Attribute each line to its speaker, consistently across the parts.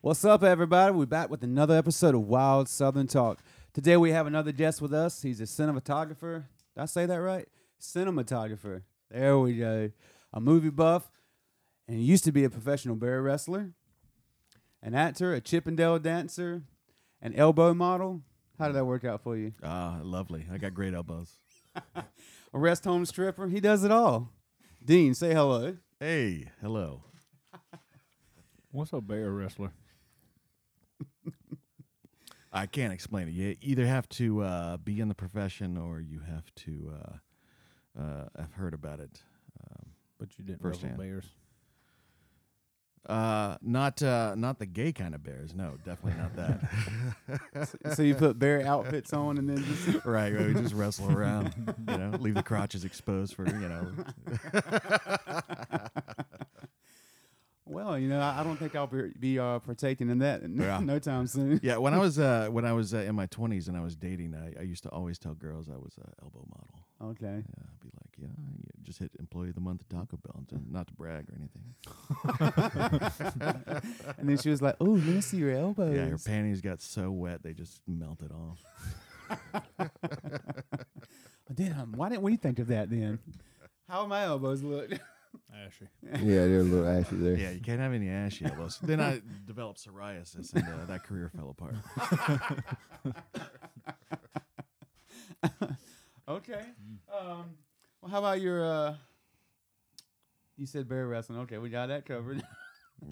Speaker 1: What's up, everybody? We're back with another episode of Wild Southern Talk. Today we have another guest with us. He's a cinematographer. Did I say that right? Cinematographer. There we go. A movie buff, and he used to be a professional bear wrestler, an actor, a Chippendale dancer, an elbow model. How did that work out for you?
Speaker 2: Ah, lovely. I got great elbows.
Speaker 1: A rest home stripper. He does it all. Dean, say hello.
Speaker 2: Hey, hello.
Speaker 3: What's a bear wrestler?
Speaker 2: I can't explain it. You either have to uh, be in the profession or you have to. Uh, uh, I've heard about it. Um,
Speaker 3: But you didn't
Speaker 2: First hand.
Speaker 3: wrestle bears.
Speaker 2: uh, not uh, not the gay kind of bears. No, definitely not that.
Speaker 1: so you put bear outfits on and then just
Speaker 2: right, right. We just wrestle around. You know, leave the crotches exposed for you know.
Speaker 1: Well, you know, I I don't think I'll be, be uh, partaking in that in
Speaker 2: Yeah.
Speaker 1: no time soon.
Speaker 2: Yeah, when I was uh, when I was uh, in my twenties and I was dating, I, I used to always tell girls I was an elbow model.
Speaker 1: Okay.
Speaker 2: Yeah, I'd be like, yeah, you just hit employee of the month at Taco Bell, and to- not to brag or anything.
Speaker 1: And then she was like, "Oh, let me see your elbows."
Speaker 2: Yeah, her panties got so wet they just melted off.
Speaker 1: Damn, why didn't we think of that then? How are my elbows look?
Speaker 3: Ashy.
Speaker 4: Yeah, they're a little ashy there.
Speaker 2: yeah, you can't have any ashy elbows. then I developed psoriasis, and uh, that career fell apart.
Speaker 1: okay. Um, well, how about your? Uh, you said bear wrestling. Okay, we got that covered.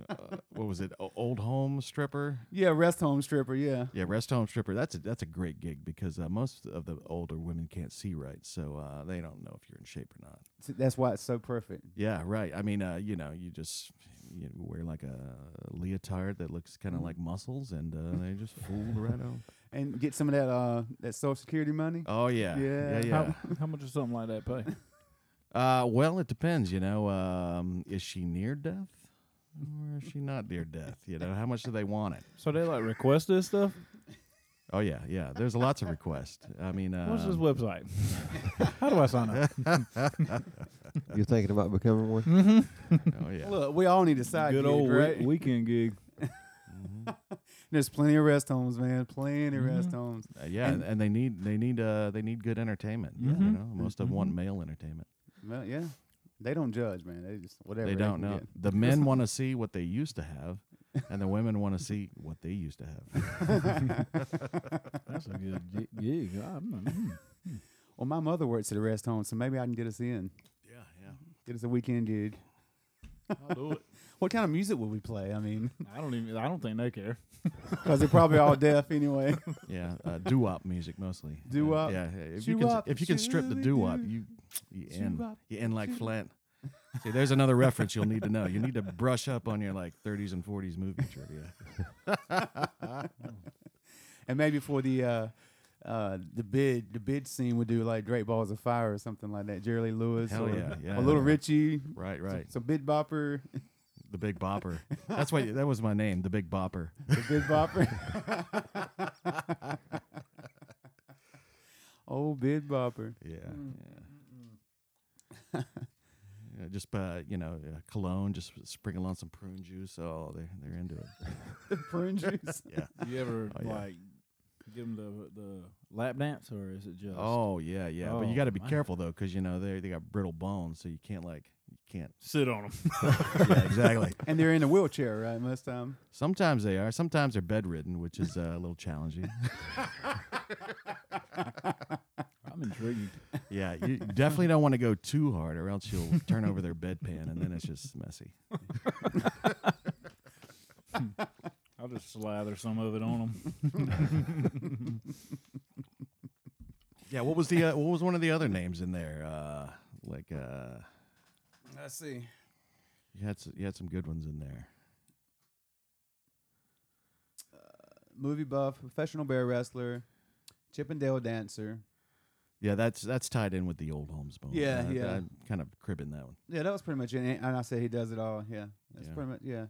Speaker 2: Uh, what was it? O- old home stripper.
Speaker 1: yeah, rest home stripper. Yeah.
Speaker 2: Yeah, rest home stripper. That's a that's a great gig because uh, most of the older women can't see right, so uh, they don't know if you're in shape or not.
Speaker 1: S- That's why it's so perfect.
Speaker 2: Yeah, right. I mean, uh, you know, you just you wear like a leotard that looks kind of like muscles, and uh, they just fooled right out.
Speaker 1: And get some of that uh that social security money.
Speaker 2: Oh yeah,
Speaker 1: Yeah.
Speaker 2: yeah.
Speaker 3: How, how much does something like that pay?
Speaker 2: Uh, well, it depends. You know, um, is she near death or is she not near death? You know, how much do they want it?
Speaker 3: so they like request this stuff?
Speaker 2: Oh yeah, yeah. There's lots of requests. I mean, um,
Speaker 3: What's this website? how do I sign up?
Speaker 4: You're thinking about becoming one?
Speaker 1: Mm-hmm.
Speaker 2: oh yeah.
Speaker 1: Look, we all need a side
Speaker 3: Good
Speaker 1: gig,
Speaker 3: old
Speaker 1: right?
Speaker 3: wee- weekend gig.
Speaker 2: Mm-hmm.
Speaker 1: There's plenty of rest homes, man. Plenty of rest
Speaker 3: Mhm.
Speaker 1: homes.
Speaker 2: Uh, yeah, and, they need they need uh they need good entertainment. Yeah, You
Speaker 1: Mm-hmm.
Speaker 3: Mhm.
Speaker 2: know, most of them want male entertainment.
Speaker 1: Well, yeah, they don't judge, man. They just whatever.
Speaker 2: they don't
Speaker 1: can
Speaker 2: know.
Speaker 1: get.
Speaker 2: The men want to see what they used to have, and the women want to see what they used to have.
Speaker 3: That's a good gi- gig. I'm, mm.
Speaker 1: Well, my mother works at a rest home, so maybe I can get us in.
Speaker 2: Yeah, yeah.
Speaker 1: Get us a weekend gig.
Speaker 3: I'll do it.
Speaker 1: What kind of music would we play? I mean,
Speaker 3: I don't even. I don't think they care.
Speaker 1: because they're probably all deaf anyway.
Speaker 2: Yeah, uh, doo-wop music mostly. Uh,
Speaker 1: Doo-wop.
Speaker 2: Yeah, yeah, if you can, s-
Speaker 1: Shoo-wop,
Speaker 2: if you can strip the doo-wop,
Speaker 1: shoo-be-doo.
Speaker 2: you you end
Speaker 1: Shoo-wop,
Speaker 2: you end like Flint. See, there's another reference you'll need to know. You need to brush up on your like 30s and 40s movie trivia.
Speaker 1: And maybe for the uh, uh, the bid the bid scene, we do like Great Balls of Fire or something like that. Jerry Lee Lewis,
Speaker 2: Hell
Speaker 1: or,
Speaker 2: yeah, yeah,
Speaker 1: or Little
Speaker 2: yeah.
Speaker 1: Richie,
Speaker 2: Right, right.
Speaker 1: so Bid Bopper,
Speaker 2: The Big Bopper. That's why that was my name, the Big Bopper.
Speaker 1: the Bid Bopper. oh, Bid Bopper.
Speaker 2: Yeah. Yeah. Yeah, just uh, you know, uh, cologne. Just sprinkle on some prune juice. Oh, they're they're into it.
Speaker 1: The prune juice.
Speaker 2: Yeah.
Speaker 3: You ever
Speaker 2: Oh, yeah.
Speaker 3: like give them the the lap dance, or is it just
Speaker 2: Oh yeah, yeah. but you
Speaker 3: Oh,
Speaker 2: got to be
Speaker 3: man.
Speaker 2: careful though, because you know they they got brittle bones, so you can't like you can't.
Speaker 3: sit on them?
Speaker 2: yeah, exactly.
Speaker 1: And they're in a wheelchair, right? Most time.
Speaker 2: Sometimes they are. Sometimes they're bedridden, which is uh, a little challenging.
Speaker 3: I'm intrigued.
Speaker 2: yeah, you definitely don't want to go too hard, or else you'll turn over their bedpan, and then it's just messy.
Speaker 3: I'll just slather some of it on them.
Speaker 2: Yeah. What was the uh, what was one of the other names in there? Uh, like uh,
Speaker 1: Let's see.
Speaker 2: you had s- you had some good ones in there.
Speaker 1: movie buff, professional bear wrestler, Chippendale dancer.
Speaker 2: Yeah, that's that's tied in with the old Holmes bone.
Speaker 1: Yeah,
Speaker 2: I-
Speaker 1: yeah.
Speaker 2: I'm kind of cribbing that one.
Speaker 1: Yeah, that was pretty much it. And and I said he does it all. Yeah, that's
Speaker 2: Yeah.
Speaker 1: pretty much. Yeah,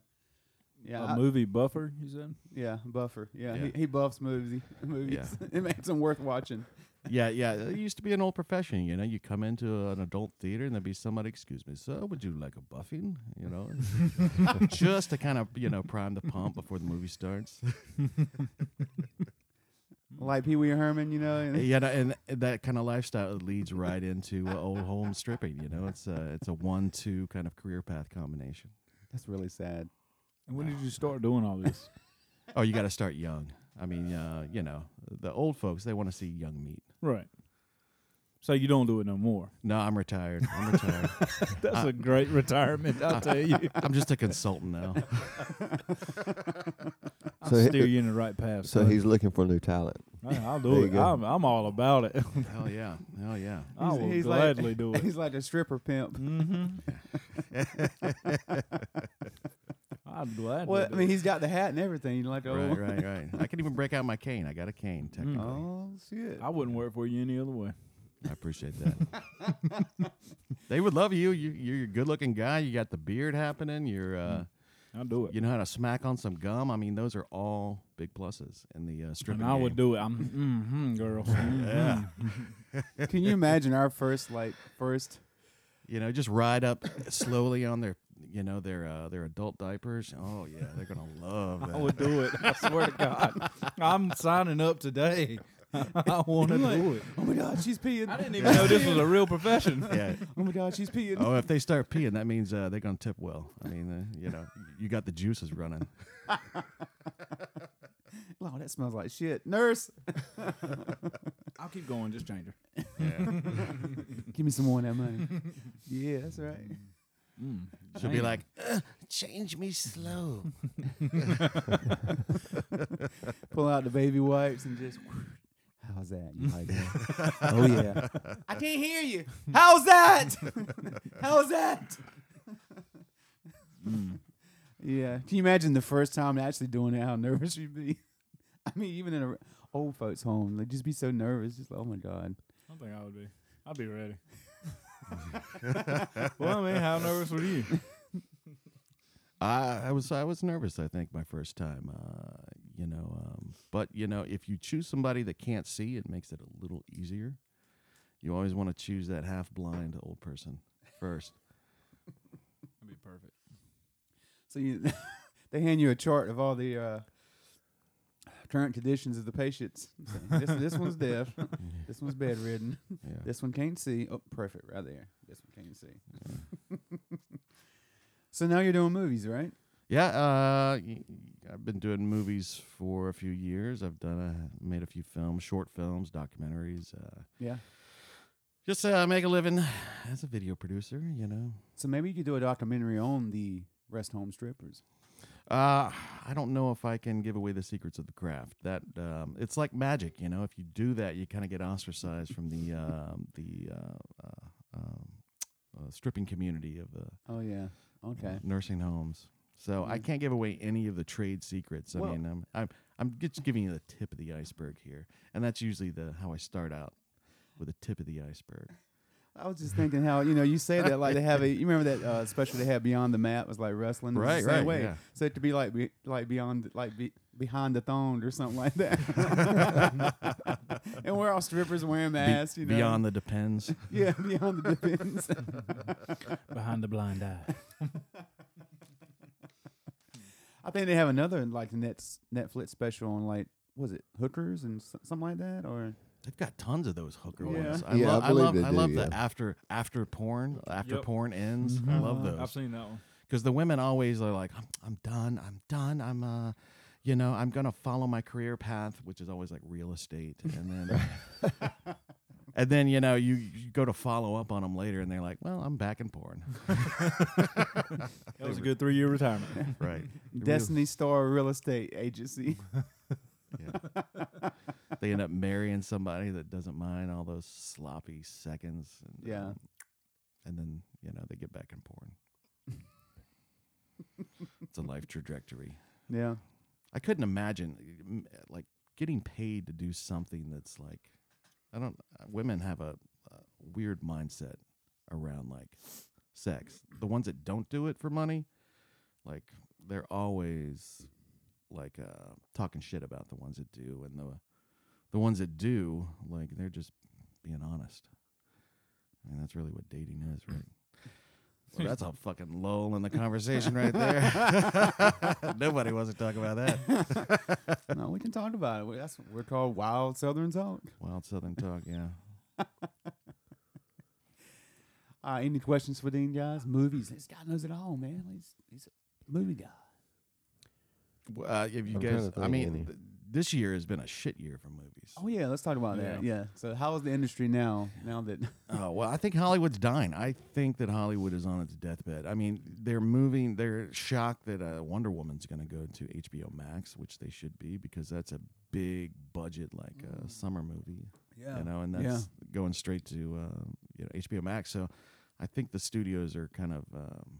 Speaker 1: yeah,
Speaker 3: a
Speaker 1: I-
Speaker 3: movie buffer. You said.
Speaker 1: yeah. Buffer. Yeah,
Speaker 2: Yeah.
Speaker 1: He, he buffs movies. movies. it makes them worth watching.
Speaker 2: yeah, yeah. It used to be an old profession, you know. You come into an adult theater and there'd be somebody, excuse me, sir, would you like a buffing? You know, just to kind of you know prime the pump before the movie starts.
Speaker 1: like Pee Wee Herman, you know. and-
Speaker 2: yeah, tha- and th- that kind of lifestyle leads right into uh, old home stripping. You know, it's a it's a one-two kind of career path combination.
Speaker 1: That's really sad.
Speaker 3: And when did you start doing all this?
Speaker 2: Oh, you got to start young. I mean, uh, you know, the old folks they want to see young meat.
Speaker 3: right. So you don't do it no more.
Speaker 2: No, I'm retired. I'm retired.
Speaker 3: That's a great retirement, I'll tell you.
Speaker 2: I'm just a consultant now.
Speaker 3: I'll
Speaker 4: So he-
Speaker 3: steer you in the right path.
Speaker 4: So
Speaker 3: son.
Speaker 4: he's looking for new talent.
Speaker 3: Hey, I'll
Speaker 4: There
Speaker 3: do
Speaker 4: you
Speaker 3: it.
Speaker 4: go.
Speaker 3: I'm, I'm all about it.
Speaker 2: Hell yeah. Hell yeah.
Speaker 3: I
Speaker 1: He's-
Speaker 3: will
Speaker 1: he's like-
Speaker 3: gladly do it.
Speaker 1: He's like a stripper pimp.
Speaker 3: mm-hmm. I'd gladly.
Speaker 1: Well, I
Speaker 3: do
Speaker 1: mean,
Speaker 3: it.
Speaker 1: he's got the hat and everything. You know, like the
Speaker 2: Right,
Speaker 1: old.
Speaker 2: right, right. I can even break out my cane. I got a cane, technically.
Speaker 1: Oh shit!
Speaker 3: Mm. I wouldn't work for you any other way.
Speaker 2: I appreciate that. they would love you. you. You're a good looking guy. You got the beard happening. You're, uh,
Speaker 3: I'll do it.
Speaker 2: you know how to smack on some gum. I mean, those are all big pluses in the uh,
Speaker 3: and
Speaker 2: stripping.
Speaker 3: I would
Speaker 2: game.
Speaker 3: do it. I'm, mm-hmm, girl. Mm-hmm. Yeah.
Speaker 1: Can you imagine our first like first?
Speaker 2: You know, just ride up slowly on their, you know, their uh, their adult diapers. Oh yeah, they're gonna love that.
Speaker 3: I would do it. I swear to God. I'm signing up today. I want to do it.
Speaker 1: Oh my god, she's peeing!
Speaker 3: I didn't even know this was a real profession.
Speaker 2: yeah.
Speaker 1: Oh my god, she's peeing!
Speaker 2: Oh, if they start peeing, that means uh, they're gonna tip well. I mean, uh, you know, you got the juices running.
Speaker 1: Wow, that smells like shit. Nurse,
Speaker 3: I'll keep going. Just change her.
Speaker 1: give me some more of that money. yeah, that's right.
Speaker 3: Mm.
Speaker 2: She'll be
Speaker 3: Damn.
Speaker 2: like, "Uh, change me slow.
Speaker 1: Pull out the baby wipes and just. How's that? You like that? oh yeah. I can't hear you. How's that? How's that?
Speaker 3: Mm.
Speaker 1: Yeah. Can you imagine the first time actually doing it? How nervous you'd be. I mean, even in a r- old folks' home, they'd just be so nervous. Just like, oh my god.
Speaker 3: I don't think I would be. I'd be ready. well, I mean, how nervous were you?
Speaker 2: I, I was I was nervous. I think my first time, uh, you know. Um, but you know, if you choose somebody that can't see, it makes it a little easier. You always want to choose that half-blind old person first.
Speaker 3: That'd be perfect.
Speaker 1: So you, they hand you a chart of all the uh, current conditions of the patients. this this one's deaf. This one's bedridden.
Speaker 2: Yeah.
Speaker 1: This one can't see. Oh, perfect, right there. This one can't see. so now you're doing movies, right?
Speaker 2: Yeah, uh, y- I've been doing movies for a few years. I've done a, made a few films, short films, documentaries. Uh,
Speaker 1: Yeah.
Speaker 2: just uh, make a living as a video producer, you know.
Speaker 1: So maybe you could do a documentary on the rest home strippers.
Speaker 2: Uh, I don't know if I can give away the secrets of the craft. That um, it's like magic, you know. If you do that, you kind of get ostracized from the um, the uh, uh, um, uh, stripping community of the
Speaker 1: Oh yeah. Okay. Mm.
Speaker 2: nursing homes. So I can't give away any of the trade secrets. I
Speaker 1: Well-
Speaker 2: mean, I'm, I'm I'm just giving you the tip of the iceberg here, and that's usually the how I start out with the tip of the iceberg.
Speaker 1: I was just thinking how you know you say that like they have a you remember that uh, special they had Beyond the Map was like wrestling It was the
Speaker 2: Right,
Speaker 1: same
Speaker 2: right,
Speaker 1: way.
Speaker 2: yeah.
Speaker 1: so it could be like be, like beyond like be, behind the thong or something like that and we're all strippers wearing
Speaker 2: Be-
Speaker 1: masks you know
Speaker 2: Beyond the depends.
Speaker 1: yeah beyond the defense
Speaker 3: Behind the blind eye.
Speaker 1: I think they have another like net Netflix special on like was it hookers and s- something like that or
Speaker 2: They've got tons of those hooker
Speaker 1: Yeah.
Speaker 2: ones. I,
Speaker 4: Yeah, I
Speaker 2: love, I,
Speaker 4: believe
Speaker 2: love,
Speaker 4: they
Speaker 2: I
Speaker 4: do,
Speaker 2: love the
Speaker 4: yeah. Mm-hmm.
Speaker 2: after after porn, after
Speaker 3: Yep. Uh-huh.
Speaker 2: porn ends. I love
Speaker 1: Mhm.
Speaker 2: those
Speaker 3: I've seen that one.
Speaker 2: because the women always are like, I'm, I'm done, I'm done, I'm uh, you know, I'm gonna follow my career path, which is always like real estate, and then. And then you know you, you go to follow up on them later, and they're like, "Well, I'm back in porn."
Speaker 3: That was a good three year retirement.
Speaker 2: right.
Speaker 1: Destiny Star Real Estate Agency
Speaker 2: Yeah. they end up marrying somebody that doesn't mind all those sloppy seconds. And,
Speaker 1: Yeah.
Speaker 2: um, and then you know they get back in porn. it's a life trajectory.
Speaker 1: yeah
Speaker 2: I couldn't imagine m- like getting paid to do something that's like I don't uh, women have a, uh weird mindset around like sex. The ones that don't do it for money, like they're always like uh talking shit about the ones that do and the the ones that do, like they're just being honest. I mean, that's really what dating is, right? Well, that's a fucking lull in the conversation right there. Nobody wants to talk about that.
Speaker 1: no, we can talk about it. We- That's we're called Wild Southern Talk.
Speaker 2: Wild Southern talk, yeah.
Speaker 1: Uh, any questions for Dean, guys? Movies. This guy knows it all, man. He's, he's a movie guy.
Speaker 2: W- Uh, if you
Speaker 4: I'm trying
Speaker 2: guys,
Speaker 4: to
Speaker 2: I
Speaker 4: think
Speaker 2: mean,
Speaker 4: any.
Speaker 2: th- this year has been a shit year for movies.
Speaker 1: Oh yeah, let's talk about that. Yeah. So how is the industry now? Now that
Speaker 2: Oh well, I think Hollywood's dying. I think that Hollywood is on its deathbed. I mean, they're moving. They're shocked that uh, Wonder Woman's going to go to HBO Max, which they should be because that's a big budget like uh,
Speaker 4: Mm.
Speaker 2: summer movie.
Speaker 1: yeah,
Speaker 2: you know, and that's going straight to uh, you know HBO Max. So I think the studios are kind of um,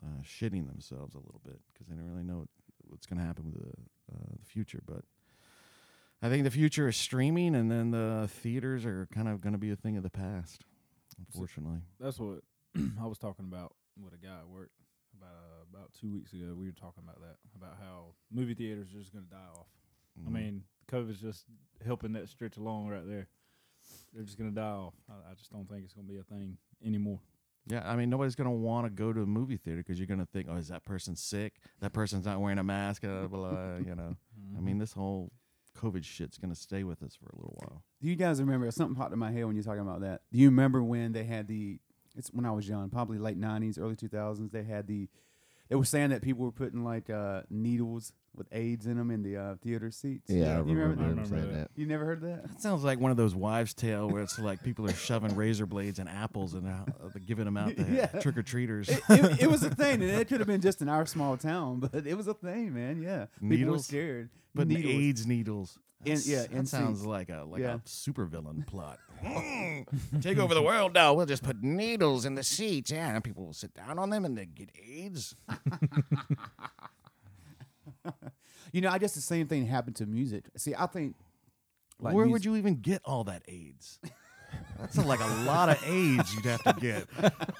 Speaker 2: uh, shitting themselves a little bit because they don't really know what, what's going to happen with the, uh, the future. But I think the future is streaming, and then the theaters are kind of going to be a thing of the past, unfortunately.
Speaker 3: That's what I was talking about with a guy at work about uh, about two weeks ago. We were talking about that about how movie theaters are just going to die off. I
Speaker 2: Mm.
Speaker 3: mean, COVID's just helping that stretch along right there. They're just going to die off. I, I just don't think it's going to be a thing anymore.
Speaker 2: Yeah, I mean, nobody's gonna want to go to a movie theater because you're gonna think, oh, is that person sick? That person's not wearing a mask. Blah, blah, blah, you know, I
Speaker 3: Mm-hmm.
Speaker 2: mean, this whole COVID shit's gonna stay with us for a little while.
Speaker 1: Do you guys remember something popped in my head when you're talking about that? Do you remember when they had the? It's when I was young, probably late '90s, early 2000s. They had the. They were saying that people were putting like uh, needles with AIDS in them in the uh, theater seats.
Speaker 4: Yeah, I
Speaker 1: you
Speaker 4: remember
Speaker 1: that?
Speaker 4: them
Speaker 3: remember
Speaker 4: saying
Speaker 3: that.
Speaker 4: that.
Speaker 1: You never heard that?
Speaker 2: That sounds like one of those wives' tale where it's like people are shoving razor blades and apples and uh, giving them out to
Speaker 1: Yeah.
Speaker 2: trick or treaters.
Speaker 1: it, it, it was a thing, and it could have been just in our small town, but it was a thing, man. Yeah, people were
Speaker 2: Needles?
Speaker 1: scared.
Speaker 2: But
Speaker 1: Needles.
Speaker 2: AIDS needles.
Speaker 1: In-
Speaker 2: That's-
Speaker 1: yeah, in
Speaker 2: that sounds
Speaker 1: seats.
Speaker 2: like a like
Speaker 1: Yeah.
Speaker 2: a supervillain plot. Mm, Take over the world? No, we'll just put needles in the seats. Yeah, and people will sit down on them and they get AIDS.
Speaker 1: You know, I guess the same thing happened to music. See, I think. Like
Speaker 2: Where
Speaker 1: music-
Speaker 2: would you even get all that AIDS? That's like a lot of AIDS you'd have to get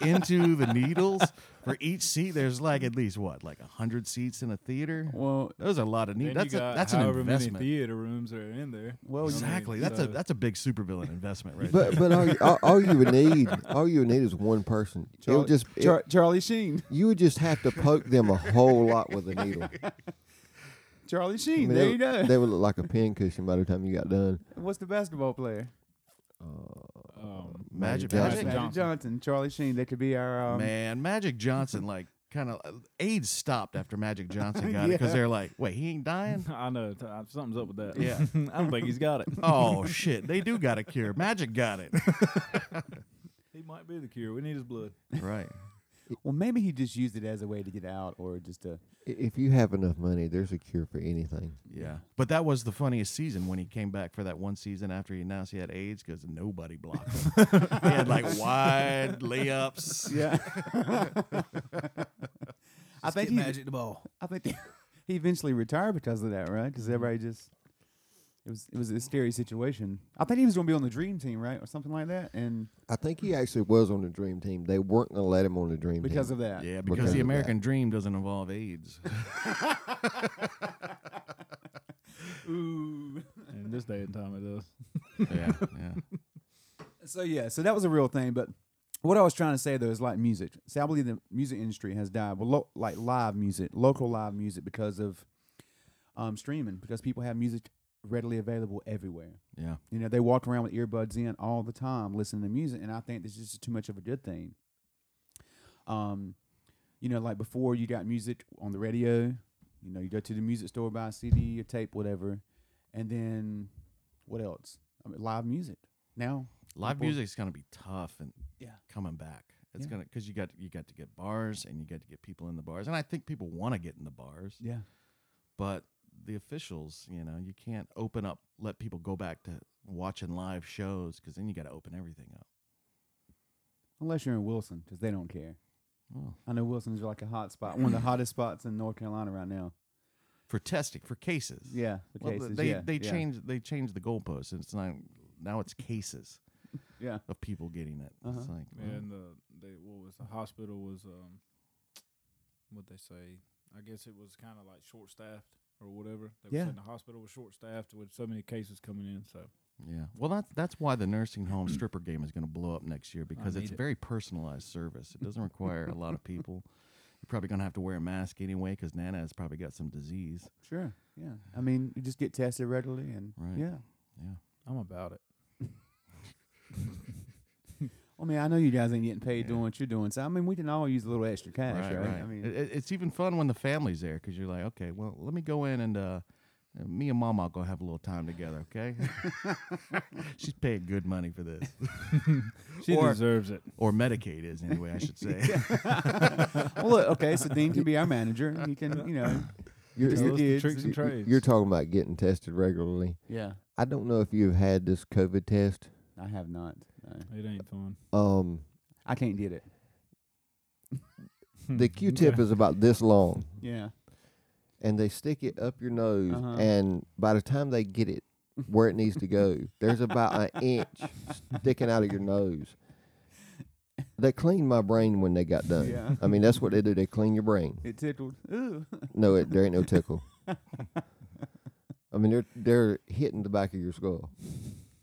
Speaker 2: into the needles for each seat. There's like at least what, like a hundred seats in a theater.
Speaker 1: Well,
Speaker 2: Those are a lot of
Speaker 3: Then
Speaker 2: needles. That's
Speaker 3: you
Speaker 2: a,
Speaker 3: got
Speaker 2: that's an
Speaker 3: however
Speaker 2: investment.
Speaker 3: many theater rooms are in there.
Speaker 1: well, you-
Speaker 2: Exactly. That's a
Speaker 3: so-
Speaker 2: that's a big supervillain investment, right? there.
Speaker 4: But but all you, all, all you would need all you would need is one person. It'll
Speaker 1: Charlie,
Speaker 4: just it-
Speaker 1: Char- Charlie Sheen.
Speaker 4: you would just have to poke them a whole lot with a needle.
Speaker 1: Charlie
Speaker 4: I
Speaker 1: Sheen.
Speaker 4: mean,
Speaker 1: there
Speaker 4: they,
Speaker 1: you go.
Speaker 4: would- they would look like a pin cushion by the time you got done.
Speaker 1: What's the basketball player?
Speaker 3: Um,
Speaker 2: Magic
Speaker 4: Johnson.
Speaker 1: Magic
Speaker 2: Magic
Speaker 1: Johnson.
Speaker 3: Johnson.
Speaker 1: Charlie Sheen. They could be our. Um,
Speaker 2: man, Magic Johnson, like kind of AIDS stopped after Magic Johnson got it
Speaker 1: Yeah.
Speaker 2: because they're like, wait, he ain't dying.
Speaker 3: I know t- uh, something's up with that.
Speaker 2: Yeah.
Speaker 3: I don't think he's got it.
Speaker 2: oh shit, they do got a cure. Magic got it.
Speaker 3: He might be the cure. We need his blood.
Speaker 2: right.
Speaker 1: Well, maybe he just used it as a way to get out, or just to.
Speaker 4: I- If you have enough money, there's a cure for anything.
Speaker 2: Yeah. But that was the funniest season when he came back for that one season after he announced he had AIDS because nobody blocked him. he had like wide layups.
Speaker 1: Yeah. I think he.
Speaker 3: the ball.
Speaker 1: I think he eventually retired because of that, right? Because everybody just it was it was a scary situation. I think he was going to be on the dream team, right, or something like that, and
Speaker 4: I think he actually was on the dream team. They weren't gonna let him on the dream
Speaker 1: because
Speaker 4: team
Speaker 1: of that,
Speaker 2: Yeah,
Speaker 4: Because
Speaker 2: because
Speaker 4: of
Speaker 2: the
Speaker 4: that.
Speaker 2: American dream doesn't involve AIDS.
Speaker 1: Ooh.
Speaker 3: In this day and time, it does.
Speaker 2: yeah, yeah.
Speaker 1: So yeah, so that was a real thing. But what I was trying to say though is like music. See, I believe the music industry has died. Well, lo- like live music, local live music, because of um, streaming, because people have music readily available everywhere.
Speaker 2: Yeah.
Speaker 1: You know, they walk around with earbuds in all the time listening to music, and I think this is just too much of a good thing. Um, you know, like before you got music on the radio, you know, you go to the music store, buy a CD, a tape, whatever, and then what else? I mean, live music. Now,
Speaker 2: Live
Speaker 1: People-
Speaker 2: music's gonna be tough and
Speaker 1: Yeah.
Speaker 2: coming back. It's
Speaker 1: Yeah.
Speaker 2: gonna because you got you got to get bars and you got to get people in the bars, and I think people want to get in the bars,
Speaker 1: yeah,
Speaker 2: but the officials, you know, you can't open up, let people go back to watching live shows because then you got to open everything up.
Speaker 1: unless you're in Wilson, because they don't care.
Speaker 2: Well,
Speaker 1: I know Wilson's like a hot spot, one of the hottest spots in North Carolina right now.
Speaker 2: for testing for cases.
Speaker 1: Yeah, the
Speaker 2: Well,
Speaker 1: cases,
Speaker 2: they
Speaker 1: yeah,
Speaker 2: they
Speaker 1: yeah,
Speaker 2: changed they changed the goalposts. and It's not now it's cases
Speaker 1: Yeah,
Speaker 2: of people getting it.
Speaker 1: Uh-huh.
Speaker 2: It's like well,
Speaker 3: And the they what was the hospital was um what they say? I guess it was kind of like short staffed or whatever. They
Speaker 2: Yeah.
Speaker 3: were saying the hospital was short staffed with so many cases coming in. So
Speaker 2: Yeah. Well, that's that's why the nursing home stripper game is going to blow up next year because
Speaker 3: need
Speaker 2: it's
Speaker 3: it.
Speaker 2: very personalized service. It doesn't require a lot of people. You're probably going to have to wear a mask anyway because Nana has probably got some disease.
Speaker 1: Sure. Yeah. I mean, you just get tested regularly, and
Speaker 2: Right.
Speaker 1: yeah.
Speaker 2: Yeah.
Speaker 3: I'm about it.
Speaker 1: I mean, I know you guys ain't getting paid
Speaker 2: Yeah.
Speaker 1: doing what you're doing, so I mean, we can all use a little extra cash, right? I mean,
Speaker 2: It- it- it's even fun when the family's there because you're like, okay, well, let me go in and uh, me and Mama gonna have a little time together, okay? She's paying good money for this,
Speaker 3: She
Speaker 1: Or-
Speaker 3: deserves it.
Speaker 2: or Medicaid is anyway, I should say.
Speaker 1: well, look, okay, so Dean can be our manager. and He can, you know,
Speaker 4: You're,
Speaker 1: Tell
Speaker 4: you're-
Speaker 1: us the
Speaker 4: you're-
Speaker 3: tricks and
Speaker 4: you're-
Speaker 3: trades.
Speaker 4: you're talking about getting tested regularly.
Speaker 1: yeah.
Speaker 4: I don't know if you've had this COVID test.
Speaker 1: I have not. No.
Speaker 3: It ain't fun.
Speaker 4: Um,
Speaker 1: I can't get it.
Speaker 4: the Q-tip is about this long,
Speaker 1: Yeah.
Speaker 4: and they stick it up your nose,
Speaker 1: Uh-huh.
Speaker 4: and by the time they get it where it needs to go, there's about an inch sticking out of your nose. They cleaned my brain when they got done.
Speaker 1: Yeah.
Speaker 4: I mean, that's what they do. They clean your brain.
Speaker 1: It tickled. Ooh.
Speaker 4: No, it, there ain't no tickle. I mean, they're they're hitting the back of your skull.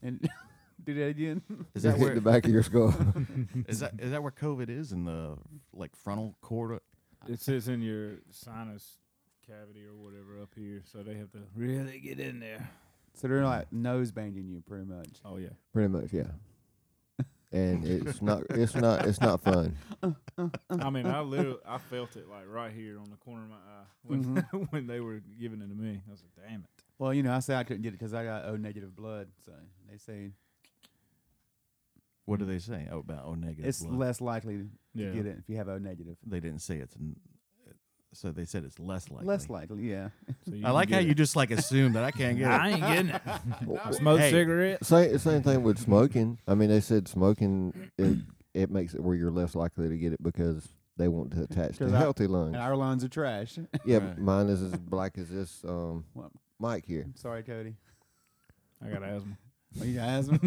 Speaker 1: And do that again.
Speaker 2: Is
Speaker 4: They're
Speaker 2: that
Speaker 4: hitting
Speaker 2: where
Speaker 4: the back of your skull?
Speaker 2: is that is that where COVID is in the like frontal cord?
Speaker 3: It sits in your sinus cavity or whatever up here, so they have to really get in there.
Speaker 1: So they're like nose banging you pretty much.
Speaker 3: Oh yeah.
Speaker 4: Pretty much, yeah. And it's not it's not it's not fun.
Speaker 3: I mean, I literally I felt it like right here on the corner of my eye when
Speaker 2: Mm-hmm.
Speaker 3: when they were giving it to me. I was like, damn it.
Speaker 1: Well, you know, I say I couldn't get it because I got O negative blood. So they say
Speaker 2: What do they say oh, about O negative?
Speaker 1: it's
Speaker 2: blood?
Speaker 1: less likely to
Speaker 3: Yeah.
Speaker 1: get it if you have O negative.
Speaker 2: They didn't say it's, n- so they said it's less likely.
Speaker 1: Less likely, yeah.
Speaker 3: So you
Speaker 2: I
Speaker 3: can
Speaker 2: like how
Speaker 3: get
Speaker 2: you
Speaker 3: it.
Speaker 2: just like assume that I can't get it.
Speaker 3: I ain't getting it.
Speaker 4: Well,
Speaker 3: Smoke
Speaker 2: Hey.
Speaker 3: cigarettes.
Speaker 4: Same same thing with smoking. I mean, they said smoking it, it makes it where you're less likely to get it because they want to attach to
Speaker 1: 'Cause I-
Speaker 4: healthy lungs.
Speaker 1: And our lines are trash.
Speaker 4: yeah,
Speaker 2: Right.
Speaker 4: mine is as black as this um
Speaker 1: Well-
Speaker 4: mic here.
Speaker 1: I'm sorry, Cody.
Speaker 3: I got asthma.
Speaker 1: Oh, you got asthma?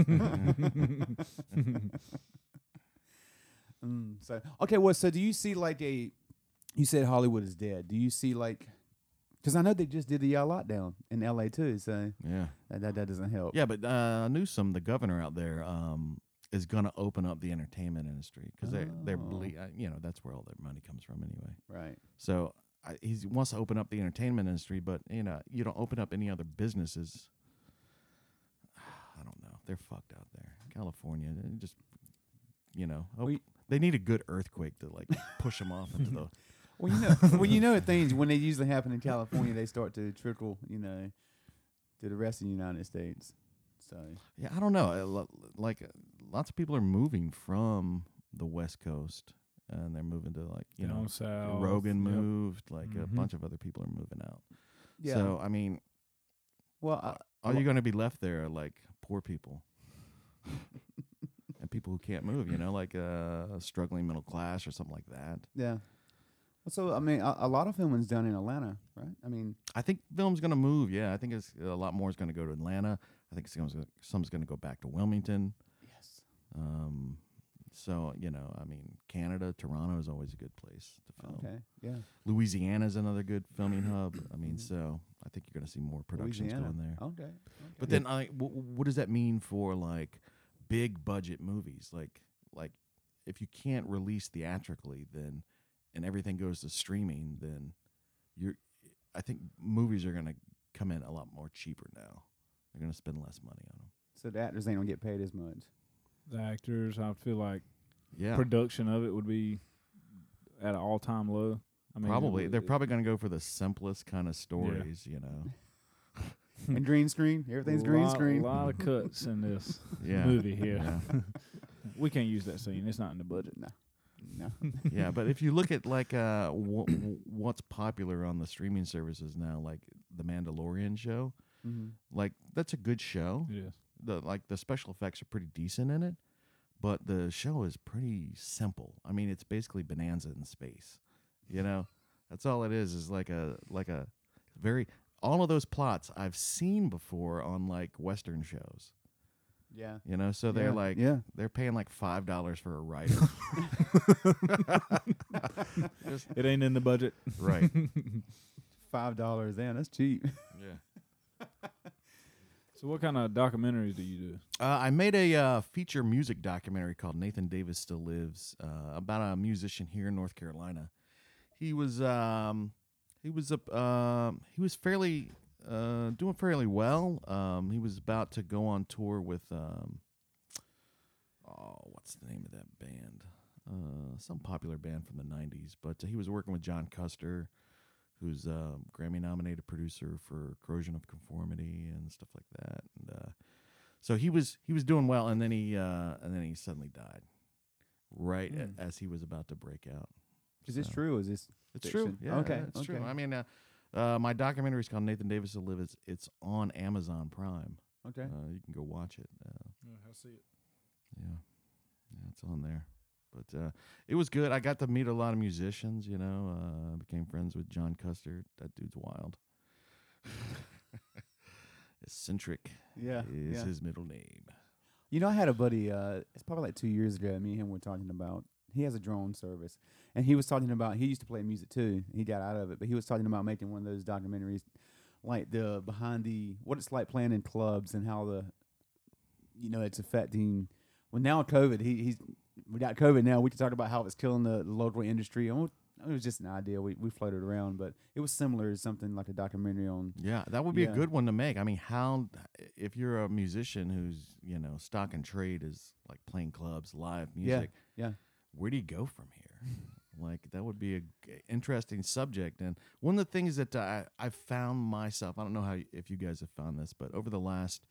Speaker 1: Mm, so okay, well, so do you see like a? You said Hollywood is dead. Do you see like? Because I know they just did the y'all lockdown in L.A. too, so
Speaker 2: Yeah.
Speaker 1: that that, that doesn't help.
Speaker 2: Yeah, but uh, Newsom, the governor out there, um, is going to open up the entertainment industry because they're they're
Speaker 1: Oh.
Speaker 2: ble- uh, you know that's where all their money comes from anyway.
Speaker 1: right.
Speaker 2: So I, he wants to open up the entertainment industry, but you know you don't open up any other businesses. I don't know. They're fucked out there, California. They just you know op-
Speaker 1: We-
Speaker 2: they need a good earthquake to like push them off into the.
Speaker 1: Well, you know, well, you know, things when they usually happen in California, they start to trickle, you know, to the rest of the United States. So
Speaker 2: Yeah, I don't know. I lo- Like uh, lots of people are moving from the West Coast and they're moving to like you know
Speaker 3: Down
Speaker 1: Oh,
Speaker 3: south.
Speaker 2: Rogan
Speaker 3: Yep.
Speaker 2: moved, like a
Speaker 3: Mhm.
Speaker 1: Mm-hmm.
Speaker 2: bunch of other people are moving out. So I mean,
Speaker 1: well, I,
Speaker 2: all
Speaker 1: Well-
Speaker 2: you're going to be left there are like poor people and people who can't move. You know, like uh, a struggling middle class or something like that.
Speaker 1: yeah. Well, So I mean, a, a lot of filming's done in Atlanta, right? I mean,
Speaker 2: I think film's going to move. Yeah, I think it's a lot more is going to go to Atlanta. I think some's gonna- some's going to go back to Wilmington.
Speaker 1: yes.
Speaker 2: Um, so you know, I mean, Canada, Toronto is always a good place to film.
Speaker 1: Okay. Yeah.
Speaker 2: Louisiana's another good filming hub. I mean, so I think you're going to see more productions
Speaker 1: Mm-hmm. Louisiana.
Speaker 2: going
Speaker 1: Okay.
Speaker 2: there.
Speaker 1: okay.
Speaker 2: But then, I, wh- wh- what does that mean for like big budget movies? Like, like if you can't release theatrically, then and everything goes to streaming, then you're. I think movies are gonna come in a lot more cheaper now. They're gonna spend less money on them.
Speaker 1: so the actors ain't gonna get paid as much.
Speaker 3: The actors, I feel like
Speaker 2: Yeah,
Speaker 3: production of it would be at an all time low. I mean, it
Speaker 2: probably.
Speaker 3: would-
Speaker 2: They're
Speaker 3: it-
Speaker 2: probably gonna go for the simplest kind of stories. You know.
Speaker 1: and green screen. Everything's green
Speaker 3: lot-
Speaker 1: screen.
Speaker 3: lot of cuts in this
Speaker 2: Yeah.
Speaker 3: movie here.
Speaker 2: Yeah.
Speaker 3: We can't use that scene. It's not in the budget.
Speaker 1: No. No.
Speaker 2: yeah, but if you look at like uh, wha- what's popular on the streaming services now, like the Mandalorian show,
Speaker 1: mm-hmm.
Speaker 2: like that's a good show.
Speaker 3: It is.
Speaker 2: The like the special effects are pretty decent in it, but the show is pretty simple. I mean, it's basically Bonanza in space. You know, that's all it is. Is like a like a very all of those plots I've seen before on like Western shows.
Speaker 1: Yeah.
Speaker 2: You know, so they're
Speaker 1: Yeah,
Speaker 2: like
Speaker 1: yeah.
Speaker 2: they're paying like five dollars for a writer. Just-
Speaker 3: It ain't in the budget.
Speaker 2: right.
Speaker 1: five dollars in. That's cheap.
Speaker 2: Yeah.
Speaker 3: So what kind of documentaries do you do?
Speaker 2: Uh, I made a uh, feature music documentary called Nathan Davis Still Lives uh, about a musician here in North Carolina. He was um, he was a um he was fairly uh, doing fairly well. Um, he was about to go on tour with um, oh what's the name of that band? Uh, some popular band from the '90s. But he was working with John Custer, who's a Grammy-nominated producer for Corrosion of Conformity and stuff like that. And uh, so he was he was doing well, and then he uh, and then he suddenly died, right a-
Speaker 1: Hmm.
Speaker 2: as he was about to break out.
Speaker 1: Is this
Speaker 2: So-
Speaker 1: true? Is this
Speaker 2: It's true.
Speaker 1: fiction?
Speaker 2: Yeah,
Speaker 1: Okay,
Speaker 2: it's true.
Speaker 1: okay.
Speaker 2: I mean, uh, uh, my documentary is called Nathan Davis to Live. It's, it's on Amazon Prime.
Speaker 1: okay?
Speaker 2: Uh, you can go watch it. Uh,
Speaker 3: I see it.
Speaker 2: yeah, yeah, it's on there. But uh, it was good. I got to meet a lot of musicians. You know, uh, I became friends with John Custer. That dude's wild. Eccentric
Speaker 1: Yeah,
Speaker 2: is
Speaker 1: yeah.
Speaker 2: his middle name.
Speaker 1: You know, I had a buddy. Uh, it's probably like two years ago. Me and him were talking about. He has a drone service, and he was talking about. He used to play music too. He got out of it, but he was talking about making one of those documentaries, like the behind the what it's like playing in clubs and how the, you know, it's affecting. Well, now COVID, he, he's we got COVID now. We can talk about how it's killing the local industry. And it was just an idea we we floated around, but it was similar to something like a documentary on.
Speaker 2: Yeah, that would be
Speaker 1: Um, Yeah.
Speaker 2: a good one to make. I mean, how if you're a musician who's you know stock and trade is like playing clubs, live music.
Speaker 1: yeah.
Speaker 2: Where do you go from here? like that would be a g- interesting subject. And one of the things that I I found myself I don't know how y- if you guys have found this, but over the last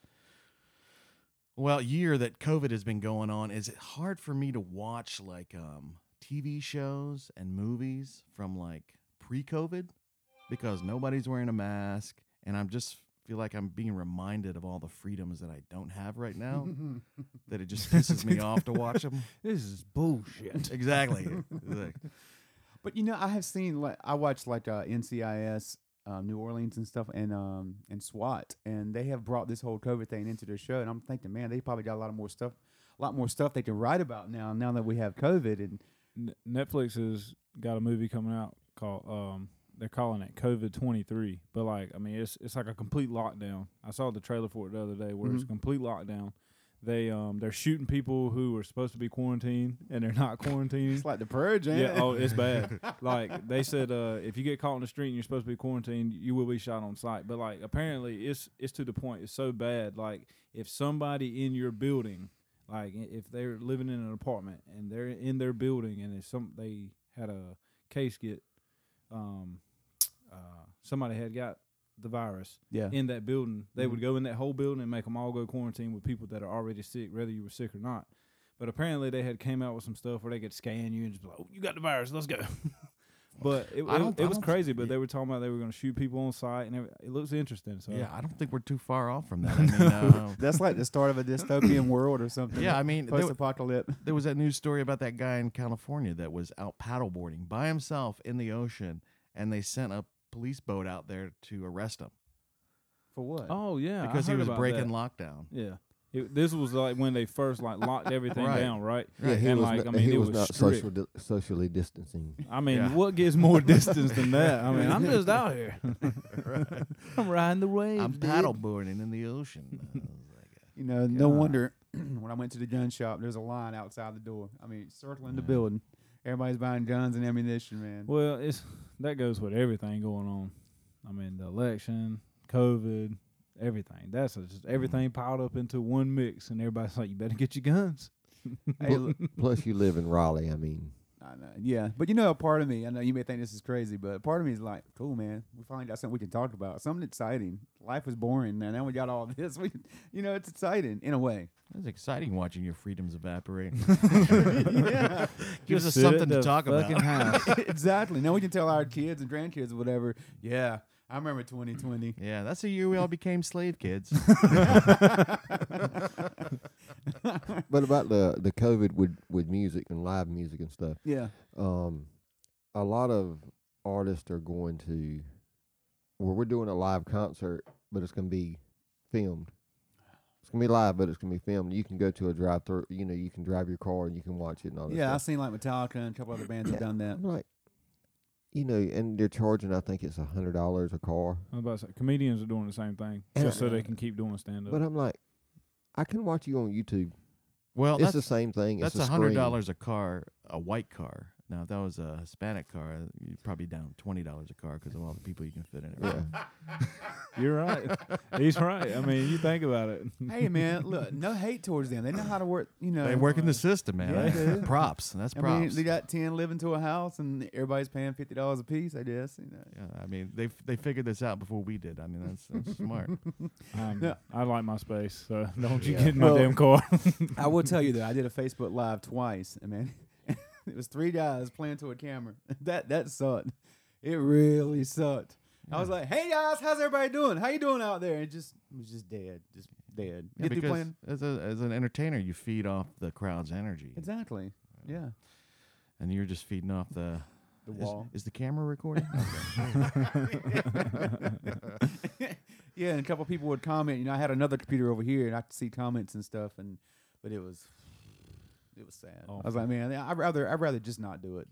Speaker 2: well year that COVID has been going on, is it hard for me to watch like um TV shows and movies from like pre-COVID? because nobody's wearing a mask and I'm just feel like I'm being reminded of all the freedoms that I don't have right now that it just pisses me off to watch them.
Speaker 3: This is bullshit.
Speaker 2: Exactly. Like,
Speaker 1: But you know, I have seen like I watched like uh, NCIS, um, New Orleans and stuff, and um and SWAT, and they have brought this whole COVID thing into their show, and I'm thinking, man, they probably got a lot of more stuff, a lot more stuff they can write about now. Now that we have COVID, and
Speaker 3: N- Netflix has got a movie coming out called um they're calling it COVID twenty three. But like I mean it's it's like a complete lockdown. I saw the trailer for it the other day where it's a complete lockdown. They um they're shooting people who are supposed to be quarantined and they're not quarantining.
Speaker 1: it's like the purge, ain't
Speaker 3: Yeah,
Speaker 1: it?
Speaker 3: oh, it's bad. like they said, uh, if you get caught in the street and you're supposed to be quarantined, you will be shot on sight. But like apparently, it's it's to the point. It's so bad. Like if somebody in your building, like i- if they're living in an apartment and they're in their building, and if some they had a case get, um, uh, somebody had got the virus
Speaker 1: yeah,
Speaker 3: in that building, they
Speaker 2: Mm-hmm.
Speaker 3: would go in that whole building and make them all go quarantine with people that are already sick, whether you were sick or not. But apparently, they had came out with some stuff where they could scan you and just be like, "Oh, you got the virus, let's go." but it,
Speaker 2: I
Speaker 3: it-
Speaker 2: don't-
Speaker 3: it
Speaker 2: I
Speaker 3: was
Speaker 2: don't-
Speaker 3: crazy. But they were talking about they were going to shoot people on site, and every, it looks interesting. So
Speaker 2: yeah, I don't think we're too far off from that. I mean, uh,
Speaker 1: that's like the start of a dystopian world or something.
Speaker 2: yeah, I mean,
Speaker 3: Oh,
Speaker 2: there,
Speaker 1: post apocalypse.
Speaker 2: there was that news story about that guy in California that was out paddleboarding by himself in the ocean, and they sent a police boat out there to arrest him
Speaker 1: For what?
Speaker 3: oh yeah, I
Speaker 2: because he
Speaker 3: heard
Speaker 2: was
Speaker 3: about
Speaker 2: breaking
Speaker 3: that.
Speaker 2: lockdown.
Speaker 3: yeah. It, this was like when they first like locked everything
Speaker 2: Right.
Speaker 3: down, right?
Speaker 4: Yeah, he
Speaker 3: and
Speaker 4: was,
Speaker 3: like
Speaker 4: no-
Speaker 3: I mean,
Speaker 4: he
Speaker 3: it
Speaker 4: was, not
Speaker 3: strict.
Speaker 4: social di- socially distancing.
Speaker 3: I mean,
Speaker 2: Yeah.
Speaker 3: what gets more distance than that? I mean, I'm just out here. I'm riding the wave.
Speaker 2: I'm paddleboarding in the ocean. I was like,
Speaker 1: You know, no
Speaker 2: God.
Speaker 1: wonder when I went to the gun shop, there's a line outside the door. I mean, circling the building. Everybody's buying guns and ammunition, man.
Speaker 3: Well, it's that goes with everything going on. I mean, the election, COVID, everything. That's just
Speaker 2: Mm-hmm.
Speaker 3: everything piled up into one mix, and everybody's like, "You better get your guns."
Speaker 1: Hey, look-
Speaker 4: Plus, you live in Raleigh. I mean,
Speaker 1: I know. Yeah, but you know, a part of me. I know you may think this is crazy, but part of me is like, cool, man. We finally got something we can talk about. Something exciting. Life was boring, man. Now we got all this. We, you know, it's exciting in a way.
Speaker 2: Uh, It's exciting watching your freedoms evaporate.
Speaker 1: yeah,
Speaker 2: Gives us
Speaker 3: sit at
Speaker 2: something to
Speaker 3: the
Speaker 2: talk about.
Speaker 3: fucking house.
Speaker 1: exactly. Now we can tell our kids and grandkids, whatever. Yeah, I remember 2020.
Speaker 2: Yeah, that's the year we all became slave kids.
Speaker 4: but about the the COVID with with music and live music and stuff.
Speaker 1: Yeah,
Speaker 4: um, a lot of artists are going to where we're doing a live concert, but it's going to be filmed. It's going to be live, but it's going to be filmed. You can go to a drive through, you know, you can drive your car and you can watch it and all that
Speaker 1: yeah. I've
Speaker 4: stuff.
Speaker 1: seen like Metallica and a couple other bands have done that.
Speaker 4: I'm like, you know, and they're charging. I think it's a hundred dollars a car.
Speaker 3: I was about to say, comedians are doing the same thing
Speaker 4: And
Speaker 3: just
Speaker 4: I-
Speaker 3: so they can keep doing stand
Speaker 2: uh,
Speaker 4: But
Speaker 3: up.
Speaker 4: I'm like, I can watch you on YouTube.
Speaker 2: Well,
Speaker 4: it's
Speaker 2: Oh, that's
Speaker 4: the same thing.
Speaker 2: that's
Speaker 4: it's a
Speaker 2: hundred
Speaker 4: screen.
Speaker 2: dollars a car, a white car. Now, if that was a Hispanic car, you'd probably down twenty dollars a car because of all the people you can fit in it.
Speaker 4: Yeah.
Speaker 3: You're right. He's right. I mean, you think about it.
Speaker 1: hey man, look, no hate towards them. They know how to work. You know,
Speaker 2: They work in the system, man.
Speaker 1: Yeah, they do.
Speaker 2: props. That's
Speaker 1: I
Speaker 2: props.
Speaker 1: mean, they got ten living to a house, and everybody's paying fifty dollars a piece. I guess. You know.
Speaker 2: yeah, I mean, they they figured this out before we did. I mean, that's, that's smart.
Speaker 3: Um,
Speaker 1: Yeah.
Speaker 3: I like my space, so don't you
Speaker 4: Yeah.
Speaker 3: get in my
Speaker 1: Well-
Speaker 3: damn car.
Speaker 1: I will tell you though, I did a Facebook Live twice, and man, it was three guys playing to a camera. That that sucked. It really sucked. I was like, "Hey guys, how's everybody doing? How you doing out there?" And it just it was just dead, just dead.
Speaker 2: Yeah,
Speaker 1: Get through
Speaker 2: because
Speaker 1: playing.
Speaker 2: as a, as an entertainer, you feed off the crowd's energy,
Speaker 1: Exactly. Yeah.
Speaker 2: and you're just feeding off the
Speaker 1: The
Speaker 2: is-
Speaker 1: wall.
Speaker 2: Is, the camera recording? Okay.
Speaker 1: Yeah, and a couple people would comment. You know, I had another computer over here, and I could see comments and stuff, and but it was it was sad. I was like, man, I would rather I would rather just not do it.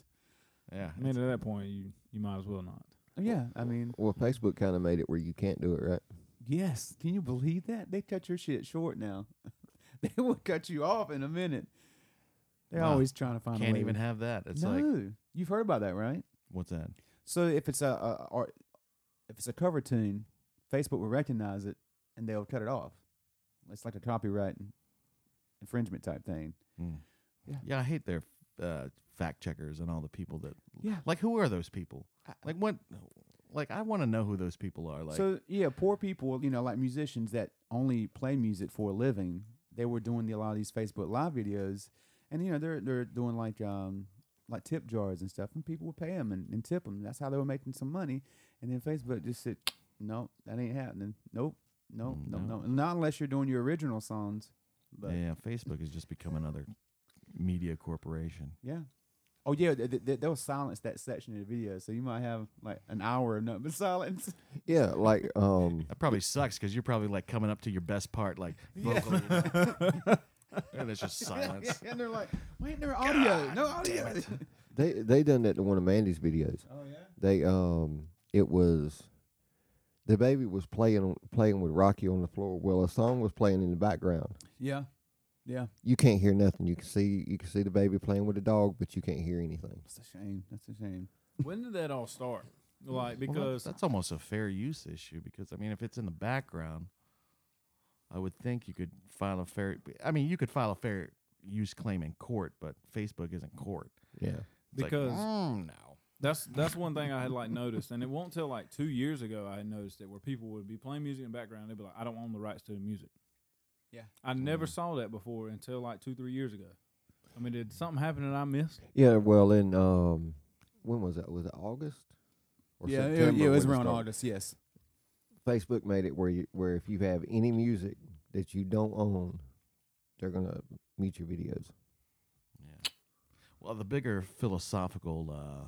Speaker 2: yeah.
Speaker 3: I mean, at that point, you, you might as well not.
Speaker 1: Yeah, I mean,
Speaker 4: Well, Facebook kind of made it where you can't do it, right?
Speaker 1: yes. Can you believe that they cut your shit short now? they will cut you off in a minute. They're
Speaker 2: Wow.
Speaker 1: always trying to find. a
Speaker 2: Can't
Speaker 1: way
Speaker 2: even
Speaker 1: to-
Speaker 2: have that. It's
Speaker 1: no,
Speaker 2: like
Speaker 1: you've heard about that, right?
Speaker 2: what's that?
Speaker 1: So if it's a, a or if it's a cover tune, Facebook will recognize it and they'll cut it off. It's like a copyright en- infringement type thing.
Speaker 2: Mm.
Speaker 1: Yeah.
Speaker 2: I hate their uh, fact checkers and all the people that.
Speaker 1: Yeah.
Speaker 2: Like, who are those people? Like, what? Like, I want to know who those people are. Like,
Speaker 1: so yeah, poor people, you know, like musicians that only play music for a living, they were doing the, a lot of these Facebook live videos, and you know they're they're doing like um like tip jars and stuff, and people would pay them and, and tip them. That's how they were making some money. And then Facebook just said, no, that ain't happening. Nope, nope,
Speaker 2: Mm,
Speaker 1: no,
Speaker 2: no.
Speaker 1: no, not unless you're doing your original songs. But
Speaker 2: yeah, Facebook has just become another media corporation.
Speaker 1: Yeah. Oh yeah, th- th- th- they'll silence that section of the video, so you might have like an hour of nothing but silence.
Speaker 4: Yeah, like um,
Speaker 2: That probably sucks because you're probably like coming up to your best part, like vocally, and it's just silence.
Speaker 1: and they're like, "Why ain't there audio? no audio."
Speaker 4: they they done that to one of Mandy's videos.
Speaker 1: Oh yeah.
Speaker 4: They um, it was the baby was playing on- playing with Rocky on the floor. Well, a song was playing in the background.
Speaker 1: Yeah. Yeah.
Speaker 4: You can't hear nothing. You can see you can see the baby playing with the dog, but you can't hear anything.
Speaker 1: That's a shame. That's a shame.
Speaker 3: When did that all start? Like,
Speaker 2: Well, that's-
Speaker 3: because
Speaker 2: that's, almost a fair use issue because I mean, if it's in the background, I would think you could file a fair. I mean, you could file a fair use claim in court, but Facebook isn't court.
Speaker 4: Yeah,
Speaker 2: It's like,
Speaker 3: Because-
Speaker 2: "Mm, no,
Speaker 3: That's that's one thing I had like noticed, and it won't till like two years ago I had noticed it, where people would be playing music in the background. They'd be like, "I don't own the rights to the music."
Speaker 1: Yeah.
Speaker 3: I never saw that before until like two three years ago. I mean, did something happen that I missed?
Speaker 4: yeah. Well, in um, when was that? Was it August? Or
Speaker 1: yeah, it,
Speaker 4: September
Speaker 1: yeah, it was
Speaker 4: when
Speaker 1: around
Speaker 4: started?
Speaker 1: August. Yes.
Speaker 4: Facebook made it where you, where if you have any music that you don't own, they're gonna mute your videos.
Speaker 2: Yeah. Well, the bigger philosophical uh,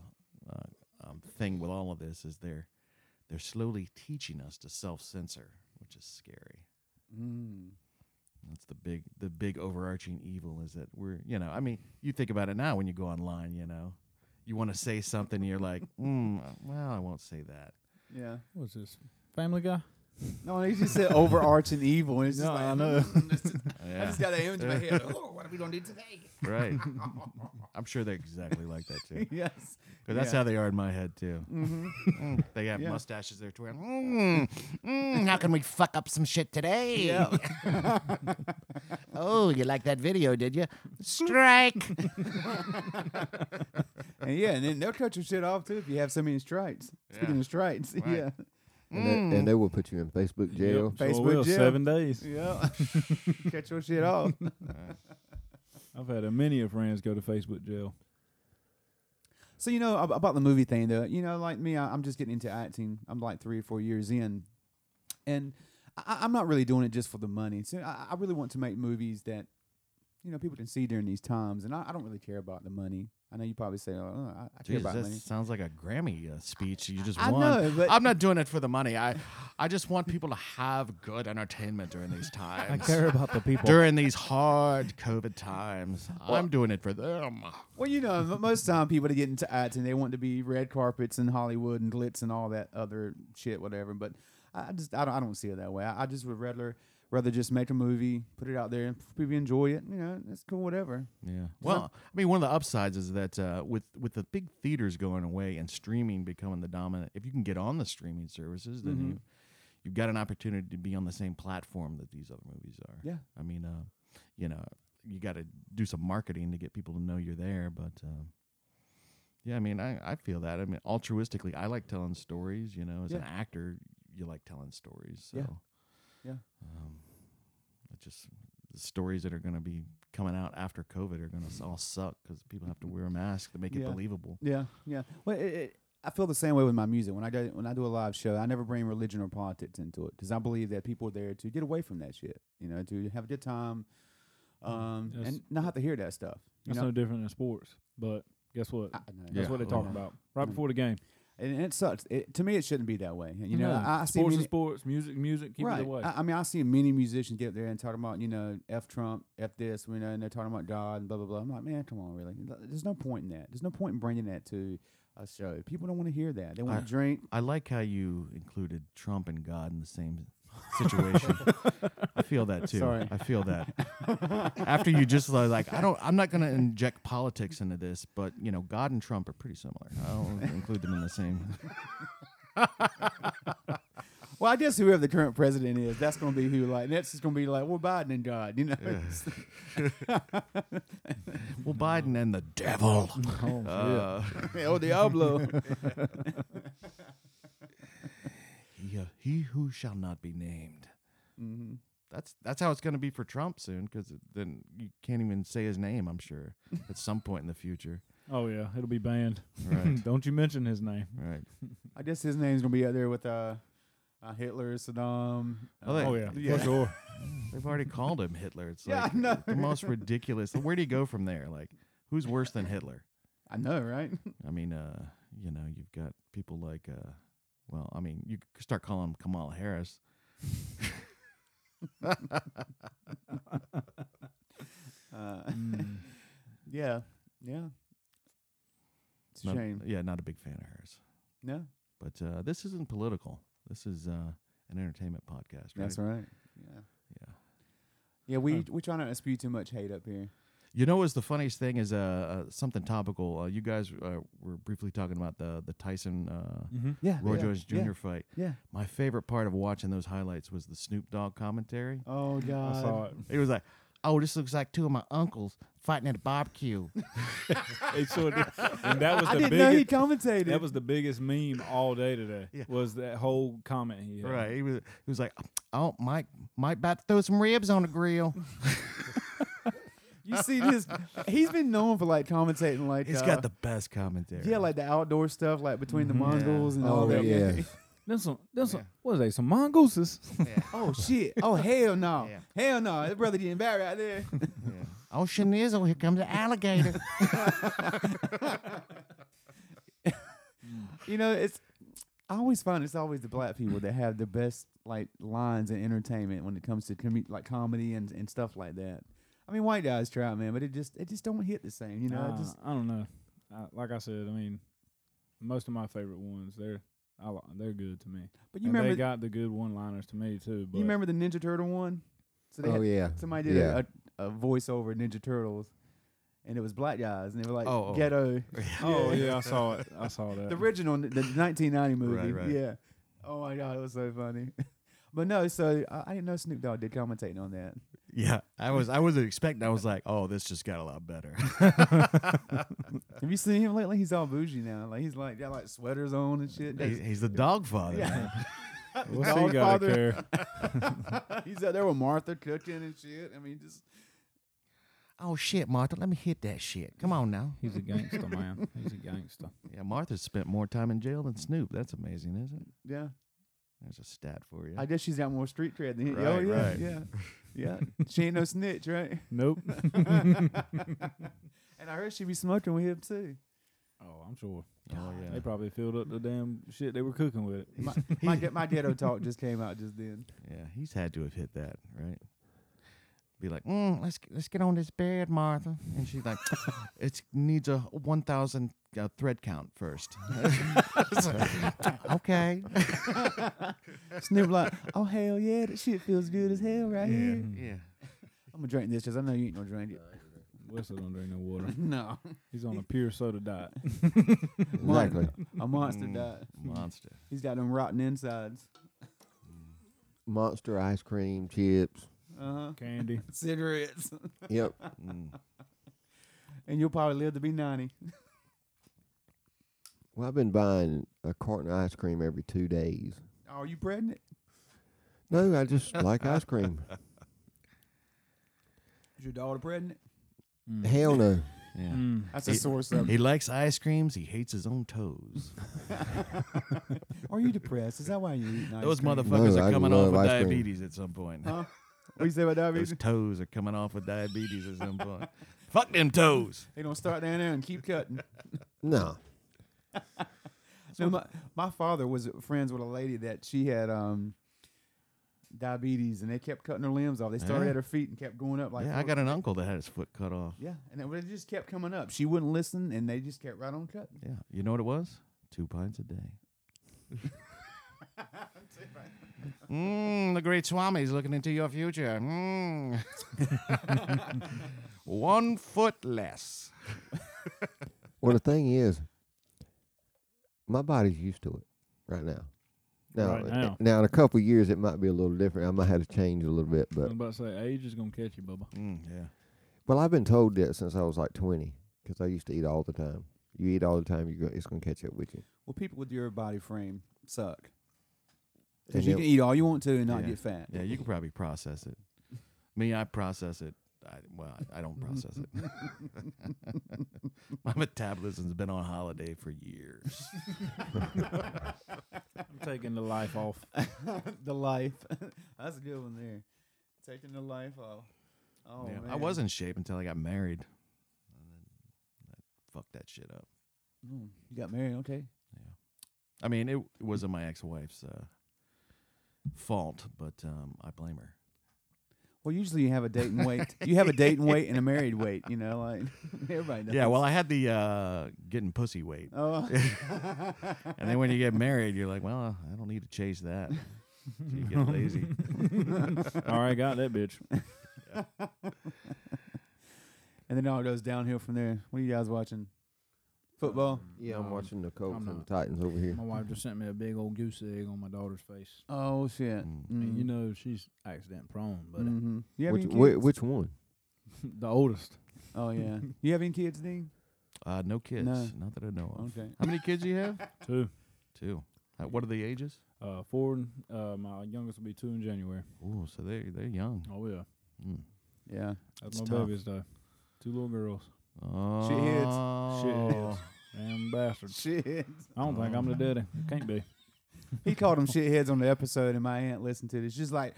Speaker 2: uh, um, thing with all of this is they're they're slowly teaching us to self censor, which is scary.
Speaker 1: Mm.
Speaker 2: That's the big the big overarching evil is that we're you know I mean you think about it now when you go online you know you want to say something you're like mm, uh, well I won't say that
Speaker 1: Yeah.
Speaker 3: What's this Family Guy?
Speaker 1: No, he just said overarching evil, and it's just
Speaker 3: No,
Speaker 1: like,
Speaker 3: I know.
Speaker 1: mm, that's- I
Speaker 2: yeah
Speaker 1: just got that image in my head. Oh, what are we gonna do today?
Speaker 2: right I'm sure they're exactly like that too
Speaker 1: yes.
Speaker 2: because that's
Speaker 1: Yeah.
Speaker 2: how they are in my head too Mm, they have
Speaker 1: Yeah.
Speaker 2: mustaches they're twirling mm, mm, how can we fuck up some shit today
Speaker 1: Yeah.
Speaker 2: oh you like that video did you strike
Speaker 1: and yeah, and then they'll cut your shit off too if you have so many strikes. Speaking
Speaker 2: Yeah.
Speaker 1: of strikes,
Speaker 2: Right.
Speaker 1: yeah.
Speaker 4: And, they,
Speaker 2: Mm.
Speaker 4: and they will put you in Facebook jail.
Speaker 1: Mm. Yep. Facebook
Speaker 3: will,
Speaker 1: jail.
Speaker 3: seven days.
Speaker 1: Yeah. Cut your shit off.
Speaker 2: Uh,
Speaker 3: I've had a many of friends go to Facebook jail.
Speaker 1: So you know ab- about the movie thing, though. You know, like me, I, I'm just getting into acting. I'm like three or four years in, and I, I'm not really doing it just for the money. So I, I really want to make movies that, you know people can see during these times, and I, I don't really care about the money. I know you probably say, "Oh, I, I care
Speaker 2: Jesus,
Speaker 1: about
Speaker 2: that
Speaker 1: money."
Speaker 2: sounds like a Grammy uh, speech you just
Speaker 1: I
Speaker 2: won.
Speaker 1: know, but-
Speaker 2: I'm not doing it for the money. I, I just want people to have good entertainment during these
Speaker 5: I
Speaker 2: times.
Speaker 5: care about the people.
Speaker 2: During these hard COVID times, I'm doing it for them.
Speaker 1: Well, you know, mo- most time people that get into ads and they want to be red carpets and Hollywood and glitz and all that other shit, whatever. But I I just I don't, I don't see it that way. I, I just would rather rather just make a movie, put it out there, and people enjoy it. You know, it's cool, whatever.
Speaker 2: Yeah. Well, I mean, one of the upsides is that uh, with with the big theaters going away and streaming becoming the dominant, if you can get on the streaming services, then you you've got an opportunity to be on the same platform that these other movies are.
Speaker 1: Yeah.
Speaker 2: I mean, uh, you know, you got to do some marketing to get people to know you're there, but. Uh, yeah, I mean, I, I feel that. I mean, altruistically, I like telling stories. You know, as an
Speaker 1: Yeah.
Speaker 2: actor, you like telling stories. So,
Speaker 1: Yeah. Yeah.
Speaker 2: Um, it just the stories that are going to be coming out after COVID are going to all suck because people have to wear a mask to make it
Speaker 1: Yeah.
Speaker 2: believable.
Speaker 1: Yeah, yeah. Well, it, it, I feel the same way with my music. When I go, when I do a live show, I never bring religion or politics into it because I believe that people are there to get away from that shit. You know, to have a good time, um,
Speaker 3: Yes.
Speaker 1: and not have to hear that stuff. You
Speaker 3: Mm, That's
Speaker 1: know,
Speaker 3: no different than sports. But guess what?
Speaker 1: I- I know.
Speaker 2: Yeah.
Speaker 3: That's what they're talking about right
Speaker 1: Mm.
Speaker 3: before the game.
Speaker 1: and, and it sucks. It, to me, it shouldn't be that way. You know, I, I see
Speaker 3: sports
Speaker 1: many-
Speaker 3: is sports, music, music. Keep
Speaker 1: right.
Speaker 3: it away.
Speaker 1: I, I mean, I see many musicians get up there and talk about you know f Trump, f this, you know, and they're talking about God and blah blah blah. I'm like, man, come on, really? There's no point in that. There's no point in bringing that to a show. People don't want to hear that. They want
Speaker 2: I-
Speaker 1: to drink.
Speaker 2: I like how you included Trump and God in the same situation. I feel that too.
Speaker 1: Sorry.
Speaker 2: I feel that. After you just li- like, I don't. I'm not going to inject politics into this, but you know, God and Trump are pretty similar. I don't include them in the same.
Speaker 1: Well, I guess whoever the current president is, that's going to be who. Like, that's just going to be like, well, Biden and God, you know.
Speaker 2: Well, Biden and the devil.
Speaker 3: Oh,
Speaker 2: Uh,
Speaker 1: El Diablo.
Speaker 2: he, uh, he who shall not be named.
Speaker 1: Mm-hmm.
Speaker 2: That's that's how it's going to be for Trump soon, because then you can't even say his name. I'm sure at some point in the future.
Speaker 3: oh yeah, it'll be banned.
Speaker 2: Right.
Speaker 3: Don't you mention his name.
Speaker 2: Right.
Speaker 1: I guess his name's going to be out there with uh, uh, Hitler, Saddam.
Speaker 2: Oh,
Speaker 1: uh,
Speaker 2: they-
Speaker 3: Oh yeah,
Speaker 1: Yeah.
Speaker 3: for sure.
Speaker 2: They've already called him Hitler. It's
Speaker 1: Yeah, I
Speaker 2: like
Speaker 1: know,
Speaker 2: the most ridiculous. Where do you go from there? Like, who's worse than Hitler?
Speaker 1: I know, right?
Speaker 2: I mean, uh, you know, you've got people like, uh, well, I mean, you c- start calling him Kamala Harris.
Speaker 1: Uh, yeah, yeah. It's a
Speaker 2: Not-
Speaker 1: shame.
Speaker 2: Yeah, not a big fan of hers.
Speaker 1: No,
Speaker 2: But uh, this isn't political. This is uh, an entertainment podcast. Right?
Speaker 1: that's right. Yeah,
Speaker 2: Yeah.
Speaker 1: yeah. We we try not to spew too much hate up here.
Speaker 2: You know what's the funniest thing is uh, uh something topical. Uh, you guys uh, were briefly talking about the the Tyson uh,
Speaker 1: Yeah,
Speaker 2: Roy
Speaker 1: yeah,
Speaker 2: Jones Jr.
Speaker 1: yeah,
Speaker 2: fight.
Speaker 1: Yeah.
Speaker 2: My favorite part of watching those highlights was the Snoop Dogg commentary.
Speaker 1: Oh
Speaker 3: I
Speaker 1: God.
Speaker 3: saw it.
Speaker 2: It was like, "Oh, this looks like two of my uncles fighting at a barbecue."
Speaker 3: It sure did. And that was
Speaker 1: I
Speaker 3: the
Speaker 1: didn't know he
Speaker 3: biggest.
Speaker 1: commentated.
Speaker 3: That was the biggest meme all day today.
Speaker 2: Yeah.
Speaker 3: Was that whole comment he had.
Speaker 2: Right. He was. He was like, "Oh, Mike, Mike, about to throw some ribs on the grill."
Speaker 1: you see this? He's been known for like commentating, like
Speaker 2: He's
Speaker 1: uh,
Speaker 2: got the best commentary.
Speaker 1: Yeah, like the outdoor stuff, like between the
Speaker 2: Mm-hmm.
Speaker 1: Mongols and all
Speaker 4: Oh
Speaker 1: that.
Speaker 4: yeah.
Speaker 3: Then some. Then some. What are they? Some mongooses.
Speaker 1: oh shit! Oh hell no!
Speaker 2: Yeah.
Speaker 1: Hell no! That brother getting bad right there.
Speaker 2: "Oh, Shanizzle, here comes the alligator."
Speaker 1: you know, it's. I always find it's always the black people that have the best like lines in entertainment when it comes to com- like comedy and, and stuff like that. I mean, white guys try, man, but it just it just don't hit the same. You know, it
Speaker 3: Uh,
Speaker 1: just
Speaker 3: I don't know. I, like I said, I mean, most of my favorite ones they're I, li- they're good to me.
Speaker 1: but you
Speaker 3: And
Speaker 1: remember
Speaker 3: they got the good one-liners to me too. But
Speaker 1: you remember the Ninja Turtle one? So they
Speaker 4: Oh
Speaker 1: had-
Speaker 4: yeah.
Speaker 1: Somebody did
Speaker 4: yeah.
Speaker 1: a, a, a voiceover of Ninja Turtles, and it was black guys, and they were like
Speaker 2: Oh, oh.
Speaker 1: ghetto.
Speaker 3: Oh yeah, I saw it. I saw that.
Speaker 1: the original, the 1990 movie.
Speaker 2: Right, right.
Speaker 1: Yeah. Oh my god, it was so funny. but no, so I, I didn't know Snoop Dogg did commentating on that.
Speaker 2: yeah, I was. I wasn't expecting. I was like, "Oh, this just got a lot better."
Speaker 1: Have you seen him lately? He's all bougie now. Like he's like got like sweaters on and shit.
Speaker 2: he's, he's the dog father.
Speaker 1: Yeah.
Speaker 2: man.
Speaker 3: What's he got
Speaker 1: Godfather.
Speaker 3: to care?
Speaker 1: he's out there with Martha cooking and shit. I mean, just
Speaker 2: Oh shit, Martha, let me hit that shit. Come on now.
Speaker 3: He's a gangster, man. He's a gangster.
Speaker 2: Yeah, Martha spent more time in jail than Snoop. That's amazing, isn't it?
Speaker 1: yeah.
Speaker 2: There's a stat for you.
Speaker 1: I guess she's got more street cred than you. oh,
Speaker 2: Right,
Speaker 1: yeah,
Speaker 2: right.
Speaker 1: yeah, yeah. She ain't no snitch, right?
Speaker 3: Nope.
Speaker 1: and I heard she be smoking with him too.
Speaker 3: oh, I'm sure.
Speaker 2: oh yeah.
Speaker 3: They probably filled up the damn shit they were cooking with it.
Speaker 1: My, my, ge- my ghetto talk just came out just then.
Speaker 2: Yeah, he's had to have hit that, right? Be like, mm, let's g- let's get on this bed, Martha, and she's like, it needs a one thousand uh, thread count first. It's like, okay.
Speaker 1: Snoop like, oh hell yeah, that shit feels good as hell right here.
Speaker 2: Yeah.
Speaker 1: I'm gonna drink this because I know you ain't gonna drink it.
Speaker 3: Wesley don't drink no water.
Speaker 1: no,
Speaker 3: He's on a pure soda diet.
Speaker 1: Mon-
Speaker 4: Exactly.
Speaker 1: a monster
Speaker 2: Mm,
Speaker 1: diet.
Speaker 2: Monster.
Speaker 1: He's got them rotten insides.
Speaker 4: Monster ice cream, chips.
Speaker 1: Uh huh.
Speaker 3: Candy.
Speaker 1: Cigarettes,
Speaker 4: Yep.
Speaker 2: Mm.
Speaker 1: and you'll probably live to be ninety.
Speaker 4: Well, I've been buying a carton of ice cream every two days.
Speaker 1: Are you pregnant?
Speaker 4: No, I just like ice cream.
Speaker 1: Is your daughter pregnant?
Speaker 4: Hell no.
Speaker 2: Yeah.
Speaker 3: Mm.
Speaker 1: That's
Speaker 2: He-
Speaker 1: a sore subject.
Speaker 2: He likes ice creams. He hates his own toes.
Speaker 1: Are you depressed? Is that why you eat ice
Speaker 2: Those
Speaker 1: cream?
Speaker 2: motherfuckers
Speaker 4: No,
Speaker 2: are
Speaker 4: I
Speaker 2: coming
Speaker 4: love
Speaker 2: off with
Speaker 4: ice cream.
Speaker 2: diabetes at some point.
Speaker 1: Huh? What you say about
Speaker 2: Those
Speaker 1: diabetes?
Speaker 2: toes are coming off with diabetes at some point. Fuck them toes.
Speaker 1: They gonna start down there and keep cutting.
Speaker 4: No.
Speaker 1: No, my, my father was friends with a lady that she had um, diabetes, and they kept cutting her limbs off. They started
Speaker 2: Yeah.
Speaker 1: at her feet and kept going up. Like
Speaker 2: yeah, I
Speaker 1: four-
Speaker 2: got an uncle that had his foot cut off.
Speaker 1: Yeah, and it, it just kept coming up. She wouldn't listen, and they just kept right on cutting.
Speaker 2: Yeah. You know what it was? Two pints a day. Mmm, the great Swami's looking into your future. Mmm. One foot less.
Speaker 4: Well, the thing is, my body's used to it right now. Now, eh,
Speaker 3: Right now.
Speaker 4: now, in a couple of years, it might be a little different. I might have to change a little bit,
Speaker 3: I
Speaker 4: but
Speaker 3: was about to say, age is going to catch you, Bubba.
Speaker 2: Mm, yeah.
Speaker 4: well, I've been told that since I was like twenty, because I used to eat all the time. You eat all the time, you go, it's gonna catch up with you.
Speaker 1: Well, people with your body frame suck because
Speaker 4: And
Speaker 1: you
Speaker 4: it-
Speaker 1: can eat all you want to and not
Speaker 2: Yeah.
Speaker 1: get fat.
Speaker 2: Yeah, you can probably process it. Me, I process it. I, well, I, I don't process it. My metabolism's been on holiday for years.
Speaker 3: I'm taking the life off.
Speaker 1: the life, that's a good one there. Taking the life off. Oh,
Speaker 2: Yeah,
Speaker 1: man.
Speaker 2: I was in shape until I got married. And then I fucked that shit up.
Speaker 1: Mm, You got married, okay?
Speaker 2: I mean, it, it wasn't my ex-wife's uh, fault, but um, I blame her.
Speaker 1: Well, usually you have a date and wait. You have a date and wait and a married wait. You know, like everybody knows.
Speaker 2: Yeah, well, I had the uh, getting pussy weight,
Speaker 1: Oh,
Speaker 2: and then when you get married, you're like, well, I don't need to chase that. So you get lazy.
Speaker 3: All right, got that bitch.
Speaker 1: and then it all goes downhill from there. What are you guys watching? Football.
Speaker 4: Yeah, I'm
Speaker 3: Um,
Speaker 4: watching the Colts
Speaker 3: I'm
Speaker 4: and the
Speaker 3: not.
Speaker 4: Titans over here.
Speaker 3: My wife just sent me a big old goose egg on my daughter's face.
Speaker 1: Oh shit.
Speaker 2: Mm.
Speaker 3: And you know, she's accident prone, but
Speaker 1: hmm You have
Speaker 4: Which,
Speaker 1: any
Speaker 4: whi-
Speaker 1: kids?
Speaker 4: which one?
Speaker 3: the oldest.
Speaker 1: oh yeah. You have any kids, Dean?
Speaker 2: Uh, no kids,
Speaker 1: No.
Speaker 2: not that I know of.
Speaker 1: Okay.
Speaker 2: How many kids you have?
Speaker 3: Two.
Speaker 2: Two. Uh, what are the ages?
Speaker 3: Uh, four. and- Uh, my youngest will be two in January.
Speaker 2: Oh, so they they're young.
Speaker 3: Oh, yeah.
Speaker 2: Mm.
Speaker 1: Yeah.
Speaker 3: That's
Speaker 2: It's
Speaker 3: my
Speaker 2: tough.
Speaker 3: babies, though. Two little girls.
Speaker 2: Oh,
Speaker 3: Shitheads. Damn bastards.
Speaker 1: Shit.
Speaker 3: I don't think I'm the daddy. Can't be.
Speaker 1: He called them shitheads on the episode, and my aunt listened to this. She's like,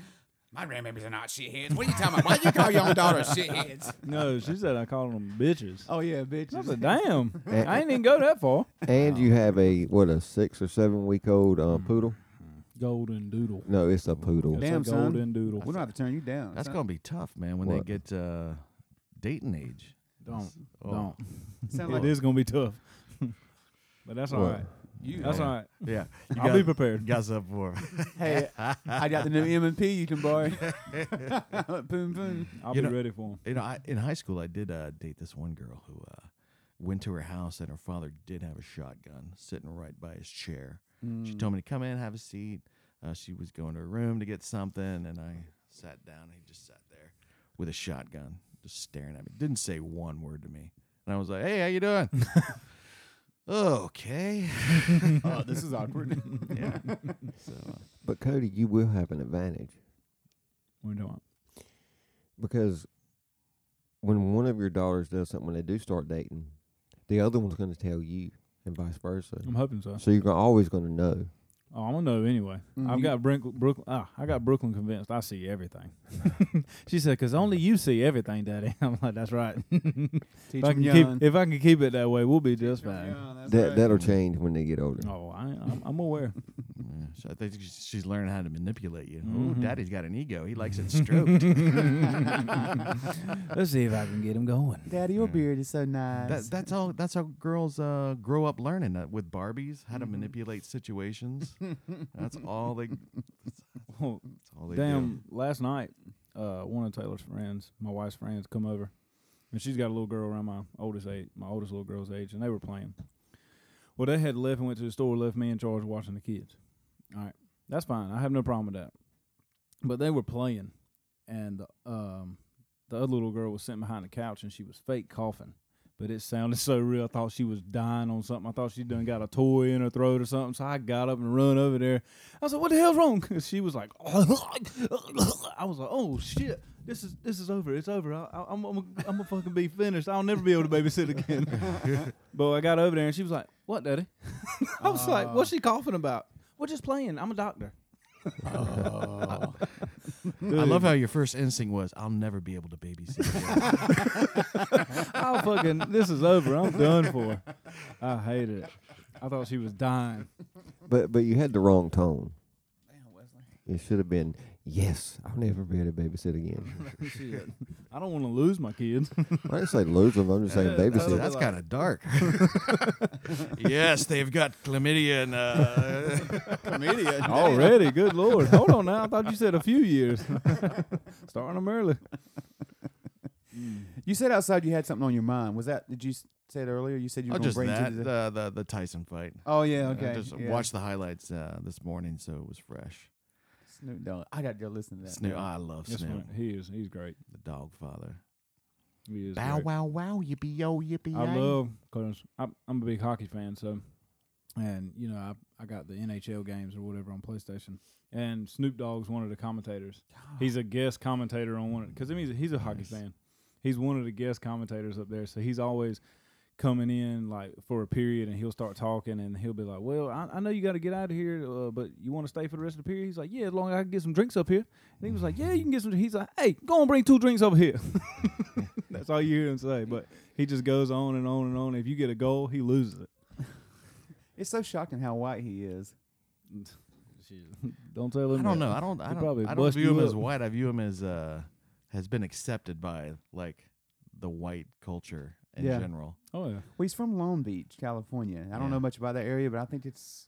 Speaker 1: "My grandbabies are not shitheads. What are you talking about? Why you call your own daughter shitheads?"
Speaker 3: No, she said I called them bitches.
Speaker 1: Oh yeah,
Speaker 3: I
Speaker 1: bitches.
Speaker 3: said, damn.
Speaker 1: Eh.
Speaker 3: I ain't even go that far.
Speaker 4: And you have a what a six or seven week old uh, poodle?
Speaker 3: Golden doodle.
Speaker 4: No, it's a poodle.
Speaker 3: It's
Speaker 1: Damn,
Speaker 3: a
Speaker 1: son.
Speaker 3: golden doodle.
Speaker 1: We don't have to turn you down.
Speaker 2: That's
Speaker 1: son.
Speaker 2: gonna be tough, man. When
Speaker 4: What?
Speaker 2: they get uh, dating age.
Speaker 3: Don't.
Speaker 2: Oh.
Speaker 3: Don't.
Speaker 1: Sound
Speaker 3: It
Speaker 1: like
Speaker 3: is gonna be tough. but that's all
Speaker 4: What?
Speaker 3: right.
Speaker 1: you.
Speaker 3: That's
Speaker 2: Yeah.
Speaker 3: all right.
Speaker 2: Yeah, you
Speaker 3: I'll be
Speaker 2: got-
Speaker 3: prepared.
Speaker 2: Got something for 'em.
Speaker 1: Hey, I got the new M and P you can borrow. boom, boom.
Speaker 3: I'll
Speaker 2: You
Speaker 3: be
Speaker 2: know-
Speaker 3: ready for him.
Speaker 2: You know, I, in high school, I did uh, date this one girl who uh, went to her house, and her father did have a shotgun sitting right by his chair. She
Speaker 1: Hmm.
Speaker 2: told me to come in, have a seat. Uh, she was going to her room to get something, and I sat down. And he just sat there with a shotgun, just staring at me. Didn't say one word to me, and I was like, "Hey, how you doing?" okay.
Speaker 1: Oh, this is awkward.
Speaker 2: Yeah. so uh,
Speaker 4: But Cody, you will have an advantage.
Speaker 3: We don't.
Speaker 4: because when one of your daughters does something when they do start dating, the other one's going to tell you, and vice versa.
Speaker 3: I'm hoping so.
Speaker 4: So you're gonna, always going to know.
Speaker 3: Oh, I'm gonna know anyway.
Speaker 1: Mm,
Speaker 3: I've
Speaker 1: you-
Speaker 3: got Brooklyn. Brooklyn ah, I got Brooklyn convinced. I see everything. she said, "Cause only you see everything, Daddy." I'm like, "That's right."
Speaker 1: Teach
Speaker 3: if, I
Speaker 1: them
Speaker 3: can
Speaker 1: young.
Speaker 3: keep, if I can keep it that way, we'll be just
Speaker 1: Teach 'em
Speaker 3: fine.
Speaker 1: young, that's
Speaker 4: That
Speaker 1: right.
Speaker 4: that'll change when they get older.
Speaker 3: Oh, I, I'm, I'm aware.
Speaker 2: Yeah, so I think she's- she's learning how to manipulate you.
Speaker 3: Mhm.
Speaker 1: Mm-hmm.
Speaker 2: Oh, daddy's got an ego. He likes it stroked.
Speaker 3: Let's see if I can get him going.
Speaker 1: Daddy, your beard is so nice.
Speaker 2: that, that's all. That's how girls uh, grow up learning that with Barbies how to
Speaker 1: Mm-hmm.
Speaker 2: manipulate situations. that's all they.
Speaker 3: Well,
Speaker 2: That's all they
Speaker 3: Damn, last night, uh, one of Taylor's friends, my wife's friends, come over, and she's got a little girl around my oldest age, my oldest little girl's age, and they were playing. Well, they had left and went to the store, left me in charge of watching the kids. All right, that's fine. I have no problem with that. But they were playing, and um, the other little girl was sitting behind the couch, and she was fake coughing. But it sounded so real. I thought she was dying on something. I thought she done got a toy in her throat or something. So I got up and run over there. I said, "What the hell's wrong?" she was like, "Oh, "I was like, oh shit, this is this is over. It's over. I, I, I'm I'm I'm gonna fucking be finished. I'll never be able to babysit again." but I got over there and she was like, "What, daddy?" I was like, "What's she coughing about?" We're just playing. I'm a doctor.
Speaker 1: Oh.
Speaker 2: do. I love how your first instinct was, "I'll never be able to babysit." again."
Speaker 3: I'll fucking. This is over. I'm done for. I hated it. I thought she was dying.
Speaker 4: But but you had the wrong tone. It should have been yes. I'll never be able to babysit again.
Speaker 3: Shit. I don't want to lose my kids.
Speaker 4: I didn't say lose them. I'm just saying
Speaker 2: That's,
Speaker 4: babysit.
Speaker 2: kind of dark. yes, they've got chlamydia and uh,
Speaker 1: comedian.
Speaker 3: Already, good lord. Hold on now. I thought you said a few years. Starting them early.
Speaker 1: You said outside you had something on your mind. Was that? Did you s- say it earlier? You said you were
Speaker 2: not
Speaker 1: going to
Speaker 2: Oh, just
Speaker 1: bring
Speaker 2: that
Speaker 1: to the.
Speaker 2: the, the the Tyson fight.
Speaker 1: oh yeah,
Speaker 2: I
Speaker 1: okay.
Speaker 2: just
Speaker 1: yeah.
Speaker 2: watched the highlights uh, this morning, so it was fresh.
Speaker 1: Snoop Dogg. I got to go listen to that.
Speaker 2: Snoop, I love
Speaker 3: This
Speaker 2: Snoop,
Speaker 3: one, he is. He's great.
Speaker 2: the dog father.
Speaker 3: He is
Speaker 2: Bow
Speaker 3: great.
Speaker 2: wow wow, yippee yo yippee.
Speaker 3: I
Speaker 2: yay.
Speaker 3: love because I'm, I'm a big hockey fan. So, and you know, I I got the NHL games or whatever on PlayStation. And Snoop Dogg's one of the commentators. He's a guest commentator on one because I mean he's a hockey
Speaker 2: Nice.
Speaker 3: fan. He's one of the guest commentators up there, so he's always coming in like for a period, and he'll start talking, and he'll be like, "Well, I, I know you got to get out of here, uh, but you want to stay for the rest of the period?" He's like, "Yeah, as long as I can get some drinks up here." And he was like, "Yeah, you can get some." He's like, "Hey, go and bring two drinks over here." That's all you hear him say, but he just goes on and on and on. If you get a goal, he loses it.
Speaker 1: It's so shocking how white he is.
Speaker 3: Don't tell him.
Speaker 2: I don't
Speaker 3: that.
Speaker 2: know. I don't. I
Speaker 3: He'd
Speaker 2: don't.
Speaker 3: probably
Speaker 2: I don't
Speaker 3: bust
Speaker 2: view
Speaker 3: you
Speaker 2: him
Speaker 3: up.
Speaker 2: as white. I view him as uh, has been accepted by like the white culture in
Speaker 1: Yeah.
Speaker 2: general.
Speaker 3: Oh yeah.
Speaker 1: Well, he's from Long Beach, California. I don't
Speaker 2: Yeah.
Speaker 1: know much about that area, but I think it's.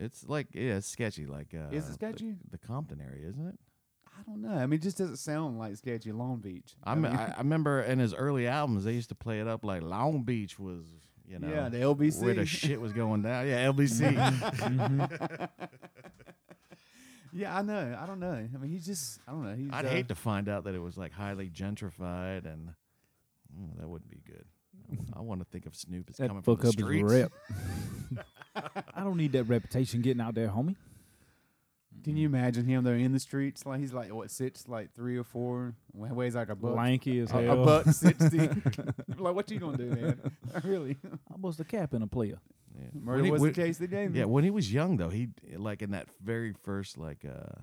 Speaker 2: It's like yeah, it's sketchy. Like uh,
Speaker 1: Is it
Speaker 2: the-
Speaker 1: sketchy?
Speaker 2: The, Compton area, isn't it?
Speaker 1: I don't know. I mean, it just doesn't sound like sketchy Long Beach.
Speaker 2: I, mean,
Speaker 1: mean-
Speaker 2: I, I remember in his early albums, they used to play it up like Long Beach was, you know,
Speaker 1: yeah, the LBC.
Speaker 2: where the shit was going down. Yeah, LBC.
Speaker 1: yeah, I know. I don't know. I mean, he's just. I don't know. He's.
Speaker 2: I'd
Speaker 1: uh,
Speaker 2: hate to find out that it was like highly gentrified, and mm, that wouldn't be good. I w- I want to think of Snoop as
Speaker 3: That
Speaker 2: coming
Speaker 3: fuck
Speaker 2: from the
Speaker 3: up his
Speaker 2: streets.
Speaker 3: rep. I don't need that reputation getting out there, homie.
Speaker 1: Can you imagine him though in the streets? Like he's like what six, like three or four. wa- Weighs like a buck.
Speaker 3: Lanky as
Speaker 1: a,
Speaker 3: hell.
Speaker 1: a buck sixty. like what you gonna do, man? really?
Speaker 3: I was the cap in a player.
Speaker 2: Yeah.
Speaker 1: Murder
Speaker 2: When he-
Speaker 1: was
Speaker 2: when-
Speaker 1: the case they gave me.
Speaker 2: Yeah, when he was young though, he like in that very first like uh,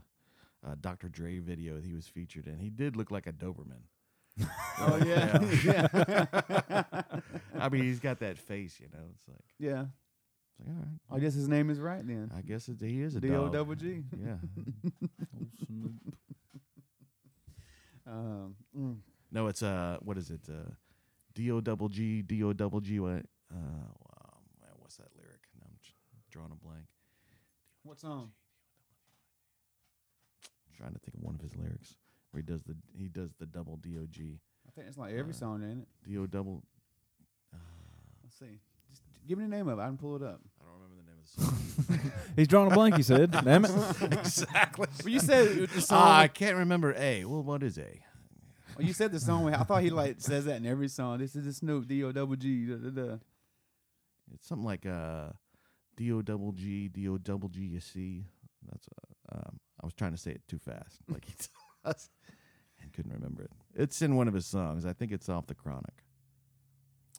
Speaker 2: uh Dr. Dre video that he was featured in, he did look like a Doberman.
Speaker 1: Oh yeah. yeah.
Speaker 2: I mean, he's got that face, you know. It's like,
Speaker 1: yeah.
Speaker 2: it's like all right,
Speaker 1: I guess his name is right then.
Speaker 2: I guess it, he is a
Speaker 1: D O
Speaker 2: dog.
Speaker 1: double G.
Speaker 2: Yeah.
Speaker 1: Um, mm.
Speaker 2: No, it's uh, what is it? Uh, D O double G D O double G. What? Uh, wow, man, what's that lyric? Now I'm j- drawing a blank.
Speaker 1: What song?
Speaker 2: trying to think of one of his lyrics where he does the he does the double D O G
Speaker 1: I think it's like every
Speaker 2: Uh,
Speaker 1: song, ain't it?
Speaker 2: D O double.
Speaker 1: Let's see. Just give me the name of it. I can pull it up.
Speaker 2: I don't remember the name of the song.
Speaker 3: He's drawing a blank. He said, "Damn it."
Speaker 2: exactly.
Speaker 1: Well, you said the song.
Speaker 2: Ah, I can't remember A. Well, what is A?
Speaker 1: well, you said the song. with- I thought he like says that in every song. This is the Snoop D O double G. Da, da, da.
Speaker 2: It's something like uh, D O double G D O double G. You see, that's. Uh, um, I was trying to say it too fast, like he does, and couldn't remember it. It's in one of his songs. I think it's off the Chronic,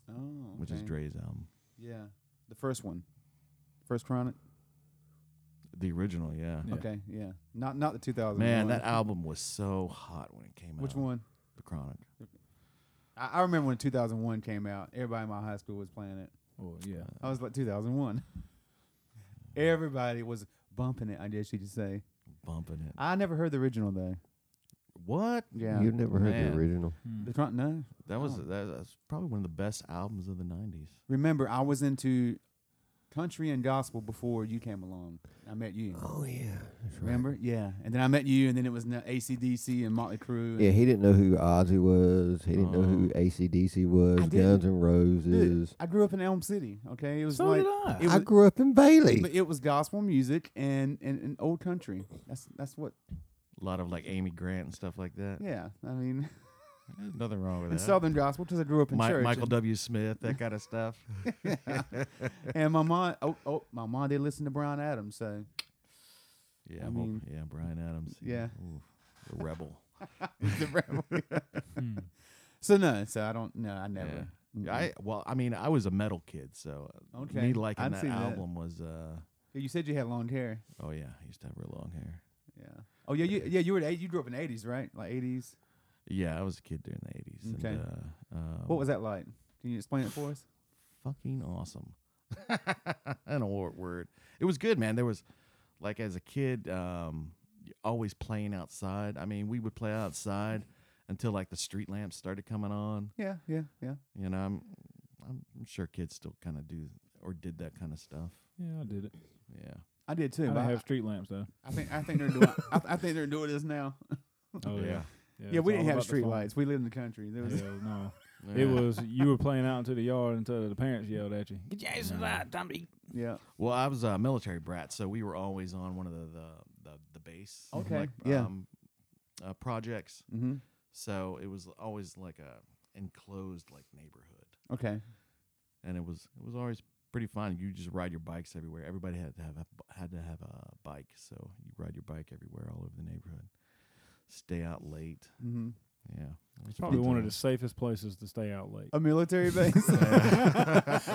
Speaker 1: Oh,
Speaker 2: which is
Speaker 1: okay.
Speaker 2: Dre's album.
Speaker 1: Yeah, the first one, first Chronic.
Speaker 2: The original, yeah.
Speaker 3: Yeah.
Speaker 1: Okay, yeah, not not the 2000.
Speaker 2: Man, that album was so hot when it came out.
Speaker 1: Which one?
Speaker 2: The Chronic.
Speaker 1: I, I remember when 2001 came out. Everybody in my high school was playing it.
Speaker 3: Well, Oh, yeah.
Speaker 1: I was like 2001. Everybody was bumping it. I guess you could say.
Speaker 2: Bumping it.
Speaker 1: I never heard the original though.
Speaker 2: What?
Speaker 1: Yeah,
Speaker 4: You've never heard
Speaker 2: Man.
Speaker 4: the original.
Speaker 1: the front no.
Speaker 2: That was
Speaker 1: Oh.
Speaker 2: that, that's probably one of the best albums of the '90s.
Speaker 1: Remember, I was into country and gospel before you came along. I met you.
Speaker 4: Oh yeah, that's
Speaker 1: Remember? Yeah. And then I met you, and then it was na- ACDC and Motley Crue. And
Speaker 4: Yeah, he didn't know who Ozzy was. He didn't know who
Speaker 2: Oh.
Speaker 4: ACDC was.
Speaker 1: Uh-huh. I
Speaker 4: Guns N'
Speaker 1: Dude,
Speaker 4: Roses.
Speaker 1: I grew up in Elm City. Okay, it was
Speaker 3: So
Speaker 1: like
Speaker 3: did I.
Speaker 1: it
Speaker 4: I
Speaker 1: was,
Speaker 4: grew up in Bailey.
Speaker 1: but it was gospel music and, and, and old country. That's that's what.
Speaker 2: A lot of like Amy Grant and stuff like that.
Speaker 1: Yeah, I mean,
Speaker 2: There's nothing wrong with
Speaker 1: and
Speaker 2: that.
Speaker 1: Southern gospel because I grew up in
Speaker 2: Mi-
Speaker 1: church.
Speaker 2: Michael
Speaker 1: and-
Speaker 2: W. Smith, that kind of stuff.
Speaker 1: and my mom, oh, oh, my mom did listen to Brian Adams, so
Speaker 2: Yeah,
Speaker 1: I
Speaker 2: well,
Speaker 1: mean-
Speaker 2: yeah, Brian Adams.
Speaker 1: Yeah.
Speaker 2: oof, the rebel. Hmm.
Speaker 1: so no, so I don't, no, I never.
Speaker 2: Yeah.
Speaker 1: Mm-mm.
Speaker 2: I well, I mean, I was a metal kid, so uh,
Speaker 1: Okay,
Speaker 2: me liking
Speaker 1: I'd
Speaker 2: that
Speaker 1: see that.
Speaker 2: album was, uh,
Speaker 1: you said you had long hair.
Speaker 2: oh yeah, I used to have real long hair.
Speaker 1: Yeah. Oh yeah, you, yeah. You were the eight- you grew up in the eighties, right? Like eighties.
Speaker 2: Yeah, I was a kid during the '80s.
Speaker 1: Okay.
Speaker 2: And, uh, um,
Speaker 1: What was that like? Can you explain it for us?
Speaker 2: fucking awesome. An award word. It was good, man. There was like as a kid, um, y- always playing outside. I mean, we would play outside until like the street lamps started coming on.
Speaker 1: Yeah, yeah, yeah.
Speaker 2: You know, I'm I'm sure kids still kind of do or did that kind of stuff.
Speaker 3: Yeah, I did it.
Speaker 2: Yeah.
Speaker 1: I did too.
Speaker 3: I
Speaker 1: but
Speaker 3: didn't
Speaker 1: I,
Speaker 3: have street lamps though.
Speaker 1: I think I think they're doing. I, I think they're doing this now.
Speaker 3: Oh
Speaker 2: Yeah.
Speaker 1: yeah, we didn't
Speaker 3: it's all
Speaker 1: have
Speaker 3: about the
Speaker 1: street
Speaker 3: phone.
Speaker 1: lights. We lived in the country. There was
Speaker 3: Yeah, no. It
Speaker 2: Yeah.
Speaker 3: was you were playing out into the yard until the parents yelled at you.
Speaker 1: yeah.
Speaker 2: Well, I was a military brat, so we were always on one of the the the, the base.
Speaker 1: Okay,
Speaker 2: like,
Speaker 1: yeah.
Speaker 2: Um, uh, projects.
Speaker 1: Mm-hmm.
Speaker 2: So it was always like a enclosed like neighborhood.
Speaker 1: Okay.
Speaker 2: and it was it was always pretty fun. You just ride your bikes everywhere. Everybody had to have a, b- had to have a bike, so you ride your bike everywhere all over the neighborhood. Stay out late.
Speaker 1: Mm-hmm.
Speaker 2: Yeah, it was
Speaker 3: Probably
Speaker 2: fun
Speaker 3: one of
Speaker 2: time.
Speaker 3: the safest places to stay out late.
Speaker 1: A military base.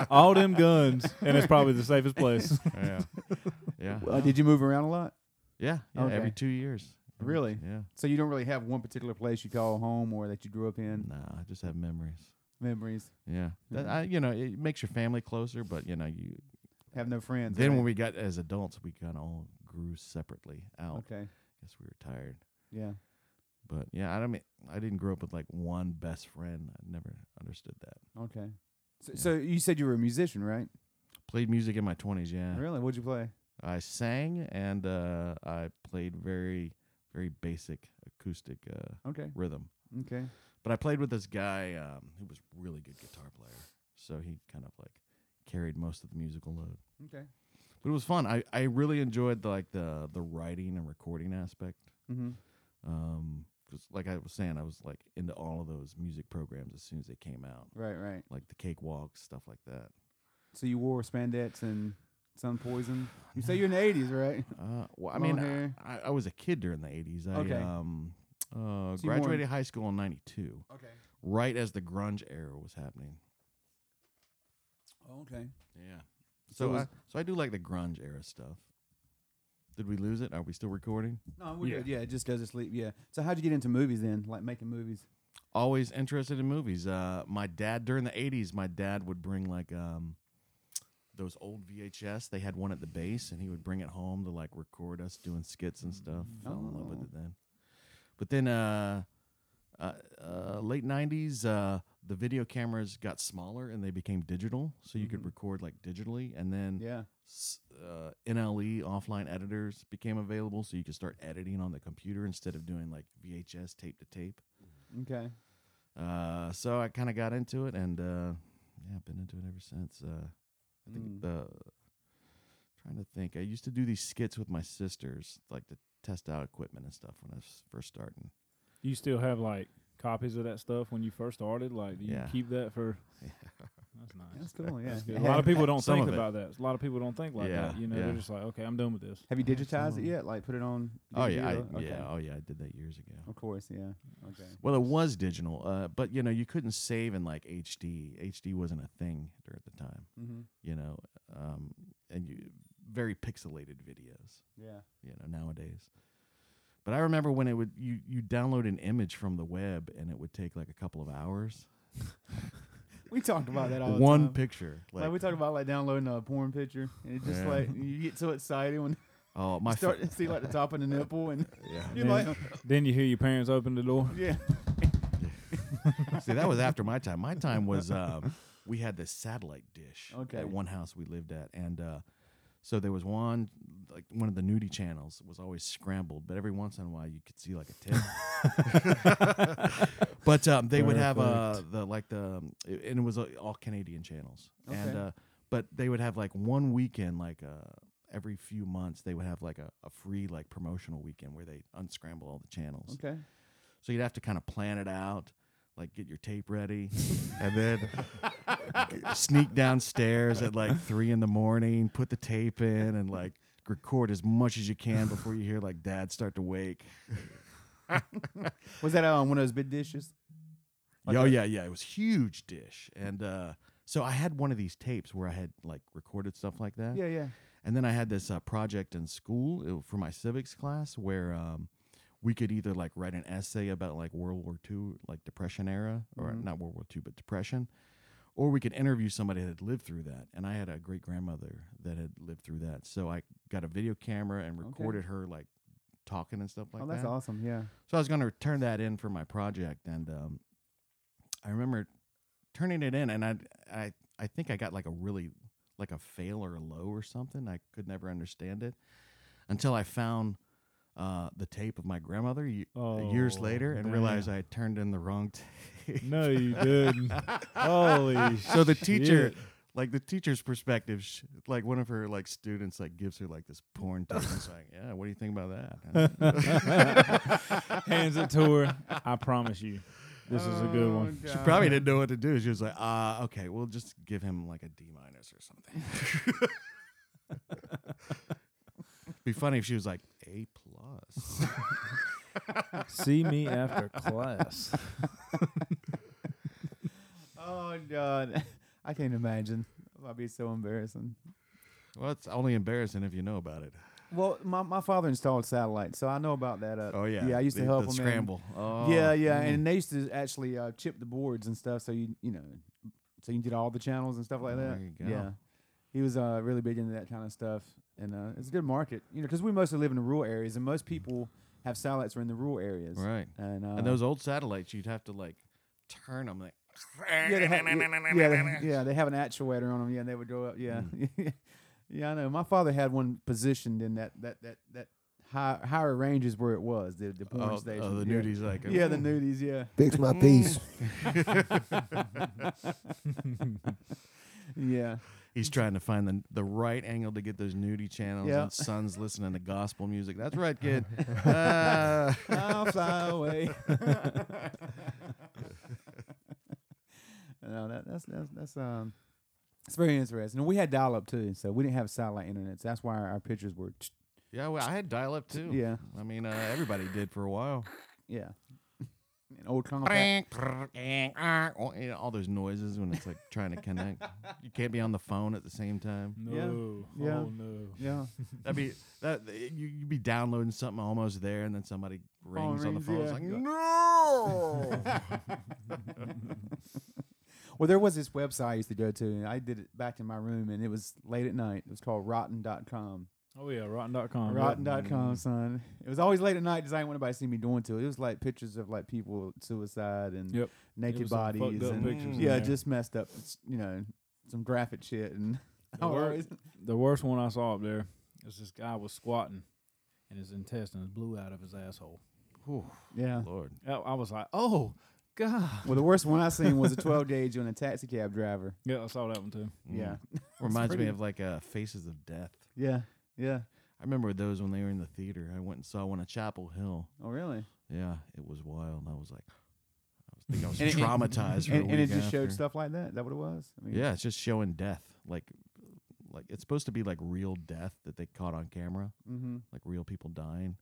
Speaker 3: All them guns, and it's probably the safest place.
Speaker 2: yeah yeah
Speaker 1: Uh, did you move around a lot?
Speaker 2: yeah, yeah every
Speaker 1: Okay.
Speaker 2: two years. Every-
Speaker 1: Really?
Speaker 2: Yeah.
Speaker 1: So you don't really have one particular place you call home or that you grew up in.
Speaker 2: Nah, I just have memories.
Speaker 1: Memories.
Speaker 2: Yeah, that
Speaker 1: Mhm.
Speaker 2: I you know it makes your family closer, but you know you.
Speaker 1: Have no friends.
Speaker 2: Then
Speaker 1: right?
Speaker 2: when we got as adults, we kind of all grew separately out.
Speaker 1: Okay.
Speaker 2: guess we were tired.
Speaker 1: Yeah.
Speaker 2: But yeah, I don't mean I didn't grow up with like one best friend. I never understood that.
Speaker 1: Okay. So,
Speaker 2: Yeah.
Speaker 1: so you said you were a musician, right?
Speaker 2: Played music in my twenties, yeah.
Speaker 1: Really? What'd you play?
Speaker 2: I sang and uh, I played very, very basic acoustic uh,
Speaker 1: Okay.
Speaker 2: rhythm.
Speaker 1: Okay.
Speaker 2: But I played with this guy um, who was really good guitar player, so he kind of like carried most of the musical load.
Speaker 1: Okay.
Speaker 2: But it was fun. I, I really enjoyed the, like the the writing and recording aspect.
Speaker 1: Mm-hmm.
Speaker 2: Um 'cause like I was saying, I was like into all of those music programs as soon as they came out.
Speaker 1: Right. Right.
Speaker 2: like the cakewalks, stuff like that.
Speaker 1: So you wore spandex and sun poison. You say you're in the eighties, right?
Speaker 2: Uh, well, I
Speaker 1: Long
Speaker 2: mean,
Speaker 1: hair.
Speaker 2: I- I, I was a kid during the '80s. I
Speaker 1: Okay.
Speaker 2: um, uh,
Speaker 1: So you weren't-
Speaker 2: graduated high school in '92,
Speaker 1: Okay.
Speaker 2: right as the grunge era was happening.
Speaker 1: Oh, okay.
Speaker 2: Yeah.
Speaker 1: So
Speaker 2: So, I,
Speaker 1: was-
Speaker 2: so I do like the grunge era stuff. Did we lose it? Are we still recording?
Speaker 1: No, we're
Speaker 3: Yeah.
Speaker 1: good. Yeah, it just doesn't sleep. Yeah. So how'd you get into movies then? Like making movies?
Speaker 2: Always interested in movies. Uh, my dad during the '80s, my dad would bring like um, those old VHS. They had one at the base, and he would bring it home to like record us doing skits and stuff. Fell in love with
Speaker 1: Oh.
Speaker 2: it then. But then, uh, uh, uh, late '90s, uh, the video cameras got smaller and they became digital, so you could
Speaker 1: Mhm.
Speaker 2: record like digitally. And then
Speaker 1: Yeah.
Speaker 2: s- uh, NLE offline editors became available, so you could start editing on the computer instead of doing like VHS tape to tape.
Speaker 1: Okay.
Speaker 2: Uh, so I kind of got into it, and uh, yeah, I've been into it ever since. Uh, I think
Speaker 1: Mm.
Speaker 2: the trying to think. I used to do these skits with my sisters, like to test out equipment and stuff when I was first starting.
Speaker 3: You still have like copies of that stuff when you first started. Like, do you
Speaker 2: Yeah.
Speaker 3: keep that for? That's nice.
Speaker 1: That's cool. Yeah.
Speaker 3: That's good. A lot of people don't
Speaker 2: Some
Speaker 3: think
Speaker 2: of it.
Speaker 3: about that. A lot of people don't think like
Speaker 2: Yeah,
Speaker 3: that. You know,
Speaker 2: yeah.
Speaker 3: they're just like, okay, I'm done with this.
Speaker 1: Have you
Speaker 2: Yeah,
Speaker 1: digitized
Speaker 2: some
Speaker 1: it yet? Like put it on?
Speaker 2: Oh yeah, I,
Speaker 1: DVD? Okay.
Speaker 2: yeah, oh yeah, I did that years ago.
Speaker 1: Of course. Yeah. Okay.
Speaker 2: Well, it was digital, uh, but you know, you couldn't save in like HD. HD wasn't a thing during the time.
Speaker 1: Mm-hmm.
Speaker 2: you know, um, and you very pixelated videos. is
Speaker 1: Yeah.
Speaker 2: you know nowadays but i remember when it would you you download an image from the web and it would take like a couple of hours
Speaker 1: We talked about that all the
Speaker 2: one
Speaker 1: time.
Speaker 2: picture
Speaker 1: Like, we talked about like downloading a porn picture, and it's just
Speaker 2: Yeah.
Speaker 1: like you get so excited when
Speaker 2: oh
Speaker 1: you
Speaker 2: my
Speaker 1: start
Speaker 2: fa-
Speaker 1: to see like the top of the nipple, and
Speaker 2: yeah
Speaker 1: you're like,
Speaker 3: Then you hear your parents open the door.
Speaker 1: yeah,
Speaker 2: see that was after my time my time was um we had this satellite dish
Speaker 1: Okay.
Speaker 2: at one house we lived at and uh so there was one like one of the nudie channels was always scrambled but every once in a while you could see like a tip But um, they would have uh, the like the um, i- and it was uh, all Canadian channels. And
Speaker 1: Okay.
Speaker 2: uh, but they would have like one weekend like uh, every few months they would have like a, a free like promotional weekend where they unscramble all the channels.
Speaker 1: okay,
Speaker 2: So you'd have to kind of plan it out, like get your tape ready, and then g- sneak downstairs at like three in the morning, put the tape in, and like record as much as you can before you hear like dad start to wake.
Speaker 1: was that on one of those big dishes?
Speaker 2: oh yeah, yeah. It was huge dish, and uh, so I had one of these tapes where I had like recorded stuff like that.
Speaker 1: Yeah, yeah.
Speaker 2: And then I had this uh, project in school it, for my civics class where um, we could either like write an essay about like World War II, like Depression era, or
Speaker 1: Mm-hmm.
Speaker 2: not World War II, but Depression, or we could interview somebody that had lived through that. And I had a great grandmother that had lived through that, so I got a video camera and recorded her like talking and stuff like
Speaker 1: oh,
Speaker 2: that.
Speaker 1: that's awesome. Yeah.
Speaker 2: So I was going to turn that in for my project, and um, I remember turning it in, and I, I, I think I got like a really like a fail or a low or something. I could never understand it until I found uh, the tape of my grandmother y- years
Speaker 3: Oh,
Speaker 2: later and
Speaker 3: damn.
Speaker 2: realized I had turned in the wrong tape.
Speaker 3: No, you didn't. Holy.
Speaker 2: so the teacher.
Speaker 3: shit.
Speaker 2: Like the teacher's perspective, sh like one of her like students like gives her like this porn tape. and It's like, yeah, what do you think about that? And I-
Speaker 3: hands it to her. I promise you, this is a
Speaker 1: Oh,
Speaker 3: good one.
Speaker 2: She
Speaker 1: Um,
Speaker 2: probably didn't know what to do. She was like, uh, okay, we'll just give him like a D minus or something. Be funny if she was like A plus.
Speaker 3: See me after class.
Speaker 1: Oh god, I can't imagine. That'd be so embarrassing.
Speaker 2: well, it's only embarrassing if you know about it.
Speaker 1: Uh, Well, my, my father installed satellite, so I know about that. Uh,
Speaker 2: Oh yeah.
Speaker 1: yeah. I used
Speaker 2: The-
Speaker 1: to help
Speaker 2: the
Speaker 1: him in-
Speaker 2: scramble. Oh,
Speaker 1: Yeah, yeah, and they used to actually uh, chip the boards and stuff, so you you know, so you can get all the channels and stuff like
Speaker 2: There
Speaker 1: that.
Speaker 2: you go.
Speaker 1: Yeah, he was uh, really big into that kind of stuff, and uh, it's a good market, you know, because we mostly live in the rural areas, and most people have satellites are in the rural areas,
Speaker 2: Right.
Speaker 1: And, uh,
Speaker 2: and those old satellites, you'd have to like turn them like.
Speaker 1: yeah, they ha- yeah, yeah, they, yeah, they have an actuator on them, yeah, and they would go up, yeah,
Speaker 2: Mm.
Speaker 1: yeah, I know. My father had one positioned in that that that that high, higher ranges where it was the the porn
Speaker 2: Oh, oh,
Speaker 1: station,
Speaker 2: the Mm.
Speaker 1: yeah.
Speaker 2: nudies like.
Speaker 1: yeah, the
Speaker 2: "Ooh."
Speaker 1: nudies, yeah.
Speaker 4: Fix
Speaker 1: Mm.
Speaker 4: my piece.
Speaker 1: Yeah.
Speaker 2: He's trying to find the the right angle to get those nudie channels.
Speaker 1: Yeah.
Speaker 2: And son's listening to gospel music. That's right, kid. Ah.
Speaker 1: I'll fly away. no, that, that's that's that's um, it's very interesting. And we had dial up too, so we didn't have satellite internet. So that's why our, our pictures were,
Speaker 2: Yeah, well, I had dial up too.
Speaker 1: yeah,
Speaker 2: I mean, uh, everybody did for a while.
Speaker 1: yeah. An old compact.
Speaker 2: ah, oh, You know, All those noises when it's like trying to connect. You can't be on the phone at the same time.
Speaker 3: No.
Speaker 1: yeah.
Speaker 3: Oh no.
Speaker 1: Yeah,
Speaker 2: That'd be that you, you'd be downloading something almost there, and then somebody rings on the
Speaker 1: rings,
Speaker 2: phone. It's
Speaker 1: yeah.
Speaker 2: like
Speaker 1: Yeah.
Speaker 2: no.
Speaker 1: Mm-hmm. well, there was this website I used to go to, and I did it back in my room, and it was late at night. It was called Rotten.com.
Speaker 3: Oh yeah, rotten.com.
Speaker 1: Rotten.com, son. It was always late at night because I didn't want anybody to see me doing to it. It was like pictures of like people with suicide and
Speaker 3: Yep. It
Speaker 1: naked
Speaker 3: was some fucked
Speaker 1: bodies.
Speaker 3: up
Speaker 1: And,
Speaker 3: pictures in
Speaker 1: yeah,
Speaker 3: there.
Speaker 1: just messed up, s- you know, some graphic shit. And I
Speaker 3: The
Speaker 1: would
Speaker 3: wor-
Speaker 1: always,
Speaker 3: the worst one I saw up there is this guy was squatting, and his intestines blew out of his asshole.
Speaker 2: Whew,
Speaker 1: yeah.
Speaker 2: Lord,
Speaker 3: I- I was like, oh god.
Speaker 1: Well, the worst one I seen was a 12 gauge on a taxi cab driver.
Speaker 3: Yeah, I saw that one too.
Speaker 1: Yeah.
Speaker 2: Mm. reminds me
Speaker 1: pretty-
Speaker 2: of like uh, Faces of Death.
Speaker 1: Yeah. Yeah.
Speaker 2: I remember those when they were in the theater. I went and saw one at Chapel Hill.
Speaker 1: Oh, really?
Speaker 2: Yeah, it was wild. I was like, I was, think I was
Speaker 1: And it-
Speaker 2: traumatized. for a
Speaker 1: And, and it
Speaker 2: week
Speaker 1: just showed
Speaker 2: after.
Speaker 1: stuff like that. Is that what it was? I mean,
Speaker 2: Yeah, it's just showing death. Like like it's supposed to be like real death that they caught on camera,
Speaker 1: Mm-hmm.
Speaker 2: like real people dying.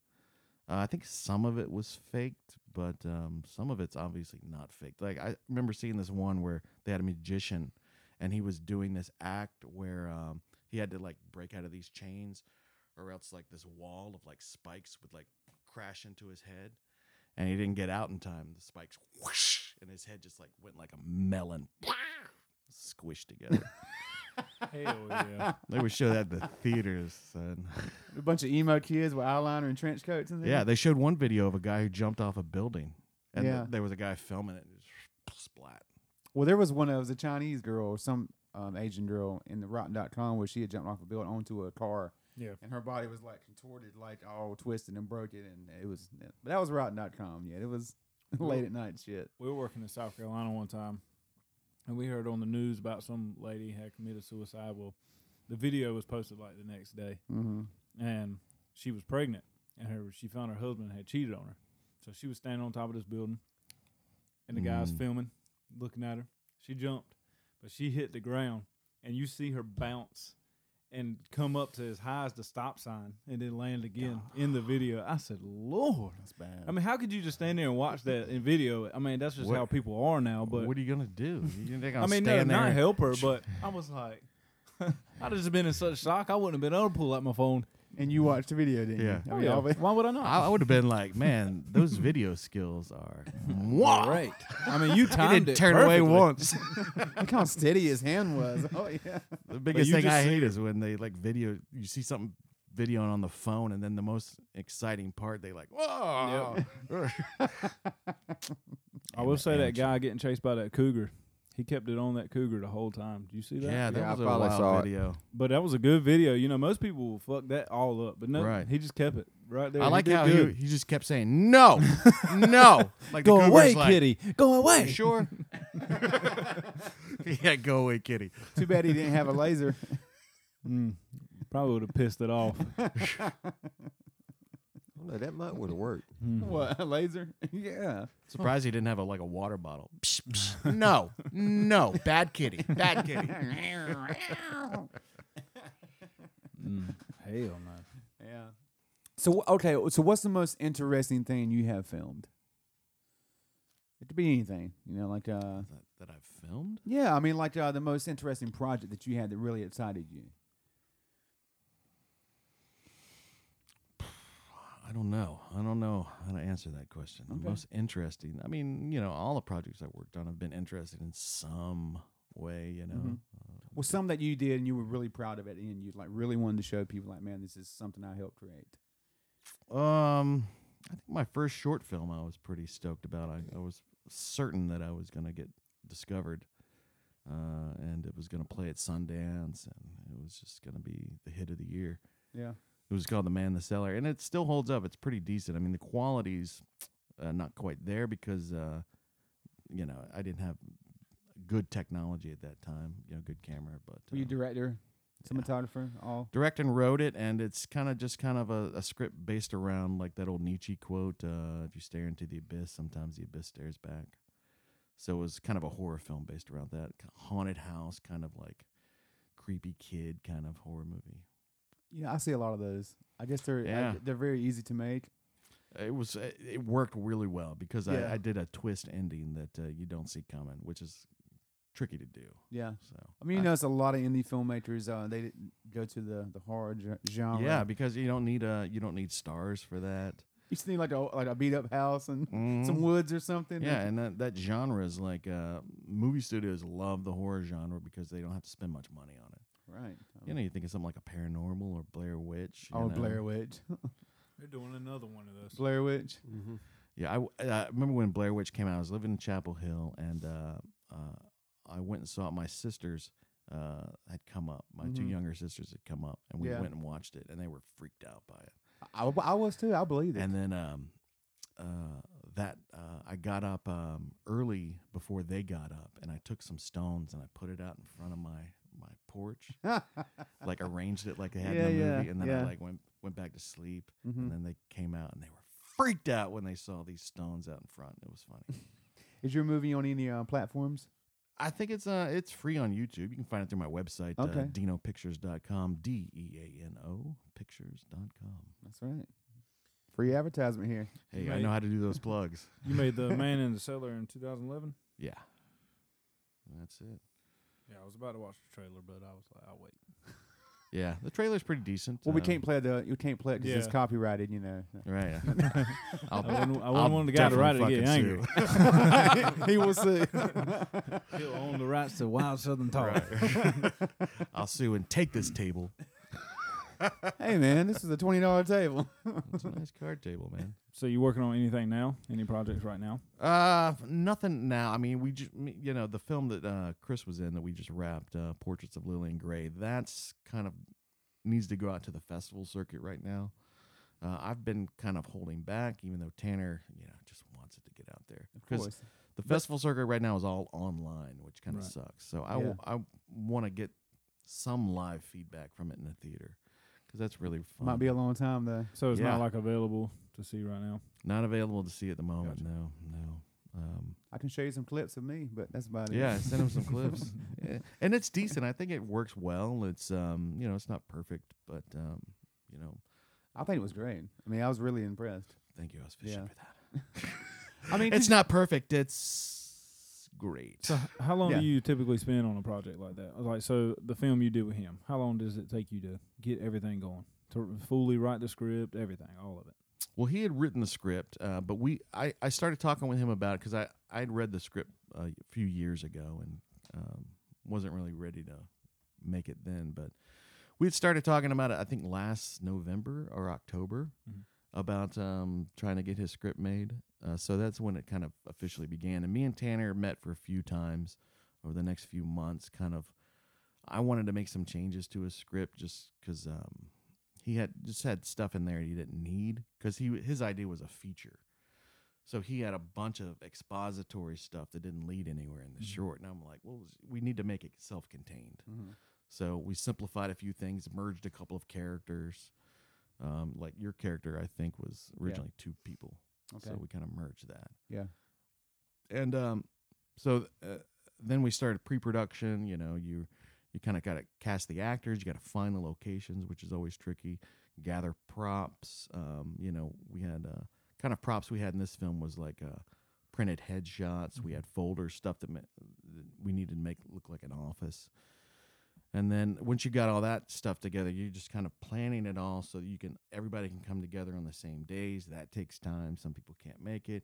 Speaker 2: Uh, I think some of it was faked, but um, some of it's obviously not faked. Like I remember seeing this one where they had a magician, and he was doing this act where um, he had to like break out of these chains, or else like this wall of like spikes would like crash into his head, and he didn't get out in time. The spikes whoosh, and his head just like went like a melon, squished together.
Speaker 3: Hell yeah.
Speaker 2: they would show that at the theaters, son.
Speaker 1: A bunch of emo kids with eyeliner and trench coats and
Speaker 2: Yeah, they showed one video of a guy who jumped off a building, and
Speaker 1: Yeah.
Speaker 2: th- there was a guy filming it. And it just splat.
Speaker 1: Well, there was one that was a Chinese girl or some um, Asian girl in the Rotten.com where she had jumped off a building onto a car.
Speaker 3: Yeah.
Speaker 1: And her body was like contorted, like all twisted and broken, and it was. But that was Rotten.com. Yeah, it was late at night shit.
Speaker 3: We were working in South Carolina one time, and we heard on the news about some lady had committed suicide. Well, the video was posted like the next day,
Speaker 1: Mm-hmm.
Speaker 3: and she was pregnant, and her she found her husband had cheated on her, so she was standing on top of this building, and the guy's
Speaker 2: Mm.
Speaker 3: filming, looking at her. She jumped, but she hit the ground, and you see her bounce. And come up to as high as the stop sign, and then land again in the video. I said, "Lord,
Speaker 1: That's bad.
Speaker 3: I mean, how could you just stand there and watch that in video? I mean, that's just
Speaker 2: What-
Speaker 3: how people are now. But
Speaker 2: what are you gonna do? You think
Speaker 3: I
Speaker 2: I'll
Speaker 3: mean, no,
Speaker 2: stand there?
Speaker 3: not
Speaker 2: and-
Speaker 3: help her. But I was like, I'd just been in such shock. I wouldn't have been able to pull out my phone.
Speaker 1: and you watched the video, didn't
Speaker 2: Yeah.
Speaker 1: you?
Speaker 3: Oh, yeah.
Speaker 1: all the-
Speaker 3: Why would I not?
Speaker 2: I, I would have been like, man, those video skills are wow.
Speaker 3: Right. I mean, you
Speaker 2: He
Speaker 3: timed
Speaker 2: didn't
Speaker 3: it
Speaker 2: turn away
Speaker 3: perfectly.
Speaker 2: once.
Speaker 1: Look how steady his hand was. Oh yeah.
Speaker 2: the biggest
Speaker 3: you
Speaker 2: thing
Speaker 3: just
Speaker 2: I
Speaker 3: see
Speaker 2: hate is when they like video. You see something videoing on the phone, and then the most exciting part, they like, whoa.
Speaker 3: I will say that
Speaker 2: Amateur.
Speaker 3: guy getting chased by that cougar. He kept it on that cougar the whole time. Do you see that?
Speaker 2: Yeah, that
Speaker 4: Yeah, I
Speaker 2: was a
Speaker 4: probably saw
Speaker 2: wild
Speaker 4: it.
Speaker 2: video.
Speaker 3: But that was a good video. You know, most people will fuck that all up. But no,
Speaker 2: Right.
Speaker 3: he just kept it right there.
Speaker 2: I
Speaker 3: He
Speaker 2: like
Speaker 3: did
Speaker 2: how
Speaker 3: good.
Speaker 2: he, he just kept saying no, no. Like
Speaker 3: go
Speaker 2: the cougar's
Speaker 3: away,
Speaker 2: like,
Speaker 3: kitty. Go
Speaker 2: "You
Speaker 3: away.
Speaker 2: sure? yeah, go away, kitty.
Speaker 1: Too bad he didn't have a laser.
Speaker 3: Mm, probably would have pissed it off.
Speaker 4: don't know, that might would have worked.
Speaker 3: Mm.
Speaker 1: what a laser? yeah.
Speaker 2: Surprised he didn't have a, like a water bottle. Psh, psh. no, no, bad kitty, bad kitty.
Speaker 3: Mm, hell no.
Speaker 1: Yeah. So wh- okay, so what's the most interesting thing you have filmed? It could be anything, you know, like uh,
Speaker 2: that, that I've filmed.
Speaker 1: yeah, I mean, like uh, the most interesting project that you had that really excited you.
Speaker 2: I don't know. I don't know how to answer that question.
Speaker 1: Okay.
Speaker 2: The most interesting. I mean, you know, all the projects I worked on have been interesting in some way. You know,
Speaker 1: Mhm. Well, some that you did and you were really proud of it, and you like really wanted to show people, like, man, this is something I helped create.
Speaker 2: Um, I think my first short film I was pretty stoked about. I, I was certain that I was going to get discovered, uh, and it was going to play at Sundance, and it was just going to be the hit of the year.
Speaker 1: Yeah.
Speaker 2: It was called The Man in the Cellar, and it still holds up. It's pretty decent. I mean, the quality's uh, not quite there because, uh, you know, I didn't have good technology at that time. You know, good camera, but
Speaker 1: Were you
Speaker 2: uh,
Speaker 1: director,
Speaker 2: yeah
Speaker 1: cinematographer, all?
Speaker 2: direct and wrote it, and it's kind of just kind of a, a script based around like that old Nietzsche quote: uh, "If you stare into the abyss, sometimes the abyss stares back." So it was kind of a horror film based around that k- haunted house, kind of like creepy kid kind of horror movie.
Speaker 1: Yeah, I see a lot of those. I guess they're I-
Speaker 2: Yeah.
Speaker 1: they're very easy to make.
Speaker 2: It was it it worked really well because
Speaker 1: Yeah.
Speaker 2: I, I did a twist ending that uh, you don't see coming, which is tricky to do.
Speaker 1: Yeah.
Speaker 2: So
Speaker 1: I mean, you
Speaker 2: I-
Speaker 1: notice a lot of indie filmmakers uh, they didn't go to the the horror ge- genre.
Speaker 2: yeah, because you don't need uh you don't need stars for that.
Speaker 1: You just need like a like a beat up house and
Speaker 2: Mhm.
Speaker 1: some woods or something.
Speaker 2: Yeah, and that, that genre is like uh, movie studios love the horror genre because they don't have to spend much money on it.
Speaker 1: right.
Speaker 2: You know, you think of something like a paranormal or Blair Witch. you
Speaker 1: Mm. oh,
Speaker 2: know?
Speaker 1: Blair Witch.
Speaker 3: They're doing another one of those.
Speaker 1: Blair Witch.
Speaker 4: Mm-hmm.
Speaker 2: Yeah, I, w- uh, I remember when Blair Witch came out. I was living in Chapel Hill, and uh, uh, I went and saw it. My sisters uh, had come up. My two
Speaker 1: Mhm.
Speaker 2: younger sisters had come up, and we
Speaker 1: Yeah.
Speaker 2: went and watched it, and they were freaked out by it.
Speaker 1: I, I was too. I believe it.
Speaker 2: And then um, uh, that uh, I got up um, early before they got up, and I took some stones and I put it out in front of my my porch, like arranged it like they had
Speaker 1: Yeah,
Speaker 2: in the
Speaker 1: yeah,
Speaker 2: movie, and then
Speaker 1: yeah.
Speaker 2: I like went went back to sleep,
Speaker 1: Mhm.
Speaker 2: and then they came out and they were freaked out when they saw these stones out in front. It was funny.
Speaker 1: Is your movie on any uh, platforms?
Speaker 2: I think it's uh it's free on YouTube. You can find it through my website, uh,
Speaker 1: Okay.
Speaker 2: dinopictures.com, D E A N O pictures.com.
Speaker 1: That's right. Free advertisement here.
Speaker 2: Hey, I
Speaker 3: Right.
Speaker 2: know how to do those plugs.
Speaker 3: You made the man in the cellar in 2011.
Speaker 2: Yeah. That's it.
Speaker 3: Yeah, I was about to watch the trailer, but I was like, I'll wait.
Speaker 2: Yeah, the trailer's pretty decent.
Speaker 1: Well, we
Speaker 2: um,
Speaker 1: can't play the you can't play it because it's
Speaker 3: Yeah.
Speaker 1: copyrighted, you know.
Speaker 2: Right. I'll,
Speaker 3: I wouldn't, I
Speaker 2: I'll
Speaker 3: wouldn't want the guy to write it and
Speaker 2: definitely
Speaker 3: get
Speaker 2: fucking
Speaker 3: angry.
Speaker 2: sue.
Speaker 1: he will see.
Speaker 3: He'll own the rights to Wild Southern Talk.
Speaker 2: I'll sue and take this table.
Speaker 1: hey man, this is a twenty dollar table.
Speaker 2: It's a nice card table, man.
Speaker 3: So you working on anything now? Any projects right now?
Speaker 2: Uh, nothing now. I mean, we just, you know, the film that uh, Chris was in that we just wrapped, uh, Portraits of Lillian Gray. That's kind of needs to go out to the festival circuit right now. Uh, I've been kind of holding back, even though Tanner, you know, just wants it to get out there because the festival circuit right now is all online, which kind of
Speaker 3: Right.
Speaker 2: sucks. So I
Speaker 1: Yeah.
Speaker 2: want to get some live feedback from it in the theater because that's really fun.
Speaker 1: Might be a long time though.
Speaker 3: So it's
Speaker 2: Yeah.
Speaker 3: not like available to see right now.
Speaker 2: not available to see at the moment.
Speaker 3: Gotcha.
Speaker 2: No, no. Um,
Speaker 1: I can show you some clips of me, but that's about it.
Speaker 2: Yeah, send him some clips. Yeah. And it's decent. I think it works well. It's um, you know, it's not perfect, but um, you know,
Speaker 1: I think it was great. I mean, I was really impressed.
Speaker 2: thank you. I was fishing
Speaker 1: Yeah.
Speaker 2: for that.
Speaker 1: I mean,
Speaker 2: It's not perfect. It's great.
Speaker 3: So how long
Speaker 1: Yeah.
Speaker 3: do you typically spend on a project like that? Like so, the film you did with him. How long does it take you to get everything going? To fully write the script, everything, all of it.
Speaker 2: Well, he had written the script, uh, but we I, I started talking with him about it because I I had read the script uh, a few years ago and um, wasn't really ready to make it then. But we had started talking about it I think last November or October
Speaker 3: Mhm.
Speaker 2: about um, trying to get his script made. Uh, so that's when it kind of officially began. And me and Tanner met for a few times over the next few months. Kind of, I wanted to make some changes to his script just because. Um, he had just had stuff in there he didn't need because he his idea was a feature so he had a bunch of expository stuff that didn't lead anywhere in the short and i'm like well we need to make it self-contained
Speaker 1: Mhm.
Speaker 2: so we simplified a few things merged a couple of characters um, like your character i think was originally two people
Speaker 1: Okay.
Speaker 2: so we kind of merged that
Speaker 1: yeah.
Speaker 2: and um, so th- uh, then we started pre-production. You know, you you kind of got to cast the actors. You got to find the locations, which is always tricky. Gather props. Um, you know, we had uh, kind of props we had in this film was like uh, printed headshots.
Speaker 3: Mm-hmm.
Speaker 2: We had folders, stuff that, ma- that we needed to make look like an office. And then once you got all that stuff together, you're just kind of planning it all so you can everybody can come together on the same days. That takes time. Some people can't make it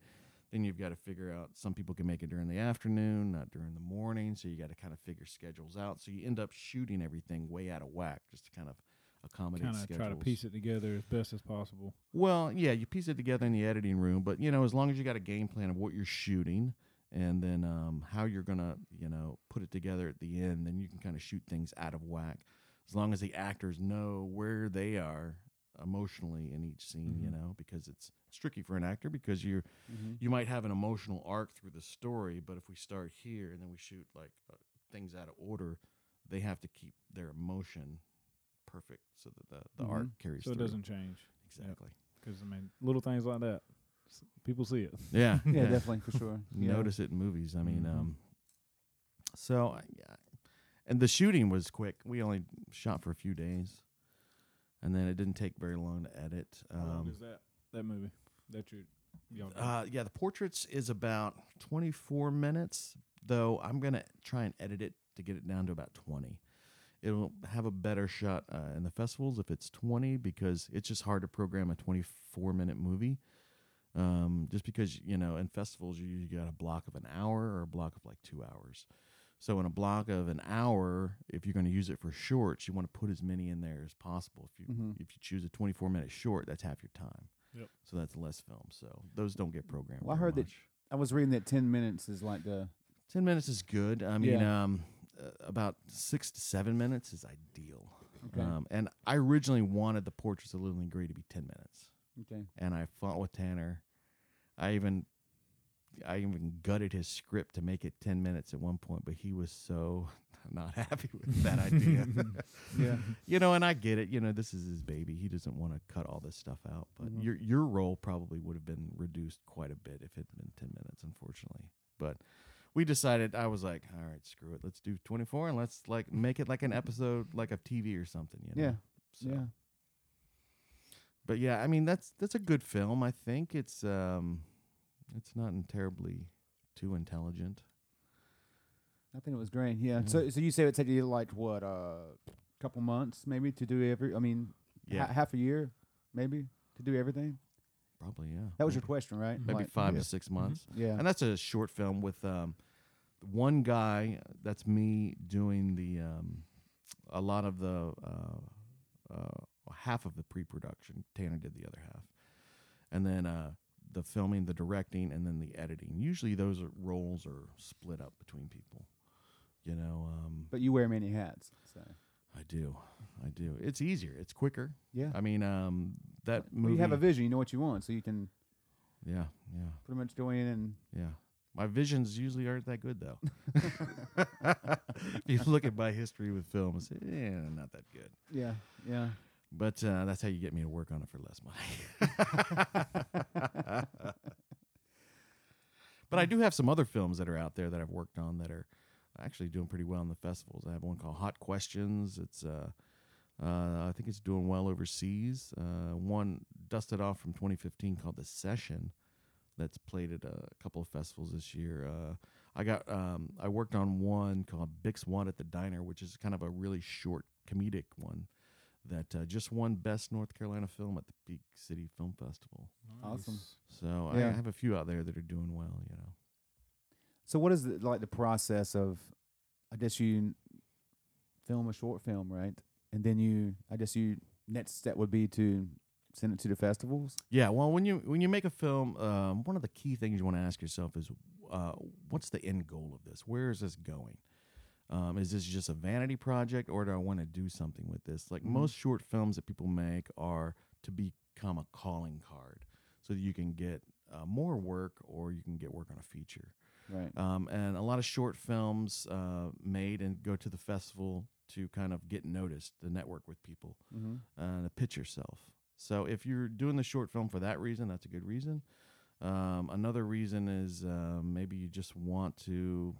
Speaker 2: then you've got to figure out some people can make it during the afternoon not during the morning so you got to kind of figure schedules out so you end up shooting everything way out of whack just to kind of accommodate
Speaker 3: Kind of
Speaker 2: schedules
Speaker 3: try to piece it together as best as possible.
Speaker 2: well yeah you piece it together in the editing room but you know as long as you got a game plan of what you're shooting and then um, how you're gonna you know put it together at the end then you can kind of shoot things out of whack as long as the actors know where they are emotionally in each scene you
Speaker 3: Mhm.
Speaker 2: know because it's it's tricky for an actor because you're
Speaker 1: Mhm.
Speaker 2: you might have an emotional arc through the story, but if we start here and then we shoot like uh, things out of order, they have to keep their emotion perfect so that the, the arc carries
Speaker 3: Mm-hmm. So it
Speaker 2: through.
Speaker 3: doesn't change
Speaker 2: exactly.
Speaker 3: because I mean, little things like that, s- people see it.
Speaker 2: Yeah,
Speaker 1: yeah, definitely for sure.
Speaker 2: You
Speaker 1: Yeah.
Speaker 2: Notice it in movies. I mean,
Speaker 3: Mhm.
Speaker 2: um, so I- yeah, and the shooting was quick. We only shot for a few days, and then it didn't take very long to edit. Um,
Speaker 3: that that movie that you y'all did?
Speaker 2: Uh, yeah, the portraits is about 24 minutes, though I'm going to try and edit it to get it down to about 20. It'll have a better shot uh, in the festivals if it's 20 because it's just hard to program a 24 minute movie. Um, just because, you know, in festivals, you usually got a block of an hour or a block of like two hours. So, in a block of an hour, if you're going to use it for shorts, you want to put as many in there as possible. If you
Speaker 1: Mhm.
Speaker 2: if you choose a 24 minute short, that's half your time.
Speaker 3: Yep.
Speaker 2: So that's less film. So those don't get programmed.
Speaker 1: Well, I
Speaker 2: very
Speaker 1: heard that-
Speaker 2: much.
Speaker 1: I was reading that ten minutes is like the
Speaker 2: 10 minutes is good. I mean, um, uh, about six to seven minutes is ideal.
Speaker 1: okay.
Speaker 2: Um, and I originally wanted the Portraits of Lillian Gray to be 10 minutes.
Speaker 1: okay.
Speaker 2: And I fought with Tanner. I even. I even gutted his script to make it ten minutes at one point, but he was so not happy with that idea.
Speaker 1: Yeah.
Speaker 2: you know, and I get it. You know, this is his baby. He doesn't want to cut all this stuff out. But
Speaker 1: Mhm.
Speaker 2: your your role probably would have been reduced quite a bit if it had been ten minutes, unfortunately. But we decided. I was like, all right, screw it. Let's do twenty four and let's like make it like an episode, like of TV or something. You know?
Speaker 1: Yeah.
Speaker 2: So,
Speaker 1: Yeah.
Speaker 2: But yeah, I mean that's that's a good film. I think it's um, it's not terribly too intelligent.
Speaker 1: I think it was great. Yeah.
Speaker 2: Yeah.
Speaker 1: So so you say it took you like what uh couple months maybe to do every. I mean, ha-
Speaker 2: Yeah.
Speaker 1: half a year maybe to do everything.
Speaker 2: Probably, yeah.
Speaker 1: That was your Mm-hmm. question, right?
Speaker 2: maybe
Speaker 1: Like-
Speaker 2: five
Speaker 4: yeah.
Speaker 2: to six months.
Speaker 1: Yeah.
Speaker 2: And that's a short film with um, one guy. That's me doing the um, a lot of the uh, uh, half of the pre-production. Tanner did the other half, and then uh, the filming, the directing, and then the editing. Usually, those are, roles are split up between people. You know, um,
Speaker 1: But you wear many hats. So.
Speaker 2: I do, I do. It's easier. It's quicker.
Speaker 1: Yeah.
Speaker 2: I mean, um, that
Speaker 1: Well,
Speaker 2: movie.
Speaker 1: you have a vision. You know what you want, so you can
Speaker 2: yeah, yeah.
Speaker 1: pretty much go in and
Speaker 2: Yeah. My visions usually aren't that good, though. if you look at my history with films, yeah, not that good.
Speaker 1: yeah, yeah.
Speaker 2: But uh, that's how you get me to work on it for less money. but I do have some other films that are out there that I've worked on that are actually doing pretty well in the festivals. I have one called Hot Questions. It's uh, uh, I think it's doing well overseas. Uh, one dusted off from 2015 called The Session, that's played at a couple of festivals this year. Uh, I got um, I worked on one called Bix One at the Diner, which is kind of a really short comedic one that uh, just won Best North Carolina Film at the Peak City Film Festival.
Speaker 1: Awesome.
Speaker 2: So I
Speaker 1: Yeah.
Speaker 2: have a few out there that are doing well, you know.
Speaker 1: So what is the, like the process of? I guess you film a short film, right? And then you, I guess you next step would be to send it to the festivals.
Speaker 2: Yeah, well, when you when you make a film, um, one of the key things you want to ask yourself is, uh, what's the end goal of this? Where is this going? Um, is this just a vanity project, or do I want to do something with this? Like most short films that people make are to become a calling card, so that you can get uh, more work, or you can get work on a feature.
Speaker 1: Right.
Speaker 2: Um, and a lot of short films uh, made and go to the festival to kind of get noticed, to network with people,
Speaker 1: Mm-hmm.
Speaker 2: and to pitch yourself. So if you're doing the short film for that reason, that's a good reason. Um, another reason is uh, maybe you just want to,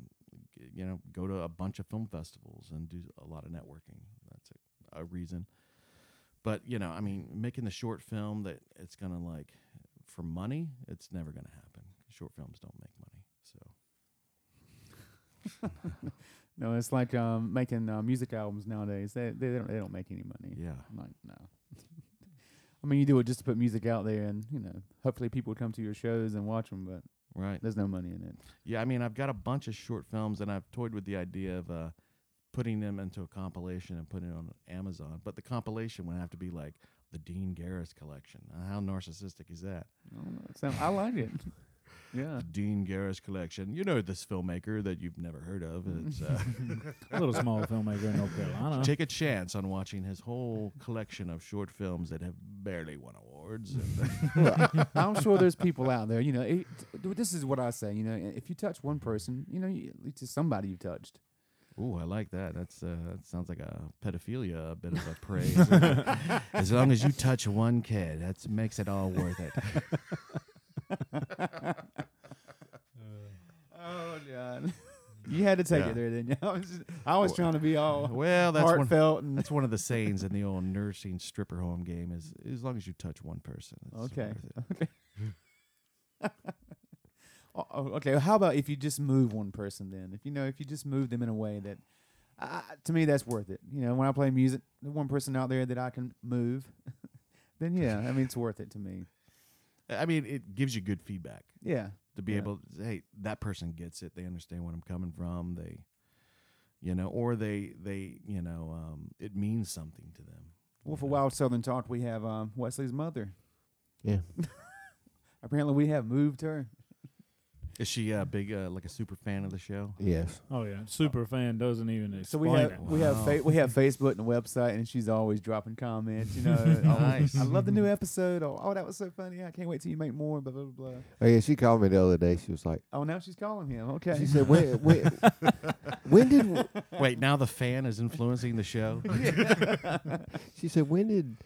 Speaker 2: g- you know, go to a bunch of film festivals and do a lot of networking. That's a, a reason. But you know, I mean, making the short film that it's gonna like for money, it's never gonna happen. Short films don't make money, so.
Speaker 1: No, it's like um, making uh, music albums nowadays. They they don't they don't make any money.
Speaker 2: Yeah.
Speaker 1: I'm like no. I mean, you do it just to put music out there, and you know, hopefully people come to your shows and watch them. But
Speaker 2: Right.
Speaker 1: there's no money in it.
Speaker 2: Yeah. I mean, I've got a bunch of short films, and I've toyed with the idea of uh, putting them into a compilation and putting it on Amazon. But the compilation would have to be like the Dean Garris collection. Uh, How narcissistic is that?
Speaker 1: I don't know. So I like it. yeah.
Speaker 2: The Dean Garris collection. You know this filmmaker that you've never heard of. It's, uh,
Speaker 3: a little small filmmaker in North Carolina.
Speaker 2: take a chance on watching his whole collection of short films that have barely won awards. And-
Speaker 1: Look, I'm sure there's people out there. You know, it, th- this is what I say. You know, i- if you touch one person, you know, you, at least it's somebody you touched.
Speaker 2: Ooh, I like that. That's uh, that sounds like a pedophilia, a bit of a praise. as long as you touch one kid, that makes it all worth it.
Speaker 1: Oh God. You had to take
Speaker 2: Yeah.
Speaker 1: it there, didn't you? I was, just, I was trying to be all
Speaker 2: Well, that's one.
Speaker 1: heartfelt and
Speaker 2: That's one of the sayings in the old nursing stripper home game: is as long as you touch one person. it's
Speaker 1: Okay.
Speaker 2: worth it.
Speaker 1: Oh, oh, okay. How about if you just move one person? Then, if you know, if you just move them in a way that, uh, to me, that's worth it. You know, when I play music, the one person out there that I can move, then yeah, I mean, it's worth it to me.
Speaker 2: I mean, it gives you good feedback
Speaker 1: Yeah,
Speaker 2: to be
Speaker 1: Yeah.
Speaker 2: able. To, hey, that person gets it. They understand where I'm coming from. They, you know, or they they you know, um, it means something to them.
Speaker 1: Well,
Speaker 2: you
Speaker 1: for
Speaker 2: know?
Speaker 1: Wild Southern Talk, we have um, Wesley's mother.
Speaker 4: Yeah.
Speaker 1: Apparently, we have moved her.
Speaker 2: Is she a big uh, like a super fan of the show?
Speaker 4: Yes.
Speaker 3: Oh yeah, super fan doesn't even explain
Speaker 1: So we have
Speaker 3: it.
Speaker 1: we have fa- we have Facebook and a website, and she's always dropping comments. You know, oh,
Speaker 2: Nice.
Speaker 1: I love the new episode. Oh, oh, that was so funny. I can't wait till you make more. Blah blah blah. blah.
Speaker 4: Oh yeah, she called me the other day. She was like,
Speaker 1: Oh, now she's calling him. Okay.
Speaker 4: she said, when when, when did w-
Speaker 2: Wait, now the fan is influencing the show.
Speaker 4: she said when did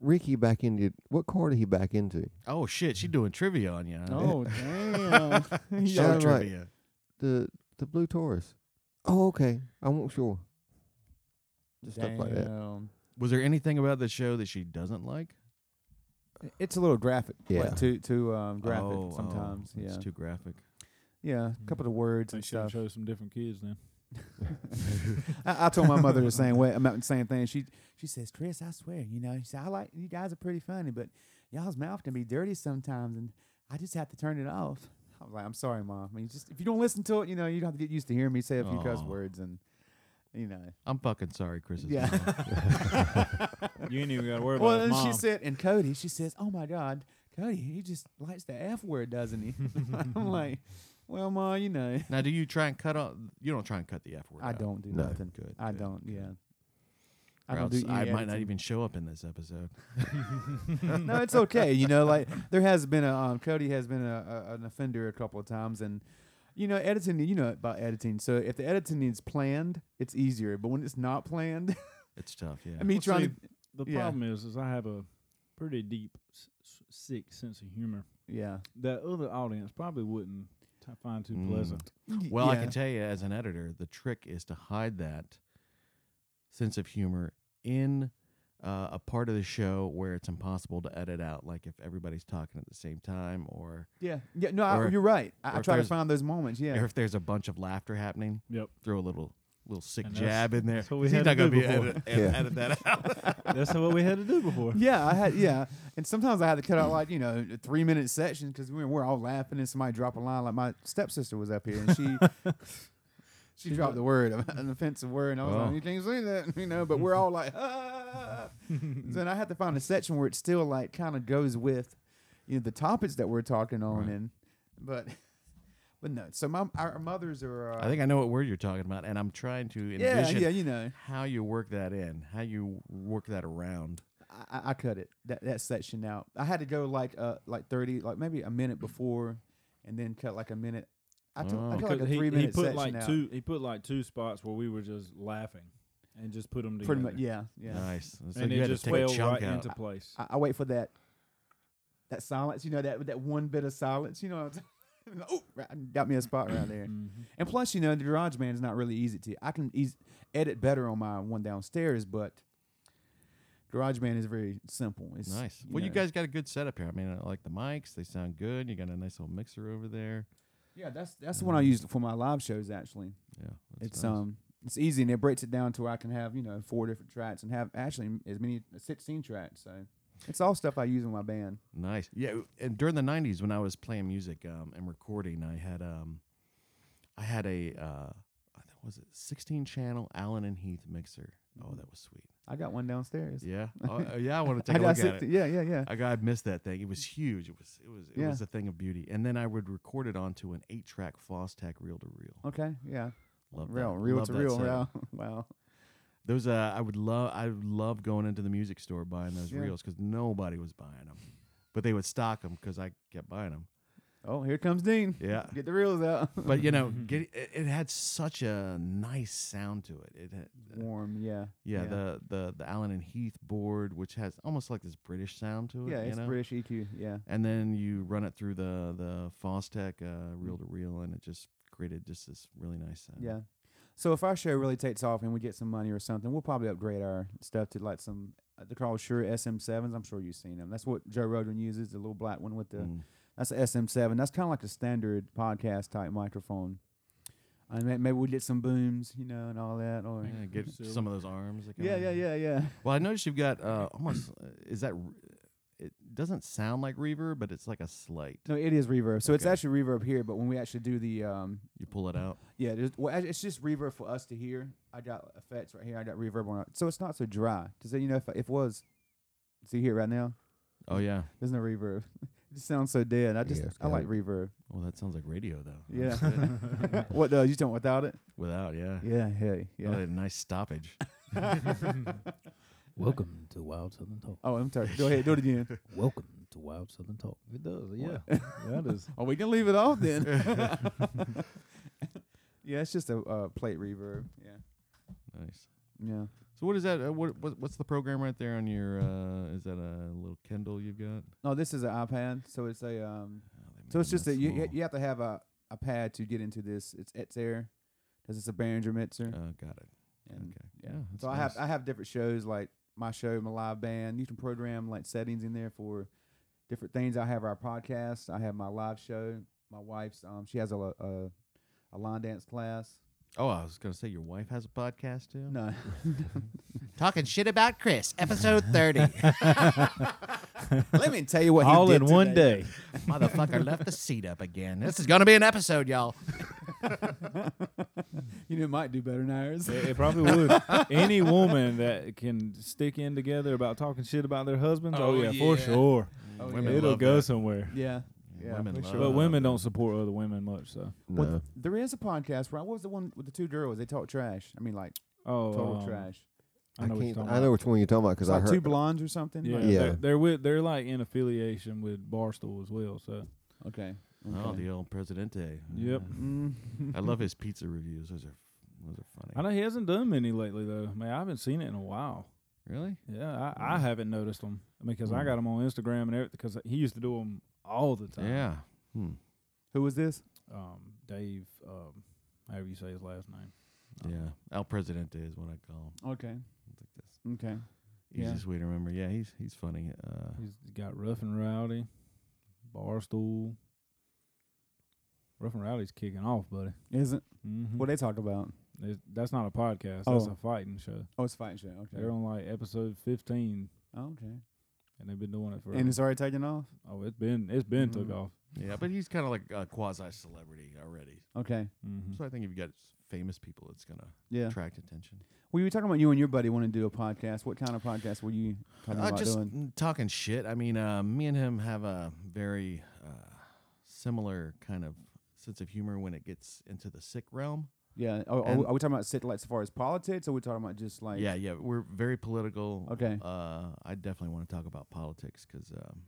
Speaker 4: Ricky back into what car did he back into?
Speaker 2: oh shit, she doing trivia on you. huh?
Speaker 1: oh damn.
Speaker 4: Yeah,
Speaker 2: show
Speaker 4: right.
Speaker 2: trivia.
Speaker 4: The the blue Taurus. Oh okay, I won't sure. Just stuff like that.
Speaker 1: Damn.
Speaker 2: Was there anything about the show that she doesn't like?
Speaker 1: It's a little graphic. Yeah.
Speaker 4: Yeah.
Speaker 1: too too um, graphic
Speaker 2: Oh, oh,
Speaker 1: sometimes. yeah.
Speaker 2: it's too graphic.
Speaker 1: yeah. A couple of words
Speaker 3: They
Speaker 1: and
Speaker 3: should have
Speaker 1: stuff.
Speaker 3: chose some different kids then.
Speaker 1: I, I told my mother the same way. I'm the same thing. She she says, Chris, I swear, you know, she said, I like you guys are pretty funny, but y'all's mouth can be dirty sometimes, and I just have to turn it off. I was like, I'm sorry, mom. I mean, just if you don't listen to it, you know, you have to get used to hearing me say a few cuss
Speaker 2: Aw.
Speaker 1: words, and you know,
Speaker 2: I'm fucking sorry, Chris.
Speaker 1: Yeah.
Speaker 3: You ain't even got to worry about
Speaker 1: Well,
Speaker 3: his
Speaker 1: and she
Speaker 3: mom.
Speaker 1: said, and Cody, she says, "Oh my God, Cody, he just likes the F word, doesn't he?" I'm like, "Well, ma, you know,
Speaker 2: Now, do you try and cut out? You don't try and cut the F word.
Speaker 1: I
Speaker 2: out.
Speaker 1: don't do
Speaker 4: No.
Speaker 1: nothing.
Speaker 2: Good,
Speaker 1: I
Speaker 2: good,
Speaker 1: don't.
Speaker 2: good.
Speaker 1: Yeah,
Speaker 2: Or else
Speaker 1: any
Speaker 2: I might not
Speaker 1: editing.
Speaker 2: even show up in this episode.
Speaker 1: no, it's okay. You know, like there has been a um, Cody has been a, a, an offender a couple of times, and you know, editing. You know about editing. So if the editing is planned, it's easier. But when it's not planned,
Speaker 2: It's tough. Yeah.
Speaker 1: me
Speaker 3: Well,
Speaker 1: trying
Speaker 3: see,
Speaker 1: to
Speaker 3: The
Speaker 1: yeah.
Speaker 3: problem is, is I have a pretty deep, s- s- sick sense of humor
Speaker 1: yeah.
Speaker 3: that other audience probably wouldn't t- find too
Speaker 2: Mm.
Speaker 3: pleasant.
Speaker 2: Well, I
Speaker 1: Yeah.
Speaker 2: can tell you as an editor, the trick is to hide that sense of humor in uh, a part of the show where it's impossible to edit out, like if everybody's talking at the same time or,
Speaker 1: Yeah, yeah. No, I,
Speaker 2: Or-
Speaker 1: you're right. I,
Speaker 2: or
Speaker 1: I
Speaker 2: if
Speaker 1: try to
Speaker 2: there's-
Speaker 1: find those moments. Yeah.
Speaker 2: or if there's a bunch of laughter happening,
Speaker 3: Yep.
Speaker 2: throw a little little sick
Speaker 3: And that's-
Speaker 2: jab in there.
Speaker 3: that's what we
Speaker 2: 'cause
Speaker 3: had
Speaker 2: he's not
Speaker 3: to
Speaker 2: going
Speaker 3: do
Speaker 2: to be
Speaker 3: before.
Speaker 2: edit, edit,
Speaker 4: Yeah.
Speaker 2: edit that out.
Speaker 3: That's what we had to do before.
Speaker 1: Yeah, I had yeah, and sometimes I had to cut out like you know a three minute sections because we we're all laughing and somebody dropped a line like my stepsister was up here and she she, dropped the word an offensive word and I was
Speaker 2: Oh.
Speaker 1: like you can't say that you know but we're all like ah. then I had to find a section where it still like kind of goes with you know the topics that we're talking on
Speaker 2: Right.
Speaker 1: and but but no so my our mothers are uh,
Speaker 2: I think I know what word you're talking about, and I'm trying to
Speaker 1: yeah
Speaker 2: envision
Speaker 1: yeah you know
Speaker 2: how you work that in, how you work that around.
Speaker 1: I- I, I cut it that that section out. I had to go like uh like thirty, like maybe a minute before, and then cut like a minute. I took I
Speaker 2: Oh.
Speaker 1: cut like a
Speaker 3: 'Cause
Speaker 1: three
Speaker 3: he, he
Speaker 1: minute
Speaker 3: put
Speaker 1: section
Speaker 3: like
Speaker 1: out.
Speaker 3: two. He put like two spots where we were just laughing, and just put them together.
Speaker 1: pretty much, yeah, yeah.
Speaker 2: Nice. So
Speaker 3: and
Speaker 2: you
Speaker 3: it
Speaker 2: had to
Speaker 3: just
Speaker 2: take a
Speaker 3: fell
Speaker 2: chunk
Speaker 3: right
Speaker 2: out.
Speaker 3: into place.
Speaker 1: I, I wait for that that silence. You know that that one bit of silence. You know, what I'm t- oh, right, got me a spot right there.
Speaker 3: Mhm.
Speaker 1: And plus, you know, the garage band is not really easy to. I can eas edit better on my one downstairs, but garage band is very simple. It's
Speaker 2: Nice. Well, you
Speaker 1: know-
Speaker 2: guys got a good setup here. I mean, I like the mics; they sound good. You got a nice little mixer over there.
Speaker 1: Yeah, that's that's
Speaker 3: Mm-hmm.
Speaker 1: the one I used for my live shows actually.
Speaker 2: Yeah, that's
Speaker 1: It's
Speaker 2: nice.
Speaker 1: um, it's easy and it breaks it down to where I can have you know four different tracks and have actually m- as many as sixteen tracks. So it's all stuff I use in my band.
Speaker 2: nice. Yeah, and during the '90s, when I was playing music um, and recording, I had um, I had a uh, I think- was it 16 channel Allen and Heath mixer. Oh, that was sweet.
Speaker 1: I got one downstairs.
Speaker 2: Yeah, oh, uh, yeah. I want to
Speaker 1: I
Speaker 2: take a
Speaker 1: got
Speaker 2: look at
Speaker 1: 60
Speaker 2: it.
Speaker 1: Yeah, yeah, yeah.
Speaker 2: I got I missed that thing. It was huge. It was it was it
Speaker 1: Mm. Yeah.
Speaker 2: was a thing of beauty. And then I would record it onto an eight track Fostech reel to reel.
Speaker 1: okay, yeah.
Speaker 2: Love that.
Speaker 1: Real, real
Speaker 2: Love
Speaker 1: to
Speaker 2: that
Speaker 1: real,
Speaker 2: setup.
Speaker 1: real. Wow.
Speaker 2: Those uh, I would love. I would love going into the music store buying those
Speaker 1: Yeah.
Speaker 2: reels because nobody was buying them, but they would stock them because I kept buying them.
Speaker 1: Oh, here comes Dean.
Speaker 2: Yeah,
Speaker 1: Get the reels out.
Speaker 2: but you know, get, it, it had such a nice sound to it. It had,
Speaker 1: Warm, yeah.
Speaker 2: yeah, the the the Allen and Heath board, which has almost like this British sound to it.
Speaker 1: yeah,
Speaker 2: you
Speaker 1: it's
Speaker 2: know?
Speaker 1: British EQ. Yeah,
Speaker 2: And then you run it through the the Fostech uh, reel to reel, and it just created just this really nice uh, sound.
Speaker 1: Mm. yeah. So if our show really takes off and we get some money or something, we'll probably upgrade our stuff to like some uh, the Carl Shure SM7s. I'm sure you've seen them. That's what Joe Rogan uses, the little black one with the
Speaker 2: Mm.
Speaker 1: That's a SM7. That's kind of like a standard podcast type microphone. And may- maybe we get some booms, you know, and all that. Or
Speaker 2: Yeah, get
Speaker 3: Silver.
Speaker 2: some of those arms. that come
Speaker 1: yeah,
Speaker 2: out.
Speaker 1: yeah, yeah, yeah.
Speaker 2: Well, I noticed you've got uh, almost. uh, Is that? re- It doesn't sound like reverb, but it's like a slight.
Speaker 1: No, it is reverb. So it's
Speaker 2: Okay.
Speaker 1: actually reverb here, but when we actually do the, um,
Speaker 2: You pull it out.
Speaker 1: yeah, there's, well, act- it's just reverb for us to hear. I got effects right here. I got reverb on it, so it's not so dry. Because you know, if, if it was, see here right now,
Speaker 2: Oh yeah.
Speaker 1: there's no reverb. it just sounds so dead. I just,
Speaker 4: Yeah, it's
Speaker 1: I like
Speaker 4: got
Speaker 1: reverb.
Speaker 2: Well, that sounds like radio though.
Speaker 1: Yeah.
Speaker 2: That's it.
Speaker 1: what uh, you talking without it?
Speaker 2: Without, yeah.
Speaker 1: Yeah, hey,
Speaker 2: Oh,
Speaker 1: yeah.
Speaker 2: a nice stoppage.
Speaker 5: Welcome to Wild Southern Talk.
Speaker 1: Oh, I'm sorry. Go ahead, do it again.
Speaker 5: Welcome to Wild Southern Talk. It does, yeah.
Speaker 3: that is.
Speaker 1: Oh, we can leave it off then. yeah, it's just a uh, plate reverb. Yeah.
Speaker 2: nice.
Speaker 1: Yeah.
Speaker 2: So what is that? Uh, what, what what's the program right there on your? Uh, is that a little Kindle you've got?
Speaker 1: No, this is an iPad, so it's a um.
Speaker 2: Oh, they
Speaker 1: So
Speaker 2: make
Speaker 1: it's
Speaker 2: them
Speaker 1: just
Speaker 2: that
Speaker 1: that you you-
Speaker 2: small.
Speaker 1: you have to have a, a pad to get into this. It's it's air, because it's a Behringer Mitzer.
Speaker 2: Oh, got it.
Speaker 1: and
Speaker 2: okay.
Speaker 1: yeah.
Speaker 2: Yeah, that's
Speaker 1: so I have
Speaker 2: nice.
Speaker 1: I have different shows like my show, my live band. You can program like settings in there for different things. I have our podcast. I have my live show. My wife's um she has a lo- a, a line dance class.
Speaker 2: Oh, I was gonna say your wife has a podcast too.
Speaker 1: No.
Speaker 2: Talking shit about Chris, episode thirty.
Speaker 1: Let me tell you what he
Speaker 3: All
Speaker 1: did
Speaker 3: in one
Speaker 1: today.
Speaker 3: day.
Speaker 2: Motherfucker left the seat up again. This is gonna be an episode, y'all.
Speaker 1: You know, it might do better than ours.
Speaker 3: It, it probably would. Any woman that can stick in together about talking shit about their husbands, oh,
Speaker 2: Oh,
Speaker 3: yeah, for
Speaker 2: yeah.
Speaker 3: sure.
Speaker 1: Oh,
Speaker 2: Women
Speaker 3: It'll
Speaker 2: love
Speaker 3: go
Speaker 2: that.
Speaker 3: somewhere.
Speaker 1: Yeah. Yeah,
Speaker 2: women
Speaker 1: for
Speaker 2: love
Speaker 1: sure.
Speaker 3: But
Speaker 2: that.
Speaker 3: women don't support other women much, so.
Speaker 4: No.
Speaker 1: Well, there is a podcast where I what was the one with the two girls. They talk trash. I mean, like
Speaker 3: Oh,
Speaker 1: total
Speaker 3: um,
Speaker 1: trash.
Speaker 3: I know what you're
Speaker 4: can't.
Speaker 3: talking
Speaker 4: I know
Speaker 3: about.
Speaker 4: which one you're talking about because
Speaker 1: It's
Speaker 4: I
Speaker 1: like
Speaker 4: heard.
Speaker 1: two blondes or something.
Speaker 3: Yeah,
Speaker 1: Like-
Speaker 4: Yeah.
Speaker 3: They're, they're with they're like in affiliation with Barstool as well. So
Speaker 1: Okay.
Speaker 2: Oh,
Speaker 1: okay.
Speaker 2: the old Presidente.
Speaker 3: Yep.
Speaker 2: Yeah.
Speaker 1: Mm.
Speaker 2: I love his pizza reviews. Those are those are funny.
Speaker 3: I know he hasn't done many lately though. Man, I haven't seen it in a while.
Speaker 2: Really?
Speaker 3: Yeah, I, I haven't noticed them because I got them on Instagram and everything. Because he used to do them all the time.
Speaker 2: Yeah. Hmm.
Speaker 1: Who was this?
Speaker 3: Um, Dave, um, however you say his last name.
Speaker 2: Yeah. El Presidente is what I call him.
Speaker 1: Okay.
Speaker 2: It's like this.
Speaker 1: Okay. Oh, Yeah.
Speaker 2: Easiest way to remember. Yeah, he's he's funny. Uh,
Speaker 3: He's got Rough and Rowdy, Barstool. Rough and Rowdy's kicking off, buddy.
Speaker 1: Isn't
Speaker 3: Mm-hmm.
Speaker 1: what they talk about?
Speaker 3: that's not a podcast. That's
Speaker 1: Oh.
Speaker 3: a fighting show.
Speaker 1: Oh, it's fighting shit. Okay.
Speaker 3: They're on like episode fifteen,
Speaker 1: Oh, okay.
Speaker 3: and they've been doing it for.
Speaker 1: And it's already taken off.
Speaker 3: oh, it's been it's been took
Speaker 1: Mm.
Speaker 3: off.
Speaker 2: yeah, but he's kind of like a quasi celebrity already.
Speaker 1: Okay.
Speaker 3: Mm-hmm.
Speaker 2: So I think if you got s- famous people, it's gonna
Speaker 1: Yeah.
Speaker 2: attract attention.
Speaker 1: We were talking about you and your buddy want to do a podcast. What kind of podcast were you talking
Speaker 2: Uh,
Speaker 1: about
Speaker 2: just
Speaker 1: doing?
Speaker 2: mm, talking shit. I mean, uh, me and him have a very uh, similar kind of sense of humor when it gets into the sick realm.
Speaker 1: Yeah. Are, are,
Speaker 2: and-
Speaker 1: we, are we talking about sit like as far as politics, or are we talking about just like?
Speaker 2: yeah, yeah, we're very political.
Speaker 1: Okay.
Speaker 2: Uh, I definitely want to talk about politics because. Um,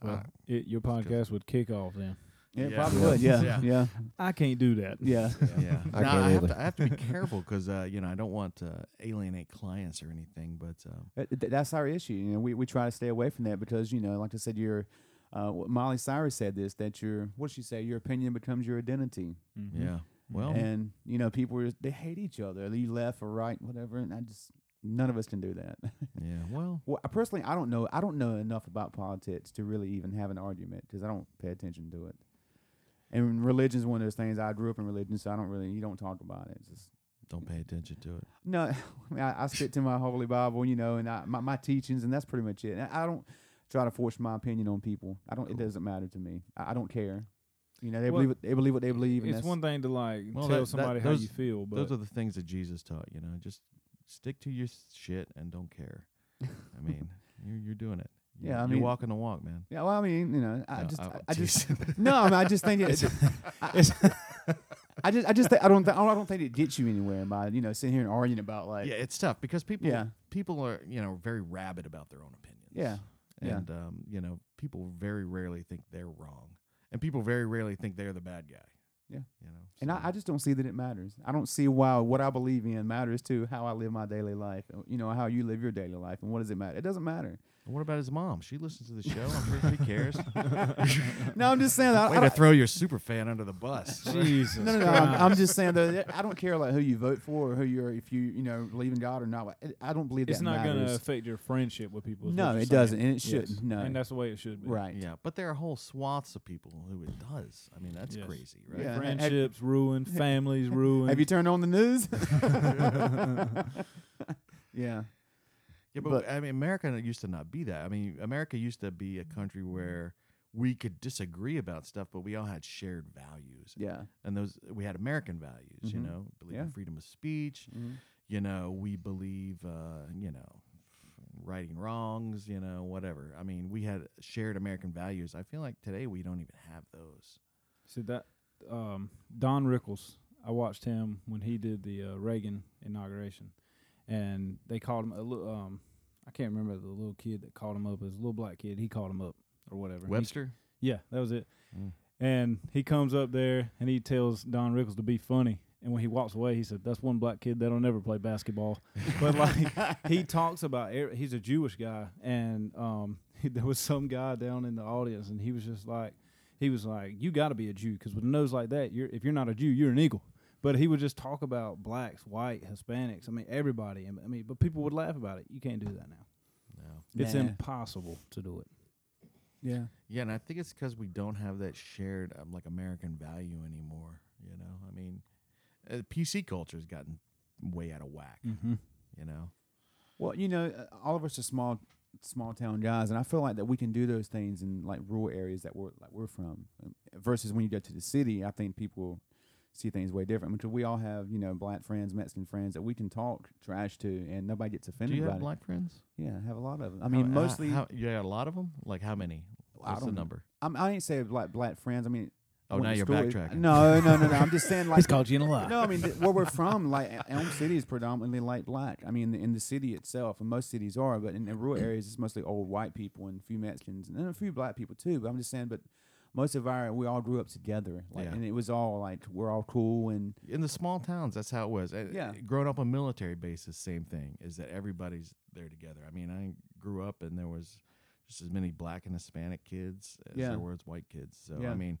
Speaker 3: Well,
Speaker 2: uh,
Speaker 3: it, your
Speaker 2: it's 'cause-
Speaker 3: podcast would kick off then. Mm-hmm.
Speaker 1: It
Speaker 2: Yeah.
Speaker 1: probably
Speaker 4: Yeah.
Speaker 1: would. Yeah.
Speaker 2: Yeah.
Speaker 1: Yeah.
Speaker 3: I can't do that.
Speaker 1: Yeah.
Speaker 2: yeah,
Speaker 4: I
Speaker 2: No,
Speaker 4: can't
Speaker 2: I, have
Speaker 4: either.
Speaker 2: to, I have to be careful because uh, you know I don't want to alienate clients or anything. But um,
Speaker 1: That- that- Uh, that's our issue. You know, we, we try to stay away from that because you know, like I said, you're. Uh, what Molly Cyrus said this that your what did she say your opinion becomes your identity,
Speaker 4: Mm-hmm.
Speaker 3: Mhm.
Speaker 2: yeah, well,
Speaker 1: and you know people were, they hate each other, you left or right, whatever, and I just none of us can do that.
Speaker 2: yeah, well,
Speaker 1: well, I personally, I don't know, I don't know enough about politics to really even have an argument because I don't pay attention to it. And religion's one of those things. I grew up in religion, so I don't really you don't talk about it. It's just
Speaker 2: don't pay attention to it.
Speaker 1: No, I, mean, I, I stick to my Holy Bible, you know, and I, my, my teachings, and that's pretty much it. And I don't try to force my opinion on people. I don't. It doesn't matter to me. I, I don't care. You know, they
Speaker 3: Well,
Speaker 1: believe what, they believe what they believe. And
Speaker 3: It's
Speaker 1: that's,
Speaker 3: one thing to like
Speaker 2: Well, that-
Speaker 3: tell
Speaker 2: that-
Speaker 3: somebody
Speaker 2: those-
Speaker 3: how you feel, but
Speaker 2: Those are the things that Jesus taught. You know, just stick to your s- shit and don't care. I mean, you're you're doing it. You-
Speaker 1: Yeah, I
Speaker 2: you're
Speaker 1: mean-
Speaker 2: walking the walk, man.
Speaker 1: Yeah, well, I mean, you know, I
Speaker 2: No,
Speaker 1: just,
Speaker 2: oh,
Speaker 1: I, I just,
Speaker 2: geez.
Speaker 1: no, I, mean, I just think it's, I, I just, I just, think, I don't, th- I don't think it gets you anywhere by you know sitting here and arguing about like,
Speaker 2: yeah,
Speaker 1: yeah,
Speaker 2: it's tough because people
Speaker 1: Yeah.
Speaker 2: people are you know very rabid about their own opinions.
Speaker 1: yeah, yeah.
Speaker 2: and um, you know people very rarely think they're wrong, and people very rarely think they're the bad guy.
Speaker 1: Yeah.
Speaker 2: you know,
Speaker 1: and
Speaker 2: so-
Speaker 1: I, I just don't see that it matters. I don't see why what I believe in matters to how I live my daily life. You know, how you live your daily life, and what does it matter? It doesn't matter.
Speaker 2: And What about his mom? She listens to the show. I'm sure she cares.
Speaker 1: No, I'm just saying. I,
Speaker 2: Way
Speaker 1: I
Speaker 2: to
Speaker 1: don't,
Speaker 2: throw your super fan under the bus.
Speaker 3: Jesus.
Speaker 1: no, no, no.
Speaker 3: Christ.
Speaker 1: I'm, I'm just saying though. I don't care like who you vote for or who you're if you you know believe in God or not. I- I don't believe
Speaker 3: it's
Speaker 1: that
Speaker 3: not going to
Speaker 1: matters.
Speaker 3: affect your friendship with people. is
Speaker 1: No,
Speaker 3: what you're
Speaker 1: it doesn't,
Speaker 3: saying.
Speaker 1: and it shouldn't. No.
Speaker 3: and that's the way it should be.
Speaker 1: right.
Speaker 2: yeah, but there are whole swaths of people who it does. I mean, that's
Speaker 3: Yes.
Speaker 2: crazy, right?
Speaker 1: Yeah. Have- have-
Speaker 3: Friendships ruined, families ruined.
Speaker 1: Have you turned on the news? yeah.
Speaker 2: Yeah, but,
Speaker 1: But-
Speaker 2: I mean, America used to not be that. I mean, America used to be a country where we could disagree about stuff, but we all had shared values,
Speaker 1: Yeah.
Speaker 2: and those we had American values. You
Speaker 1: Mhm.
Speaker 2: know, believe in
Speaker 1: Yeah.
Speaker 2: freedom of speech.
Speaker 1: Mhm.
Speaker 2: You know, we believe, uh, you know, righting wrongs. You know, whatever. I mean, we had shared American values. I feel like today we don't even have those.
Speaker 3: See that um, Don Rickles. I watched him when he did the uh, Reagan inauguration, and they called him a little. Um, I can't remember the little kid that called him up. It was a little black kid. He called him up or whatever. He-
Speaker 2: Webster.
Speaker 3: yeah, that was it.
Speaker 2: Mm.
Speaker 3: And he comes up there and he tells Don Rickles to be funny. And when he walks away, he said, "That's one black kid that'll never play basketball." but like he talks about, er- he's a Jewish guy, and um, there was some guy down in the audience, and he was just like, he was like, "You got to be a Jew because with a nose like that, you're if you're not a Jew, you're an eagle." But he would just talk about blacks, white, Hispanics. I mean, everybody. I mean, but people would laugh about it. You can't do that now.
Speaker 2: No.
Speaker 3: It's
Speaker 1: Nah.
Speaker 3: impossible to do it.
Speaker 1: Yeah.
Speaker 2: Yeah, and I think it's because we don't have that shared um, like American value anymore. You know, I mean, uh, PC culture's gotten way out of whack.
Speaker 1: Mm.
Speaker 3: Mm-hmm.
Speaker 2: You know,
Speaker 1: Well, you know, uh, all of us are small, small town guys, and I feel like that we can do those things in like rural areas that we're like we're from. um, Versus when you go to the city, I think people see things way different because we all have you know black friends, Mexican friends that we can talk trash to, and nobody gets
Speaker 2: do
Speaker 1: offended.
Speaker 2: you
Speaker 1: by it.
Speaker 2: have black friends?
Speaker 1: Yeah, I have a lot of them. I mean,
Speaker 2: How- how-
Speaker 1: mostly.
Speaker 2: how- you got a lot of them. Like how many?
Speaker 1: I
Speaker 2: What's the
Speaker 1: don't-
Speaker 2: number?
Speaker 1: I'm, I ain't say black black friends. I mean.
Speaker 2: Oh,
Speaker 1: when
Speaker 2: now
Speaker 1: the
Speaker 2: you're
Speaker 1: story-
Speaker 2: backtracking.
Speaker 1: No, no, no, no. I'm just saying like
Speaker 5: He's called you in a lie.
Speaker 1: no, I mean, th- where we're from, like El- Elm City is predominantly light black. I mean, in the city itself, and most cities are, but in the
Speaker 2: Mm.
Speaker 1: rural areas, it's mostly old white people and a few Mexicans and then a few black people too. But I'm just saying, but most of our, we all grew up together. Like,
Speaker 2: Yeah.
Speaker 1: And it was all like, we're all cool and
Speaker 2: in the small towns that's how it was Uh,
Speaker 1: Yeah.
Speaker 2: growing up on military bases same thing is that everybody's there together i mean i grew up and there was just as many black and hispanic kids as
Speaker 1: Yeah.
Speaker 2: there was white kids so
Speaker 1: Yeah.
Speaker 2: i mean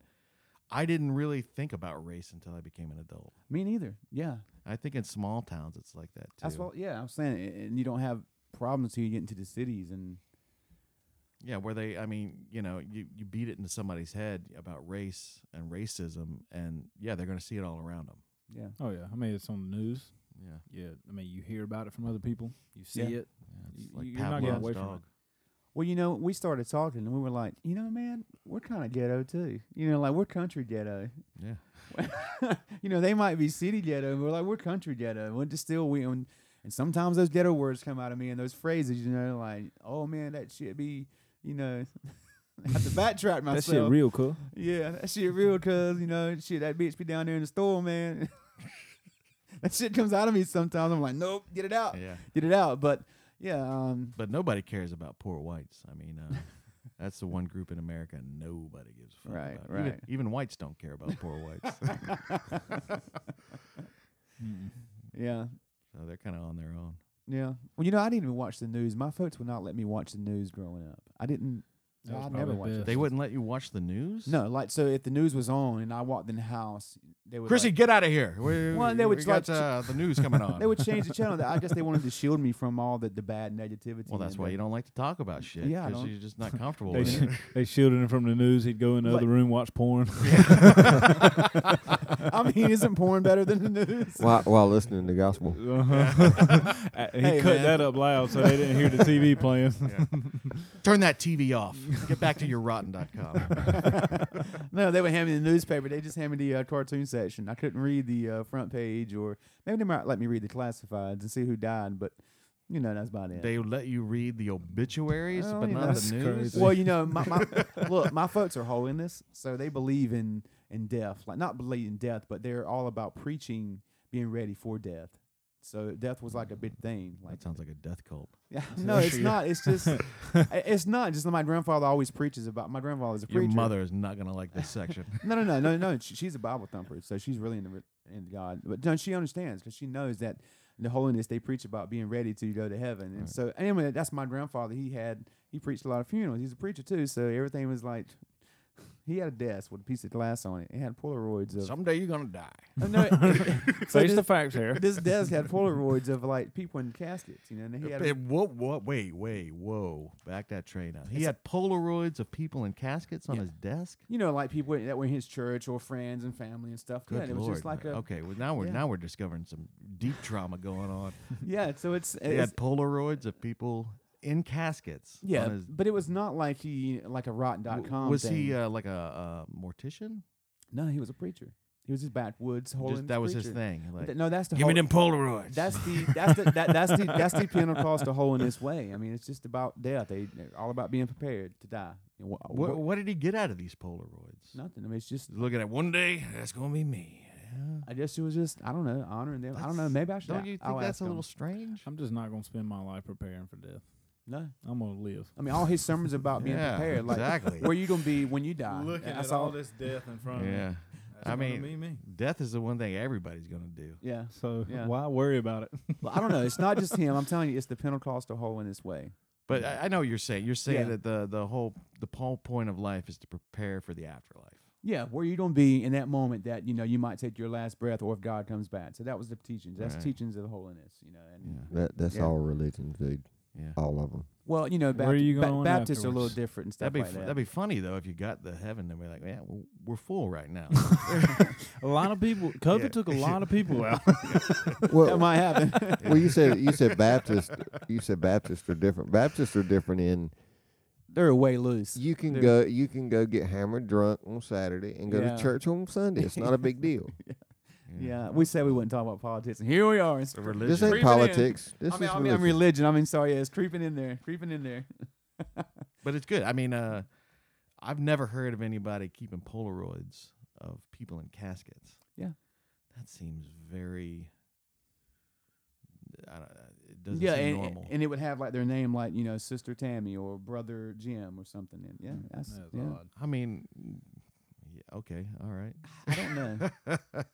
Speaker 2: i didn't really think about race until i became an adult
Speaker 1: me neither. Yeah.
Speaker 2: i think in small towns it's like that too
Speaker 1: That's what, yeah, I'm saying. a- And you don't have problems till you get into the cities. And
Speaker 2: yeah where they i mean you know you, you beat it into somebody's head about race and racism and yeah they're going to see it all around them
Speaker 1: yeah.
Speaker 3: Oh yeah, I mean it's on the news.
Speaker 2: yeah,
Speaker 3: Yeah, I mean you hear about it from other people. You see
Speaker 1: Yeah.
Speaker 3: it.
Speaker 2: yeah it's
Speaker 3: You-
Speaker 2: like
Speaker 3: you're not getting
Speaker 2: Pavlov's
Speaker 3: away from it.
Speaker 2: dog
Speaker 1: Well, you know, we started talking and we were like, you know, man, we're kind of ghetto too. You know, like we're country ghetto.
Speaker 2: yeah
Speaker 1: you know, they might be city ghetto, but we're like we're country ghetto. We're just still we and, and sometimes those ghetto words come out of me and those phrases, you know, like, oh man, that shit be, you know, I have to backtrack myself.
Speaker 3: That shit real cool.
Speaker 1: Yeah, that shit real, cause you know, shit, that bitch be down there in the store, man. that shit comes out of me sometimes. I'm like, nope, get it out,
Speaker 2: yeah
Speaker 1: get it out. But yeah, um,
Speaker 2: But nobody cares about poor whites. I mean, uh, that's the one group in America nobody gives a fuck
Speaker 1: Right,
Speaker 2: about. Even-
Speaker 1: right.
Speaker 2: Even, whites don't care about poor whites.
Speaker 1: yeah,
Speaker 2: so they're kind of on their own.
Speaker 1: yeah. Well, you know, I didn't even watch the news. My folks would not let me watch the news growing up. I didn't.
Speaker 3: That was
Speaker 1: I never
Speaker 3: probably
Speaker 1: watched it.
Speaker 3: best.
Speaker 2: They wouldn't let you watch the news?
Speaker 1: No, like so if the news was on and I walked in the house, they would
Speaker 2: Chrissy,
Speaker 1: like-
Speaker 2: get out of here. We,
Speaker 1: Well, they
Speaker 2: we
Speaker 1: would
Speaker 2: got
Speaker 1: like-
Speaker 2: uh, the news coming on.
Speaker 1: they would change the channel. I guess they wanted to shield me from all the, the bad negativity.
Speaker 2: well, that's
Speaker 1: and
Speaker 2: why
Speaker 1: the-
Speaker 2: you don't like to talk about shit.
Speaker 1: Yeah, I
Speaker 2: Because
Speaker 1: don't-
Speaker 2: you're just not comfortable
Speaker 3: They,
Speaker 2: with it.
Speaker 3: sh- they shielded him from the news. He'd go in the
Speaker 1: Like-
Speaker 3: other room, watch porn.
Speaker 1: I mean, isn't porn better than the news?
Speaker 4: while, while listening to gospel.
Speaker 3: Uh-huh. he
Speaker 1: Hey,
Speaker 3: cut
Speaker 1: man.
Speaker 3: that up loud so they didn't hear the TV playing.
Speaker 2: Turn that TV off. Get back to your rotten.com.
Speaker 1: no, they would hand me the newspaper. They just hand me the uh, cartoon section. I couldn't read the uh, front page, or maybe they might let me read the classifieds and see who died. But you know, that's about it.
Speaker 2: they would let you read the obituaries,
Speaker 1: Well,
Speaker 2: but
Speaker 1: you know,
Speaker 2: not
Speaker 1: that's
Speaker 2: the news.
Speaker 3: crazy.
Speaker 1: Well, you know, my, my look, my folks are whole in this, so they believe in in death, like not believe in death, but they're all about preaching being ready for death. So death was like a big thing. Like,
Speaker 2: That sounds like a death cult.
Speaker 1: yeah, no, it's not. It's just, i- it's not. Just my grandfather always preaches about. My grandfather is a
Speaker 2: Your
Speaker 1: preacher.
Speaker 2: mother is not going to like this section.
Speaker 1: No, no, no, no, no. She, she's a Bible thumper, so she's really into into God. But no, she understands because she knows that the holiness they preach about being ready to go to heaven. And so anyway, that's my grandfather. He had he preached a lot of funerals. He's a preacher too, so everything was like. He had a desk with a piece of glass on it. It had Polaroids of.
Speaker 2: Someday you're going to die.
Speaker 1: Oh, no, so
Speaker 3: Face
Speaker 1: this,
Speaker 3: the facts here.
Speaker 1: this desk had Polaroids of like people in caskets, you know. And he had a,
Speaker 2: Hey, whoa, whoa, wait, wait, whoa. Back that train up. He had Polaroids of people in caskets on
Speaker 1: Yeah.
Speaker 2: his desk.
Speaker 1: you know, like people that were in his church or friends and family and stuff. yeah,
Speaker 2: Good
Speaker 1: and it was
Speaker 2: lord.
Speaker 1: just like a
Speaker 2: okay, well now we're
Speaker 1: yeah.
Speaker 2: now we're discovering some deep trauma going on.
Speaker 1: yeah. So it's,
Speaker 2: he
Speaker 1: it's
Speaker 2: had Polaroids of people in caskets. on
Speaker 1: Yeah,
Speaker 2: his-
Speaker 1: but it was not like he like a rotten.com.
Speaker 2: w- was
Speaker 1: thing.
Speaker 2: he uh, like a, uh mortician?
Speaker 1: no, he was a preacher. He was just backwoods holiness
Speaker 2: Just, that was his
Speaker 1: preacher.
Speaker 2: thing. Like,
Speaker 1: Th- no, that's the
Speaker 2: Give
Speaker 1: hol-
Speaker 2: me them Polaroids.
Speaker 1: That's the that's the that, that's the that's the Pentecostal holiness way. I mean, it's just about death. They they're all about being prepared to die. And wha-
Speaker 2: what,
Speaker 1: wha-
Speaker 2: what did he get out of these Polaroids?
Speaker 1: nothing. I mean, it's just.
Speaker 2: Looking at one day, that's gonna be me. Yeah.
Speaker 1: I guess it was just I don't know honoring them. I don't know.
Speaker 2: That's-
Speaker 1: Maybe I should.
Speaker 2: Don't you think
Speaker 1: I'll
Speaker 2: that's
Speaker 1: ask
Speaker 2: a little
Speaker 1: him.
Speaker 2: strange?
Speaker 3: I'm just not gonna spend my life preparing for death.
Speaker 1: No,
Speaker 3: I'm gonna live.
Speaker 1: I mean all his sermons about being
Speaker 2: Yeah,
Speaker 1: prepared. Like
Speaker 2: exactly.
Speaker 1: where you gonna be when you
Speaker 3: Ah,
Speaker 1: die? And I saw-
Speaker 3: this death in front
Speaker 2: Yeah. I mean,
Speaker 3: me.
Speaker 2: death is the one thing everybody's gonna do.
Speaker 1: Yeah.
Speaker 3: So
Speaker 1: Yeah.
Speaker 3: why worry about it?
Speaker 1: Well, I don't know. It's not just him. I'm telling you, it's the Pentecostal holiness way.
Speaker 2: But I, I know what you're saying you're saying
Speaker 1: Yeah.
Speaker 2: that the the whole the whole point of life is to prepare for the afterlife.
Speaker 1: Yeah, where you gonna be in that moment that you know you might take your last breath, or if God comes back. So that was the teachings. That's
Speaker 2: Right.
Speaker 1: teachings of the holiness, you know. And
Speaker 4: That that's
Speaker 1: Yeah.
Speaker 4: all religions, dude.
Speaker 2: Yeah.
Speaker 4: all of them.
Speaker 1: Well, you know,
Speaker 3: Where are
Speaker 1: Bapti-
Speaker 3: you
Speaker 1: Ba-
Speaker 3: going
Speaker 1: Baptists are a little
Speaker 3: afterwards?
Speaker 1: different and stuff
Speaker 2: That'd be
Speaker 1: like
Speaker 2: fu-
Speaker 1: that.
Speaker 2: that'd be funny though if you got to heaven and be like, yeah, well, we're full right now.
Speaker 3: A lot of people. COVID
Speaker 2: Yeah.
Speaker 3: took a lot of people out.
Speaker 1: that
Speaker 4: Well,
Speaker 1: might happen.
Speaker 4: well, you said you said Baptist, you said Baptists are different. Baptists are different in
Speaker 1: They're way loose.
Speaker 4: you can
Speaker 1: They're-
Speaker 4: go you can go get hammered drunk on Saturday and go
Speaker 1: Yeah.
Speaker 4: to church on Sunday. It's not a big deal.
Speaker 1: yeah, we said we wouldn't talk about politics, and here we are. It's
Speaker 2: The
Speaker 1: cr-
Speaker 4: this
Speaker 2: religion.
Speaker 1: Creeping
Speaker 4: ain't
Speaker 1: in.
Speaker 4: politics. This
Speaker 1: I mean,
Speaker 4: is
Speaker 1: I mean, I mean,
Speaker 4: religion.
Speaker 1: religion. I mean, sorry, yeah, it's creeping in there, creeping in there.
Speaker 2: but it's good. I mean, uh, I've never heard of anybody keeping Polaroids of people in caskets.
Speaker 1: Yeah.
Speaker 2: that seems very. I don't, it doesn't
Speaker 1: yeah,
Speaker 2: seem
Speaker 1: and,
Speaker 2: normal.
Speaker 1: and it would have like their name, like you know, Sister Tammy or Brother Jim or something. And yeah, that's,
Speaker 5: That's
Speaker 1: yeah.
Speaker 5: odd.
Speaker 2: I mean, yeah, okay, all right.
Speaker 1: I don't know.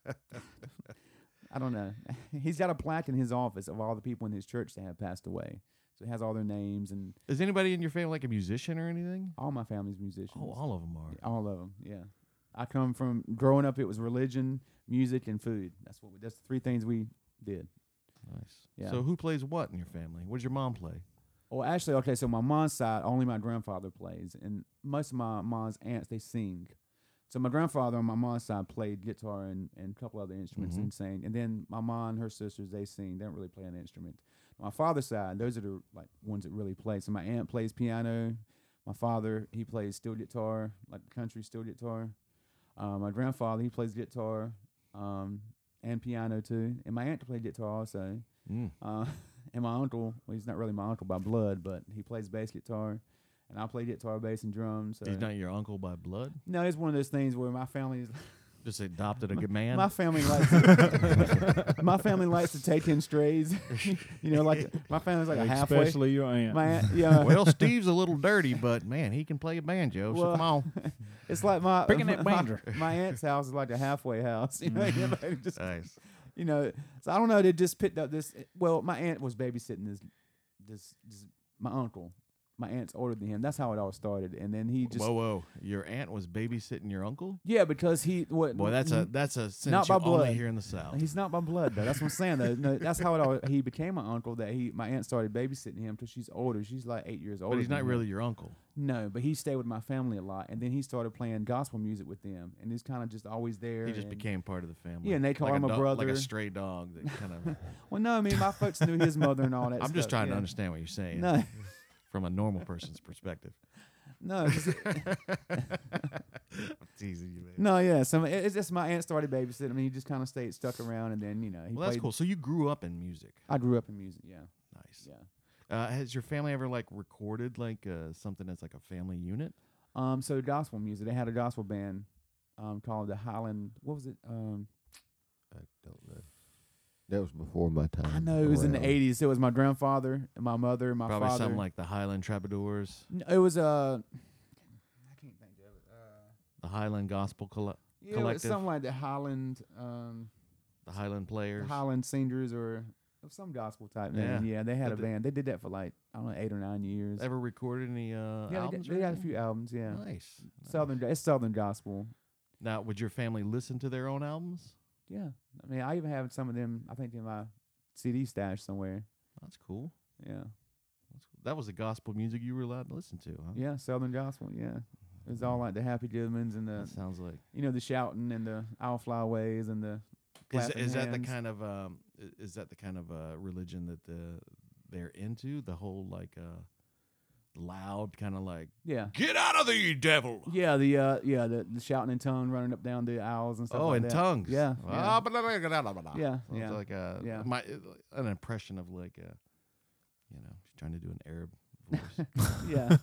Speaker 1: I don't know. He's got a plaque in his office of all the people in his church that have passed away. So it has all their names and
Speaker 2: Is anybody in your family like a musician or anything?
Speaker 1: all my family's musicians.
Speaker 2: Oh, all of them are.
Speaker 1: Yeah, all of them. Yeah, I come from growing up. It was religion, music, and food. That's what. We, that's the three things we did.
Speaker 2: Nice.
Speaker 1: Yeah.
Speaker 2: So who plays what in your family? What does your mom play?
Speaker 1: Well, actually, okay. So my mom's side, only my grandfather plays, and most of my mom's aunts they sing. So my grandfather on my mom's side played guitar and, and a couple other instruments
Speaker 2: Mhm.
Speaker 1: and sang. And then my mom and her sisters they sing. They don't really play an instrument. My father's side, those are the like ones that really play. So my aunt plays piano. My father he plays steel guitar, like country steel guitar. Uh, my grandfather he plays guitar um, and piano too, and my aunt played guitar also.
Speaker 2: Mm.
Speaker 1: Uh, and my uncle, well, he's not really my uncle by blood, but he plays bass guitar, and I play guitar, bass, and drums. So.
Speaker 2: He's not your uncle by blood.
Speaker 1: no, it's one of those things where my family is
Speaker 2: Just adopted a good man.
Speaker 1: my family likes to, my family likes to take in strays. you know, like my family's like a halfway.
Speaker 3: Especially your aunt.
Speaker 1: My aunt- yeah,
Speaker 2: well, Steve's a little dirty, but man, he can play a banjo. so
Speaker 1: Well,
Speaker 2: come on.
Speaker 1: it's like my
Speaker 3: Picking that
Speaker 1: my,
Speaker 3: binder.
Speaker 1: my aunt's house is like a halfway house. You know,
Speaker 2: Mm-hmm.
Speaker 1: everybody just
Speaker 2: Nice.
Speaker 1: you know. So I don't know. They just picked up this. Well, my aunt was babysitting this, this, this my uncle. My aunt's older than him. That's how it all started. And then he just
Speaker 2: whoa, whoa! Your aunt was babysitting your uncle.
Speaker 1: Yeah, because he what?
Speaker 2: Boy, that's a
Speaker 1: n-
Speaker 2: that's a sense
Speaker 1: Mm-hmm. Not
Speaker 2: you
Speaker 1: by
Speaker 2: only
Speaker 1: blood.
Speaker 2: here in the South.
Speaker 1: He's not my blood though. That's what I'm saying though. No, that's how it all. He became my uncle. That he my aunt started babysitting him because she's older. She's like eight years older.
Speaker 2: but he's
Speaker 1: than
Speaker 2: not
Speaker 1: him.
Speaker 2: really your uncle.
Speaker 1: No, but he stayed with my family a lot, and then he started playing gospel music with them, and he's kind of just always there.
Speaker 2: He just
Speaker 1: and-
Speaker 2: became part of the family.
Speaker 1: Yeah, and they call
Speaker 2: like
Speaker 1: him a
Speaker 2: dog- like
Speaker 1: brother.
Speaker 2: a stray dog. That kind of.
Speaker 1: Well, no, I mean my folks knew his mother and all that.
Speaker 2: I'm just
Speaker 1: stuff,
Speaker 2: trying to
Speaker 1: yeah.
Speaker 2: understand what you're saying
Speaker 1: No,
Speaker 2: from a normal person's perspective.
Speaker 1: no, 'cause it-
Speaker 2: I'm teasing you, man.
Speaker 1: no, yeah. So it- it's just my aunt started babysitting. I mean, he just kind of stayed stuck around, and then you know he
Speaker 2: Well, that's
Speaker 1: played-
Speaker 2: cool. So you grew up in music.
Speaker 1: I grew up in music. Yeah,
Speaker 2: Nice.
Speaker 1: yeah.
Speaker 2: Uh, has your family ever like recorded like uh, something that's like a family unit?
Speaker 1: Um, so gospel music. They had a gospel band um, called the Highland. What was it? Um,
Speaker 4: I don't know. That was before my time.
Speaker 1: I know it was in the
Speaker 4: around.
Speaker 1: '80s. It was my grandfather, and my mother, and my
Speaker 2: Probably
Speaker 1: father.
Speaker 2: something like the Highland Troubadours,
Speaker 1: N- it was uh, I can't think of it. Uh,
Speaker 2: the Highland Gospel, Colle-
Speaker 1: yeah, it was
Speaker 2: Collective.
Speaker 1: something like the Highland, um,
Speaker 2: the Highland
Speaker 1: the
Speaker 2: Players.
Speaker 1: Highland Singers, or of some gospel type
Speaker 2: Yeah.
Speaker 1: band. Yeah, they had a
Speaker 2: But the-
Speaker 1: band. They did that for like I don't know eight or nine years.
Speaker 2: Ever recorded any uh,
Speaker 1: yeah, they,
Speaker 2: albums?
Speaker 1: did,
Speaker 2: or
Speaker 1: they had a
Speaker 2: anything?
Speaker 1: few albums. Yeah,
Speaker 2: Nice.
Speaker 1: southern. It's southern gospel.
Speaker 2: Now, would your family listen to their own albums?
Speaker 1: Yeah, I mean, I even have some of them. I think in my CD stash somewhere.
Speaker 2: That's cool.
Speaker 1: Yeah.
Speaker 2: That's cool. That was the gospel music you were allowed to listen to, huh?
Speaker 1: Yeah, Southern gospel. Yeah, it's all like the Happy Goodmans and
Speaker 2: That
Speaker 1: the
Speaker 2: sounds like.
Speaker 1: you know the shouting and the I'll fly ways and the
Speaker 2: Is,
Speaker 1: clapping
Speaker 2: is that the
Speaker 1: hands.
Speaker 2: kind of um, i- is that the kind of uh, religion that the they're into? The whole like uh, loud kind of like
Speaker 1: yeah
Speaker 2: get out of there, you devil.
Speaker 1: yeah the uh yeah the, the shouting in tongue running up down the aisles and stuff.
Speaker 2: Oh,
Speaker 1: like
Speaker 2: and
Speaker 1: that.
Speaker 2: tongues.
Speaker 1: Yeah,
Speaker 2: Ah, blah, blah, blah, blah, blah.
Speaker 1: Yeah,
Speaker 2: Sounds
Speaker 1: yeah,
Speaker 2: Like a
Speaker 1: yeah.
Speaker 2: my an impression of like a, you know, she's trying to do an Arab voice.
Speaker 1: yeah.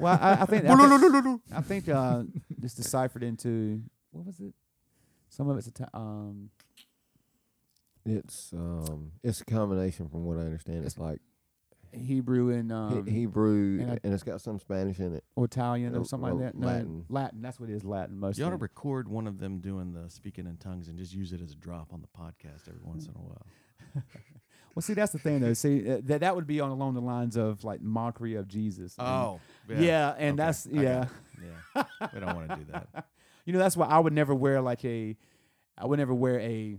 Speaker 1: Well, I, I think I think, I think uh, it's deciphered into what was it? Some of it's a t- um
Speaker 4: It's um, it's a combination from what I understand. It's like
Speaker 1: Hebrew and
Speaker 4: He-
Speaker 1: um
Speaker 4: Hebrew,
Speaker 1: and
Speaker 4: and,
Speaker 1: I-
Speaker 4: it's got some Spanish in it.
Speaker 1: or Italian or
Speaker 4: or-
Speaker 1: something
Speaker 4: or
Speaker 1: like that. No,
Speaker 4: Latin.
Speaker 1: Latin. That's what it is. Latin mostly.
Speaker 2: you ought to record one of them doing the speaking in tongues and just use it as a drop on the podcast every once in a while.
Speaker 1: Well, see, that's the thing though. See, uh, that that would be on along the lines of like mockery of Jesus. and-
Speaker 2: Oh,
Speaker 1: yeah, and
Speaker 2: Okay,
Speaker 1: that's
Speaker 2: I got
Speaker 1: yeah.
Speaker 2: it. yeah. We don't want to do that.
Speaker 1: You know, that's why I would never wear like a, I would never wear a,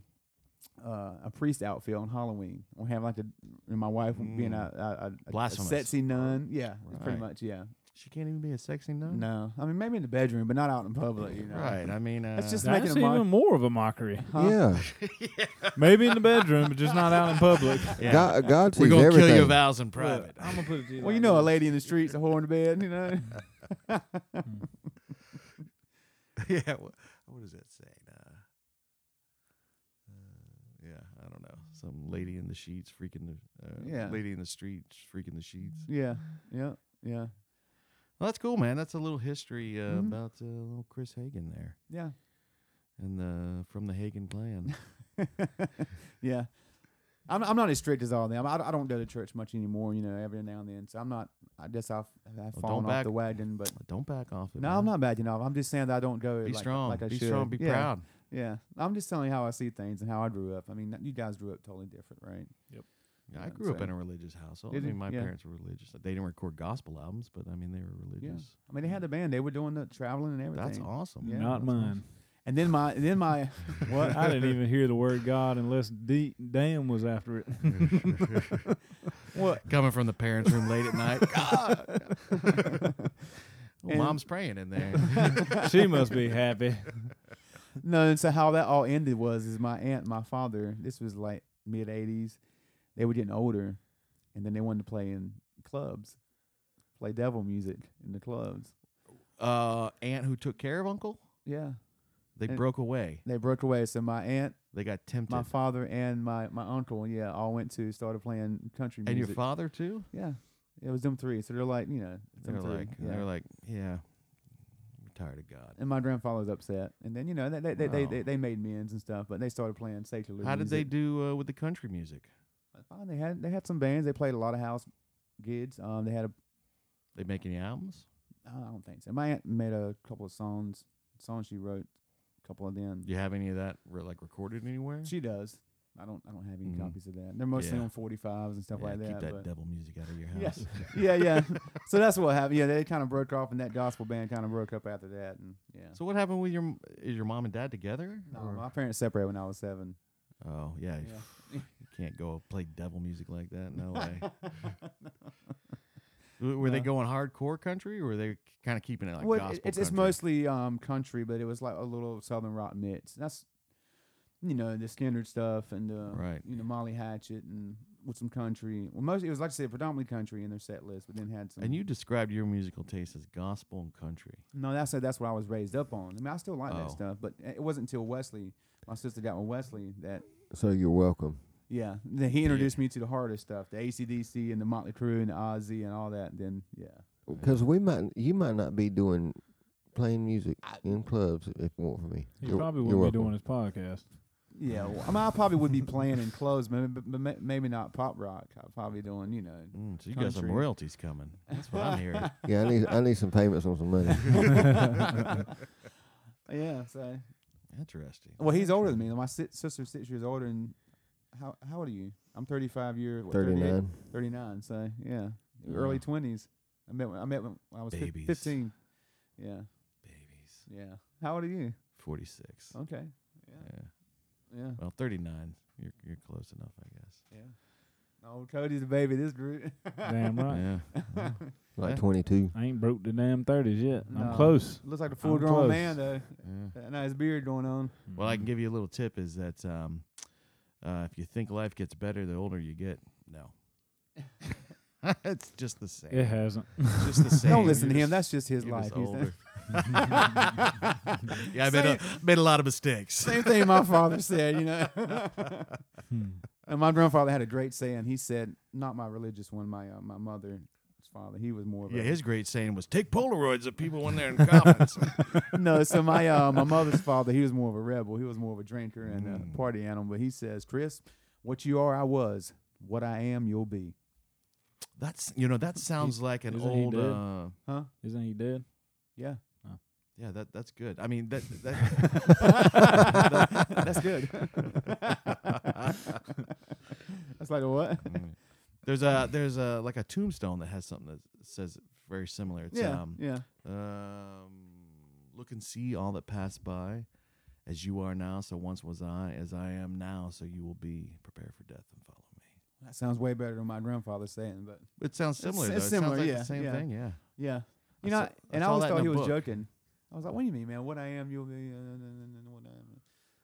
Speaker 1: uh, a priest outfit on Halloween. We have like the and my wife being a- a, a, a, a
Speaker 2: Mm. Blasphemous.
Speaker 1: sexy nun. Yeah, pretty
Speaker 2: Right.
Speaker 1: much. Yeah.
Speaker 2: She can't even be a sexy nun.
Speaker 1: No, I mean maybe in the bedroom, but not out in public. You know.
Speaker 2: Right. I mean, uh,
Speaker 1: That's just
Speaker 3: That's
Speaker 1: making a
Speaker 3: even
Speaker 1: mark.
Speaker 3: more of a mockery.
Speaker 1: Huh?
Speaker 4: Yeah.
Speaker 3: Maybe in the bedroom, but just not out in public.
Speaker 2: yeah.
Speaker 4: God, God
Speaker 2: We're
Speaker 4: sees
Speaker 2: gonna
Speaker 4: everything.
Speaker 2: kill your vows in
Speaker 3: Look,
Speaker 2: private.
Speaker 3: I'm gonna put it to you.
Speaker 1: Well,
Speaker 3: like
Speaker 1: you know, a
Speaker 3: this.
Speaker 1: lady in the streets, a whore in the bed. You know.
Speaker 2: yeah. What, what does that say? Uh, uh, yeah, I don't know. Some lady in the sheets freaking the uh,
Speaker 1: Yeah.
Speaker 2: lady in the streets freaking the sheets.
Speaker 1: yeah. Yeah. Yeah.
Speaker 2: Well, that's cool, man. That's a little history uh,
Speaker 1: Mhm.
Speaker 2: about uh, little Chris Hagen there
Speaker 1: Yeah.
Speaker 2: and the from the Hagen clan.
Speaker 1: yeah. I'm, I'm not as strict as all of them. I, I don't go to church much anymore, you know, every now and then. So I'm not, I guess I've, I've
Speaker 2: don't
Speaker 1: fallen off
Speaker 2: back-
Speaker 1: the wagon, but
Speaker 2: don't back off. It,
Speaker 1: no, I'm
Speaker 2: man.
Speaker 1: not backing off. I'm just saying that I don't go
Speaker 2: Be
Speaker 1: like,
Speaker 2: strong.
Speaker 1: like I
Speaker 2: be
Speaker 1: should.
Speaker 2: strong. Be
Speaker 1: yeah,
Speaker 2: proud.
Speaker 1: Yeah. I'm just telling you how I see things and how I grew up. I mean, you guys grew up totally different, right?
Speaker 2: Yeah, I
Speaker 1: Yeah,
Speaker 2: grew up in
Speaker 1: so-
Speaker 2: a religious household. I
Speaker 1: Did you?
Speaker 2: mean, my
Speaker 1: Yeah.
Speaker 2: parents were religious. They didn't record gospel albums, but I mean, they were religious.
Speaker 1: I mean, they had the band. They were doing the traveling and everything.
Speaker 2: Mm. That's awesome.
Speaker 1: Yeah.
Speaker 3: not
Speaker 1: that's
Speaker 3: mine.
Speaker 1: And then my, and then my,
Speaker 3: What? I didn't even hear the word God unless D- damn was after it.
Speaker 1: what?
Speaker 2: Coming from the parents' room late at night. God. well,
Speaker 1: And-
Speaker 2: mom's praying in there.
Speaker 3: she must be happy.
Speaker 1: No, and so how that all ended was is my aunt, and my father. This was like mid '80s. They were getting older, and then they wanted to play in clubs, play devil music in the clubs.
Speaker 2: uh, aunt who took care of uncle,
Speaker 1: Yeah,
Speaker 2: they
Speaker 1: And-
Speaker 2: broke away.
Speaker 1: they broke away. So my aunt,
Speaker 2: They got tempted.
Speaker 1: my father, and my my uncle, yeah, all went to started playing country
Speaker 2: and your
Speaker 1: music.
Speaker 2: father too.
Speaker 1: yeah, it was them three. So they're like, you know,
Speaker 2: They
Speaker 1: them
Speaker 2: were
Speaker 1: three,
Speaker 2: like,
Speaker 1: yeah.
Speaker 2: they were like, yeah, we're tired of God.
Speaker 1: And my grandfather was upset, and then you know they they, they, they,
Speaker 2: Wow.
Speaker 1: they, they made amends and stuff, but they started playing secular.
Speaker 2: How did they
Speaker 1: music.
Speaker 2: do uh, with the country music?
Speaker 1: Fine, They had they had some bands. They played a lot of house gigs. Um, they had a
Speaker 2: They make any albums?
Speaker 1: I don't think so. My aunt made a couple of songs, songs she wrote, a couple of them.
Speaker 2: Do you have any of that re- like recorded anywhere?
Speaker 1: She does. I don't. I don't have any
Speaker 2: Mhm.
Speaker 1: copies of that. They're mostly
Speaker 2: Yeah.
Speaker 1: on forty fives and stuff
Speaker 2: Yeah,
Speaker 1: like
Speaker 2: Keep
Speaker 1: that.
Speaker 2: that
Speaker 1: but
Speaker 2: devil music out of your
Speaker 1: Yeah.
Speaker 2: house.
Speaker 1: yeah, yeah. so that's what happened. Yeah, they kind of broke off, and that gospel band kind of broke up after that. And yeah,
Speaker 2: So what happened with your? m- Is your mom and dad together?
Speaker 1: no,
Speaker 2: or-
Speaker 1: my parents separated when I was seven.
Speaker 2: Oh yeah, you
Speaker 1: Yeah.
Speaker 2: you can't go play devil music like that. No way. W- Were they going hardcore country, or were they kind of keeping it like
Speaker 1: well,
Speaker 2: gospel?
Speaker 1: it's, it's
Speaker 2: country?
Speaker 1: mostly um country, but it was like a little southern rock mix. And that's you know the standard stuff and uh,
Speaker 2: Right.
Speaker 1: you know Molly Hatchet and with some country. Well, mostly it was like I said, predominantly country in their set list, but then had some.
Speaker 2: And you described your musical taste as gospel and country.
Speaker 1: No, that's that's what I was raised up on. I mean, I still like
Speaker 2: Oh.
Speaker 1: that stuff, but it wasn't until Wesley, my sister got with Wesley, that
Speaker 4: So you're welcome.
Speaker 1: yeah, that he introduced me to the harder stuff, the ACDC and the Motley Crue and the Ozzy and all that. Then yeah,
Speaker 4: Because we might, you might not be doing playing music in clubs if it weren't for me.
Speaker 3: He
Speaker 4: You're-
Speaker 3: probably
Speaker 4: you're
Speaker 3: wouldn't be
Speaker 4: welcome.
Speaker 3: doing his podcast.
Speaker 1: yeah. Well, I mean, I probably would be playing in clothes, maybe, but ma- maybe not pop rock. I probably doing you know.
Speaker 2: Mm, so you got some
Speaker 1: Country.
Speaker 2: royalties coming. That's what I'm hearing.
Speaker 4: Yeah, I need, I need some payments on some money.
Speaker 1: Yeah, so
Speaker 2: Interesting.
Speaker 1: well, he's older than me. My si- sister's six years older, and how how old are you? I'm 35 years. what, 38?
Speaker 4: 39.
Speaker 1: 39. So yeah,
Speaker 2: Yeah.
Speaker 1: early 20s. I met when, I met when I was fif-
Speaker 2: Babies.
Speaker 1: 15. Yeah,
Speaker 2: Babies.
Speaker 1: yeah. How old are you?
Speaker 2: Forty six.
Speaker 1: Okay.
Speaker 2: Yeah.
Speaker 1: Yeah.
Speaker 2: Well, thirty nine. You're you're close enough, I guess.
Speaker 1: Yeah. No, Cody's a baby. This group.
Speaker 3: Damn right.
Speaker 2: Yeah.
Speaker 4: Like
Speaker 2: Yeah.
Speaker 4: 22.
Speaker 3: I ain't broke the damn thirties yet.
Speaker 1: No.
Speaker 3: I'm close.
Speaker 1: Looks like a
Speaker 3: I'm
Speaker 1: full-grown
Speaker 3: close.
Speaker 1: man though.
Speaker 2: yeah.
Speaker 1: That nice beard going on.
Speaker 2: Well, I
Speaker 1: Mm-hmm.
Speaker 2: can give you a little tip is that um, uh, if you think life gets better the older you get, no. it's just the same.
Speaker 3: It hasn't.
Speaker 2: It's just the same.
Speaker 1: Don't listen to
Speaker 2: You're
Speaker 1: him. That's just his
Speaker 2: you're
Speaker 1: life.
Speaker 2: just
Speaker 1: you
Speaker 2: older.
Speaker 1: think?
Speaker 2: yeah, I made a, made a lot of mistakes.
Speaker 1: Same thing my father said. You know.
Speaker 2: Hmm.
Speaker 1: and my grandfather had a great saying. He said, not my religious one. My uh, my mother's father. He was more of
Speaker 2: Yeah,
Speaker 1: a
Speaker 2: his great saying was take Polaroids of people when they're in confidence.
Speaker 1: no, so my uh, my mother's father, he was more of a rebel. He was more of a drinker and
Speaker 2: Mm.
Speaker 1: a party animal. But he says, Chris, what you are, I was. What I am, you'll be.
Speaker 2: That's you know that sounds like an
Speaker 3: isn't he
Speaker 2: old.
Speaker 3: dead?
Speaker 2: Uh,
Speaker 1: Huh?
Speaker 3: Isn't he dead?
Speaker 1: Yeah,
Speaker 2: yeah, that that's good. I mean that that
Speaker 1: that's good. that's like a what?
Speaker 2: Mm. There's a there's a like a tombstone that has something that says it very similar. It's
Speaker 1: yeah,
Speaker 2: um,
Speaker 1: yeah.
Speaker 2: um look and see all that passed by as you are now, so once was I, as I am now, so you will be. Prepare for death and follow me.
Speaker 1: That sounds way better than my grandfather saying, but
Speaker 2: It sounds
Speaker 1: It's
Speaker 2: similar.
Speaker 1: si-
Speaker 2: though. It
Speaker 1: similar,
Speaker 2: sounds like
Speaker 1: yeah,
Speaker 2: the same
Speaker 1: yeah.
Speaker 2: thing. Yeah.
Speaker 1: yeah. You
Speaker 2: I
Speaker 1: know,
Speaker 2: saw- I
Speaker 1: and I
Speaker 2: saw
Speaker 1: always
Speaker 2: that in
Speaker 1: thought
Speaker 2: a
Speaker 1: he was
Speaker 2: book.
Speaker 1: joking. I was like, what do you mean, man? What I am, you'll be. Uh, what I am. I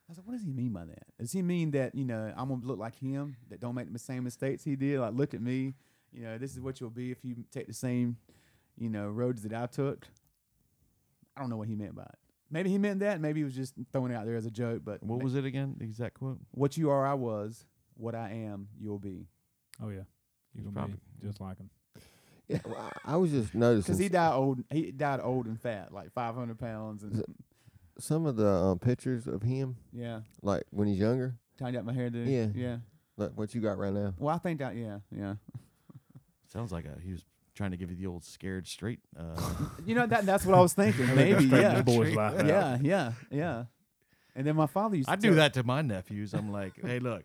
Speaker 1: was like, what does he mean by that? Does he mean that, you know, I'm going to look like him, that don't make the same mistakes he did? Like, look at me. You know, this is what you'll be if you take the same, you know, roads that I took. I don't know what he meant by it. Maybe he meant that. Maybe he was just throwing it out there as a joke. But
Speaker 2: What was it again? The exact quote.
Speaker 1: what you are, I was. What I am, you'll be.
Speaker 3: Oh yeah,
Speaker 2: He's
Speaker 3: you can
Speaker 2: probably-
Speaker 3: be just like him.
Speaker 4: Yeah, well, I I was just noticing
Speaker 1: Because he died old. He died old and fat, like 500 pounds, and
Speaker 4: Is s- some of the um, pictures of him,
Speaker 1: yeah,
Speaker 4: like when he's younger,
Speaker 1: tied up my hair, dude.
Speaker 4: Yeah.
Speaker 1: yeah.
Speaker 4: like what you got right now.
Speaker 1: Well, I think that, yeah, yeah.
Speaker 2: Sounds like a, he was trying to give you the old scared straight. Uh,
Speaker 1: You know that that's what I was thinking. Maybe,
Speaker 3: Straighten
Speaker 1: yeah,
Speaker 3: this boy's life out.
Speaker 1: yeah, yeah, yeah. And then my father used. to
Speaker 2: I do
Speaker 1: tell-
Speaker 2: that to my nephews. I'm like, hey, look,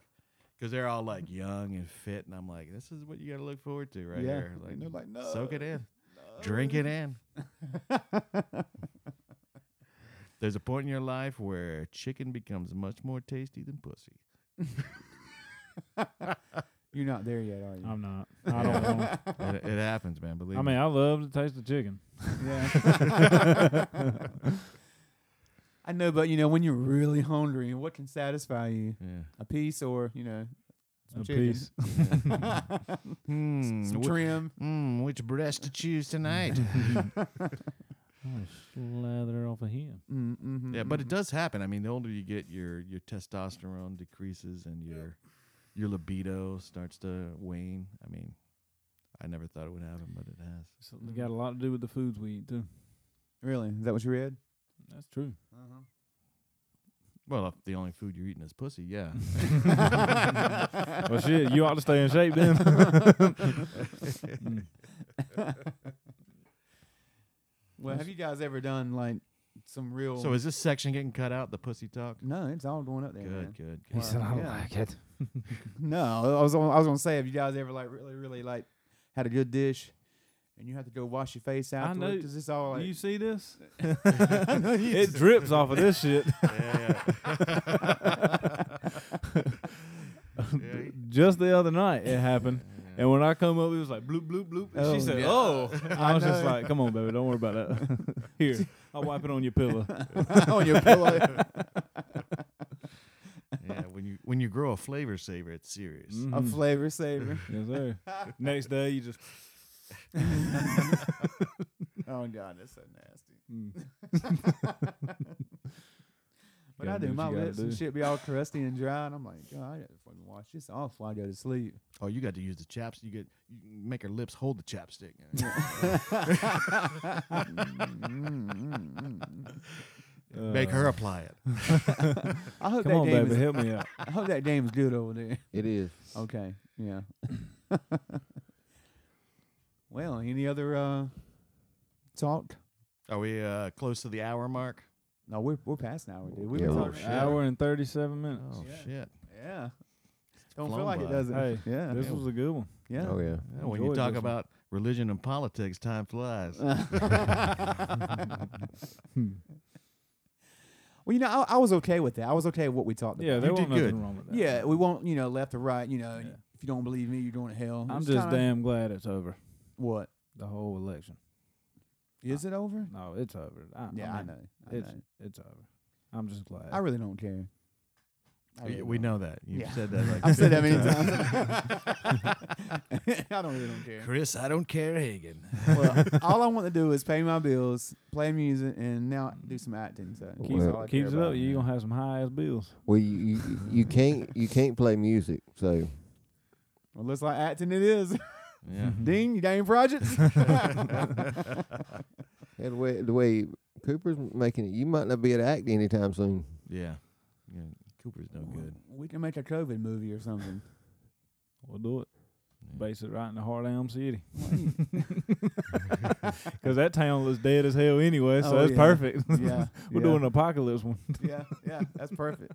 Speaker 2: because they're all like young and fit, and I'm like, this is what you got to look forward to right
Speaker 1: Yeah.
Speaker 2: here. Like,
Speaker 1: And they're like, no,
Speaker 2: soak it in, drink
Speaker 3: Oh.
Speaker 2: it in. There's a point in your life where chicken becomes much more tasty than pussy.
Speaker 1: You're not there yet, are you?
Speaker 3: I'm not. I don't. want
Speaker 2: It, it happens, man. Believe
Speaker 3: I
Speaker 2: me.
Speaker 3: mean, I love the taste of chicken.
Speaker 1: yeah. I know, but you know when you're really hungry, what can satisfy you?
Speaker 2: Yeah.
Speaker 1: A piece or you know some
Speaker 3: A
Speaker 1: chicken.
Speaker 3: piece.
Speaker 2: Hmm,
Speaker 1: some
Speaker 2: whi-
Speaker 1: trim.
Speaker 2: hmm, which breast to choose tonight?
Speaker 3: I'm gonna slather off of him.
Speaker 1: Mm, mhm,
Speaker 2: Yeah, but it
Speaker 1: mhm.
Speaker 2: does happen. I mean, the older you get, your your testosterone decreases and your your libido starts to wane. I mean, I never thought it would happen, but it has.
Speaker 3: It's got a lot to do with the foods we eat too.
Speaker 1: Really, is that what you read?
Speaker 3: That's true.
Speaker 2: Well, if the only food you're eating is pussy, yeah.
Speaker 3: well, shit, you ought to stay in shape then. Mm.
Speaker 1: Well, have you guys ever done like some real?
Speaker 2: so is this section getting cut out? The pussy talk.
Speaker 1: no, it's all going up there. man.
Speaker 2: Good, good,
Speaker 5: He
Speaker 2: good.
Speaker 5: said, I don't
Speaker 1: Yeah.
Speaker 5: like it.
Speaker 1: No, I was gonna- I was gonna say, have you guys ever like really really like had a good dish, and you have to go wash your face
Speaker 3: I
Speaker 1: afterwards?
Speaker 3: know.
Speaker 1: Is this all
Speaker 3: Do
Speaker 1: like?
Speaker 3: you see this?
Speaker 1: I know you
Speaker 3: It drips off of this shit. Just the other night, it happened. And when I come up, it was like bloop bloop bloop. And
Speaker 1: Oh,
Speaker 3: she said,
Speaker 1: yeah.
Speaker 3: "Oh," I,
Speaker 1: I
Speaker 3: was just
Speaker 1: know.
Speaker 3: like, "Come on, baby, don't worry about that." Here, I'll wipe it on your pillow.
Speaker 1: on your pillow.
Speaker 2: yeah, when you when you grow a flavor saver, it's serious.
Speaker 1: a
Speaker 3: Mhm.
Speaker 1: flavor saver.
Speaker 3: yes, sir. Next day, you just
Speaker 1: Oh god, that's so nasty.
Speaker 3: mm.
Speaker 1: But
Speaker 3: Gotta
Speaker 1: I do.
Speaker 3: do what
Speaker 1: my
Speaker 3: you gotta
Speaker 1: lips and
Speaker 3: do.
Speaker 1: shit be all crusty and dry, and I'm like, God, I gotta fucking wash this off while I go to sleep.
Speaker 2: Oh, you got to use the chaps. You get you make her lips hold the chapstick.
Speaker 1: Mm,
Speaker 2: make
Speaker 1: Uh.
Speaker 2: her apply it.
Speaker 1: I hope
Speaker 3: uh, Come
Speaker 1: that
Speaker 3: on,
Speaker 1: game
Speaker 3: baby,
Speaker 1: is.
Speaker 3: help me out.
Speaker 1: I hope that game is good over there.
Speaker 4: It is.
Speaker 1: Okay, yeah. well, any other uh, talk?
Speaker 2: Are we uh, close to the hour mark?
Speaker 1: No, we're we're past an hour, dude. We
Speaker 4: Yeah,
Speaker 1: were
Speaker 4: we're
Speaker 1: talking.
Speaker 4: shit.
Speaker 3: Hour and thirty-seven minutes.
Speaker 2: Oh
Speaker 1: Yeah.
Speaker 2: shit!
Speaker 1: Yeah. Don't
Speaker 2: flown
Speaker 1: feel like it
Speaker 2: by.
Speaker 1: does it.
Speaker 3: Hey,
Speaker 1: yeah.
Speaker 3: This
Speaker 2: Yeah.
Speaker 3: was a good one.
Speaker 1: yeah.
Speaker 4: Oh yeah.
Speaker 2: Yeah, when you
Speaker 3: Enjoyed
Speaker 2: talk
Speaker 3: this one.
Speaker 2: about religion and politics, time flies.
Speaker 1: Well, you know, I, I was okay with that. I was okay with what we talked
Speaker 3: Yeah,
Speaker 1: about.
Speaker 3: there
Speaker 2: did
Speaker 3: wasn't nothing
Speaker 2: good.
Speaker 3: wrong with that.
Speaker 1: Yeah, we won't, you know, left or right, you know,
Speaker 3: Yeah.
Speaker 1: if you don't believe me, you're going to hell.
Speaker 3: I'm
Speaker 1: It's
Speaker 3: just
Speaker 1: kinda-
Speaker 3: damn glad it's over.
Speaker 1: What?
Speaker 3: The whole election.
Speaker 1: Is it over?
Speaker 3: No, it's over. I,
Speaker 1: yeah, I,
Speaker 3: mean,
Speaker 1: know. I
Speaker 3: it's
Speaker 1: know.
Speaker 3: it's over. I'm just glad.
Speaker 1: I really don't care. I
Speaker 2: Y-
Speaker 1: really
Speaker 2: we
Speaker 1: don't.
Speaker 2: know that you've
Speaker 1: Yeah.
Speaker 2: said that. Like
Speaker 1: I've said that
Speaker 2: 50
Speaker 1: many times. I don't really don't care.
Speaker 2: Chris, I don't care, Hagen.
Speaker 1: Well, all I want to do is pay my bills, play music, and now do some acting. So
Speaker 4: Keep-
Speaker 3: keeps,
Speaker 1: that's
Speaker 4: Well-
Speaker 1: all I care
Speaker 3: keeps it
Speaker 1: about.
Speaker 3: up. You're gonna have some high ass bills.
Speaker 4: Well, you, you you can't you can't play music, so
Speaker 1: Well, looks like acting it is.
Speaker 2: Yeah.
Speaker 1: Dean, you got any projects?
Speaker 4: yeah, the way the way Cooper's making it, you might not be at act anytime soon.
Speaker 2: yeah, yeah. Cooper's no good.
Speaker 1: We can make a COVID movie or something.
Speaker 3: We'll do it.
Speaker 2: Yeah.
Speaker 3: Base it right in the heart of Elm City.
Speaker 1: Why you-
Speaker 3: 'Cause that town was dead as hell anyway, so
Speaker 1: Oh,
Speaker 3: that's
Speaker 1: yeah.
Speaker 3: perfect.
Speaker 1: yeah,
Speaker 3: We're
Speaker 1: yeah,
Speaker 3: doing an apocalypse one.
Speaker 1: Yeah, yeah, that's perfect.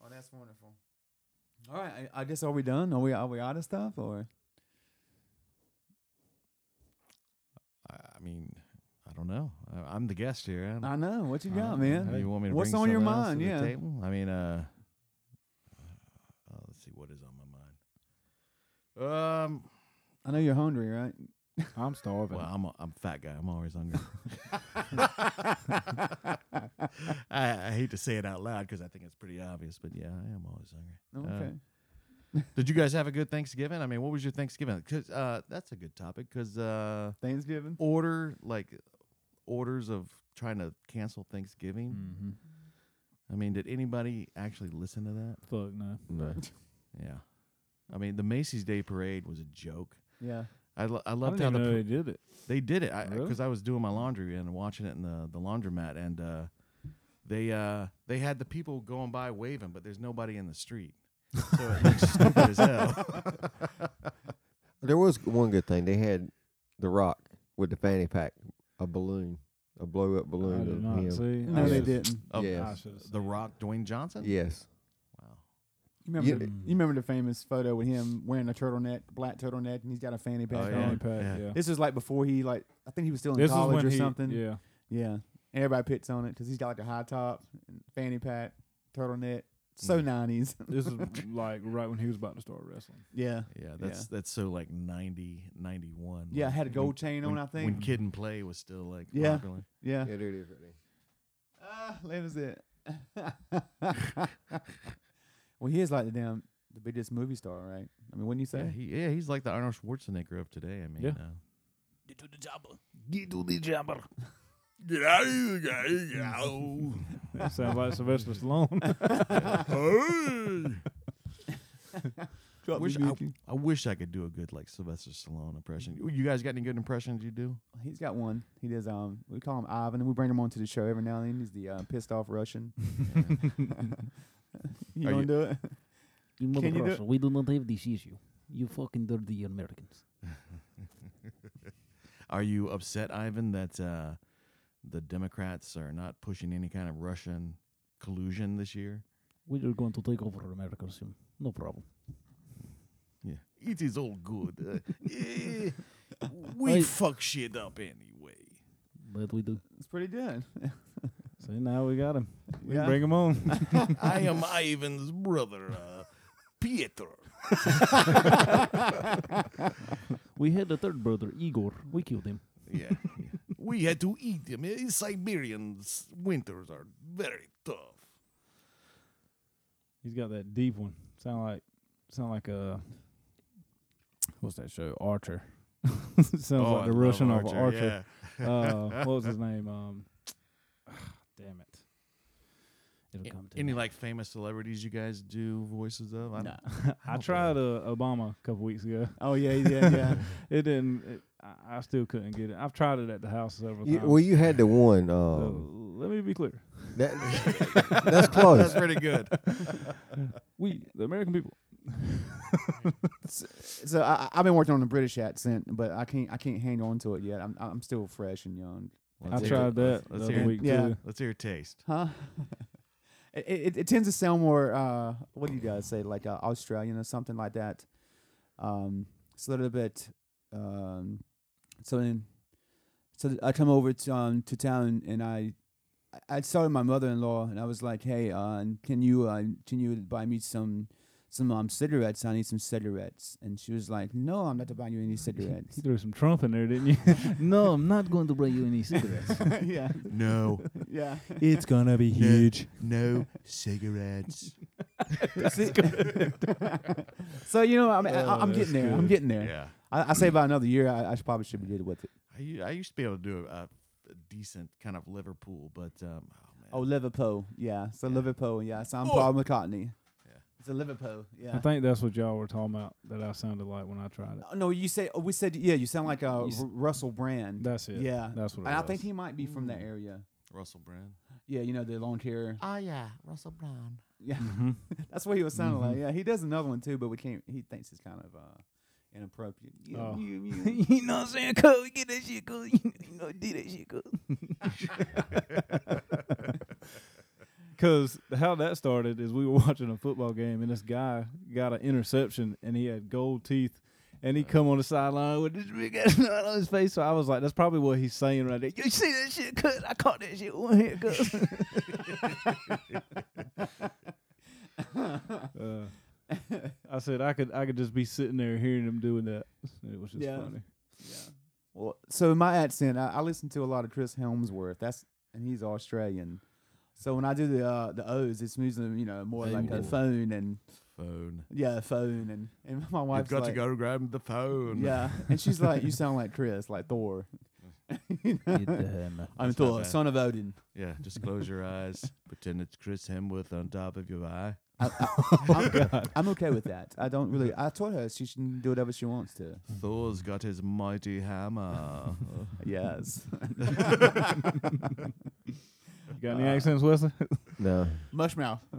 Speaker 1: Oh, that's wonderful. All right, I, I guess are we done? Are we are we out of stuff or
Speaker 2: I I mean, I don't don't know. I, I'm the guest here. I don't-
Speaker 1: I know. What you
Speaker 2: I
Speaker 1: got,
Speaker 2: don't-
Speaker 1: man?
Speaker 2: Uh, You want me to
Speaker 1: What's
Speaker 2: bring
Speaker 1: on your
Speaker 2: something else to
Speaker 1: mind?
Speaker 2: the
Speaker 1: Yeah.
Speaker 2: table? I mean, uh, uh, let's see what is on my mind. Um,
Speaker 1: I know you're hungry, right?
Speaker 3: I'm starving.
Speaker 2: well, I'm a, I'm a fat guy. I'm always hungry. I, I hate to say it out loud because I think it's pretty obvious, but yeah, I am always hungry. Uh,
Speaker 1: Okay.
Speaker 2: did you guys have a good Thanksgiving? I mean, what was your Thanksgiving? 'Cause, uh, that's a good topic because uh,
Speaker 1: Thanksgiving.
Speaker 2: order like orders of trying to cancel Thanksgiving.
Speaker 1: Mm.
Speaker 3: mm-hmm.
Speaker 2: I mean, did anybody actually listen to that?
Speaker 3: Fuck no.
Speaker 4: No.
Speaker 2: Yeah. I mean, the Macy's Day Parade was a joke.
Speaker 1: Yeah.
Speaker 2: I, lo- I
Speaker 3: I
Speaker 2: loved
Speaker 3: didn't
Speaker 2: how
Speaker 3: even
Speaker 2: the
Speaker 3: know
Speaker 2: par-
Speaker 3: they did it.
Speaker 2: they did it. I
Speaker 3: Really?
Speaker 2: because I was doing my laundry and watching it in the, the laundromat, and uh, they uh, they had the people going by waving, but there's nobody in the street. So it looks stupid as hell.
Speaker 4: There was one good thing. They had The Rock with the fanny pack, a balloon, a blow up
Speaker 3: I
Speaker 4: balloon
Speaker 3: did
Speaker 4: of
Speaker 3: not
Speaker 4: him.
Speaker 3: see.
Speaker 1: No,
Speaker 3: I
Speaker 1: they
Speaker 4: yes.
Speaker 1: didn't.
Speaker 2: Oh,
Speaker 3: I
Speaker 4: Yes.
Speaker 3: should've
Speaker 2: The
Speaker 3: seen
Speaker 2: Rock, Dwayne Johnson.
Speaker 4: Yes.
Speaker 2: Wow.
Speaker 1: You remember?
Speaker 4: Yeah.
Speaker 1: The, you remember the famous photo with him wearing a turtleneck, black turtleneck, and he's got a fanny pack
Speaker 2: Oh,
Speaker 3: it.
Speaker 2: yeah.
Speaker 1: on.
Speaker 3: Fanny pack,
Speaker 2: Yeah.
Speaker 3: yeah.
Speaker 1: This is like before he like I think he was still in
Speaker 3: This is
Speaker 1: college
Speaker 3: when
Speaker 1: or
Speaker 3: he-
Speaker 1: something.
Speaker 3: Yeah.
Speaker 1: Yeah. And everybody pits on it because he's got like a high top, and fanny pack, turtleneck. So
Speaker 2: Mm.
Speaker 1: 90s.
Speaker 3: This is like right when he was about to start wrestling.
Speaker 1: yeah.
Speaker 2: Yeah, that's that's so like 90, 91.
Speaker 1: Yeah.
Speaker 2: like,
Speaker 1: Had a
Speaker 2: when-
Speaker 1: gold chain on,
Speaker 2: when,
Speaker 1: I think.
Speaker 2: When Kid and Play was still like
Speaker 1: Yeah.
Speaker 2: popular.
Speaker 1: yeah.
Speaker 4: Yeah, there it is right there.
Speaker 1: Ah, that was it. well, he is like the damn the biggest movie star, right? I mean, wouldn't you say?
Speaker 2: Yeah, he, yeah, he's like the Arnold Schwarzenegger of today. I mean,
Speaker 3: Yeah.
Speaker 2: uh,
Speaker 3: That sounds like Sylvester Stallone.
Speaker 1: Drop
Speaker 2: wish
Speaker 1: the Mm-hmm.
Speaker 2: I,
Speaker 1: Mickey.
Speaker 2: I wish I could do a good like Sylvester Stallone impression. You- You guys got any good impressions you do?
Speaker 1: He's got one. He does. Um, we call him Ivan, and we bring him onto the show every now and then. He's the uh, pissed off Russian. you
Speaker 2: Are
Speaker 1: gonna
Speaker 2: you-
Speaker 1: do it?
Speaker 5: You
Speaker 1: Can you do-
Speaker 5: motherfuckers, we do not have this issue. You fucking dirty Americans.
Speaker 2: Are you upset, Ivan, that uh, the Democrats are not pushing any kind of Russian collusion this year?
Speaker 5: We are going to take over America soon. No problem.
Speaker 2: Yeah, it is all good. Uh, eh, we
Speaker 5: I-
Speaker 2: fuck shit up anyway.
Speaker 5: But we do.
Speaker 1: It's pretty good.
Speaker 3: See, now we got him. We
Speaker 1: Yeah.
Speaker 3: bring him on.
Speaker 2: I am Ivan's brother, uh, Pietro.
Speaker 5: We had a third brother, Igor. We killed him.
Speaker 2: Yeah. we had to eat them. Eh, Siberians winters are very tough.
Speaker 3: He's got that deep one. Sound like, sound like a, what's that show? Archer. Sounds
Speaker 2: Oh,
Speaker 1: Oh,
Speaker 3: like the Russian of Archer. Uh, what was his name? Um, damn it.
Speaker 5: It'll come to
Speaker 2: Any
Speaker 5: me.
Speaker 2: like famous celebrities you guys do voices of? I
Speaker 5: Nah.
Speaker 3: I tried uh, Obama a couple weeks ago.
Speaker 1: Oh yeah, yeah, yeah.
Speaker 3: It didn't. It, I, I still couldn't get it. I've tried it at the house several
Speaker 4: You,
Speaker 3: times.
Speaker 4: well, you had the one.
Speaker 3: So,
Speaker 4: Um,
Speaker 2: Oh.
Speaker 3: let me be clear.
Speaker 4: that, that's close.
Speaker 2: That's pretty good.
Speaker 3: We, the American people,
Speaker 1: so I, I- I've been working on a British accent, but I can't I can't hang on to it yet. I'm I'm still fresh and young.
Speaker 3: I tried that
Speaker 2: Let's,
Speaker 3: the
Speaker 2: hear.
Speaker 3: other week
Speaker 1: Yeah.
Speaker 3: too.
Speaker 2: Let's hear taste.
Speaker 1: Huh? it, it, it tends to sound more, uh, what do you guys say, like uh, Australian or something like that. Um, it's a little bit. Um, so then, so th- I come over to um, to town and I, I I started my mother in law and I was like, hey, uh, can you uh, can you buy me some some um, cigarettes? I need some cigarettes. And she was like, no, I'm not to buy you any cigarettes.
Speaker 3: He threw some Trump in there, didn't you?
Speaker 5: no, I'm not going to bring you any cigarettes.
Speaker 1: yeah,
Speaker 2: No,
Speaker 1: yeah.
Speaker 5: it's gonna be
Speaker 2: huge. no cigarettes.
Speaker 1: so you know, I mean, I,
Speaker 3: Oh,
Speaker 1: I'm
Speaker 3: that's
Speaker 1: getting there. I'm
Speaker 3: good.
Speaker 1: getting there.
Speaker 2: Yeah.
Speaker 1: I, I say by another year, I, I should probably should be good with it.
Speaker 2: I, u- I used to be able to do a, a decent kind of Liverpool, but um,
Speaker 1: Oh,
Speaker 2: oh man,
Speaker 1: Liverpool, yeah. So
Speaker 2: Yeah.
Speaker 1: Liverpool, yeah. So I'm
Speaker 2: Oh.
Speaker 1: Paul McCartney.
Speaker 2: Yeah.
Speaker 1: It's a Liverpool,
Speaker 3: I
Speaker 1: yeah.
Speaker 3: think that's what y'all were talking about that I sounded like when I tried it.
Speaker 1: Oh, no, you say oh, we said yeah. You sound like uh,
Speaker 3: You s-
Speaker 1: R- Russell Brand.
Speaker 3: That's it.
Speaker 1: Yeah.
Speaker 3: that's what.
Speaker 1: and
Speaker 3: it
Speaker 1: I think
Speaker 3: was.
Speaker 1: he might be from
Speaker 2: Mm.
Speaker 1: that area.
Speaker 2: Russell Brand.
Speaker 1: Yeah, you know the long hair.
Speaker 2: Oh yeah, Russell Brand.
Speaker 1: Yeah,
Speaker 3: Mhm.
Speaker 1: that's what he was sounding
Speaker 3: Mhm.
Speaker 1: like. Yeah, he does another one too, but we can't. He thinks it's kind of uh, inappropriate. You-
Speaker 3: Oh.
Speaker 1: you- you-
Speaker 5: you know what I'm saying? Cause get that shit, cause you know, do that shit, cause.
Speaker 3: Because how that started is we were watching a football game and this guy got an interception and he had gold teeth and
Speaker 1: Uh.
Speaker 3: he come on the sideline with this big ass knot on his face. So I was like, that's probably what he's saying right there.
Speaker 5: You see that shit, cuz? I caught that shit one hit, cuz.
Speaker 3: Uh, I said I could I could just be sitting there hearing him doing that. It was just
Speaker 1: Yeah.
Speaker 3: funny.
Speaker 1: Well, so in my accent, I, I listen to a lot of Chris Helmsworth. That's and he's Australian. So when I do the uh, the O's, it's usually you know more like a
Speaker 2: Phone.
Speaker 1: phone and
Speaker 2: Phone.
Speaker 1: yeah, phone and and my wife's like,
Speaker 2: go grab the phone.
Speaker 1: yeah, and she's like, you sound like Chris, like Thor. You know? I'm
Speaker 2: That's not
Speaker 1: Thor,
Speaker 2: bad.
Speaker 1: son of Odin.
Speaker 2: Yeah. Just close your eyes. Pretend it's Chris Hemsworth on top of your eye.
Speaker 1: I,
Speaker 2: Oh,
Speaker 1: I, I'm, I'm okay with that. I don't really. I told her she should do whatever she wants to.
Speaker 2: Thor's got his mighty hammer.
Speaker 1: Yes.
Speaker 3: You got any accents, Wesley?
Speaker 4: No.
Speaker 1: Mushmouth.
Speaker 3: I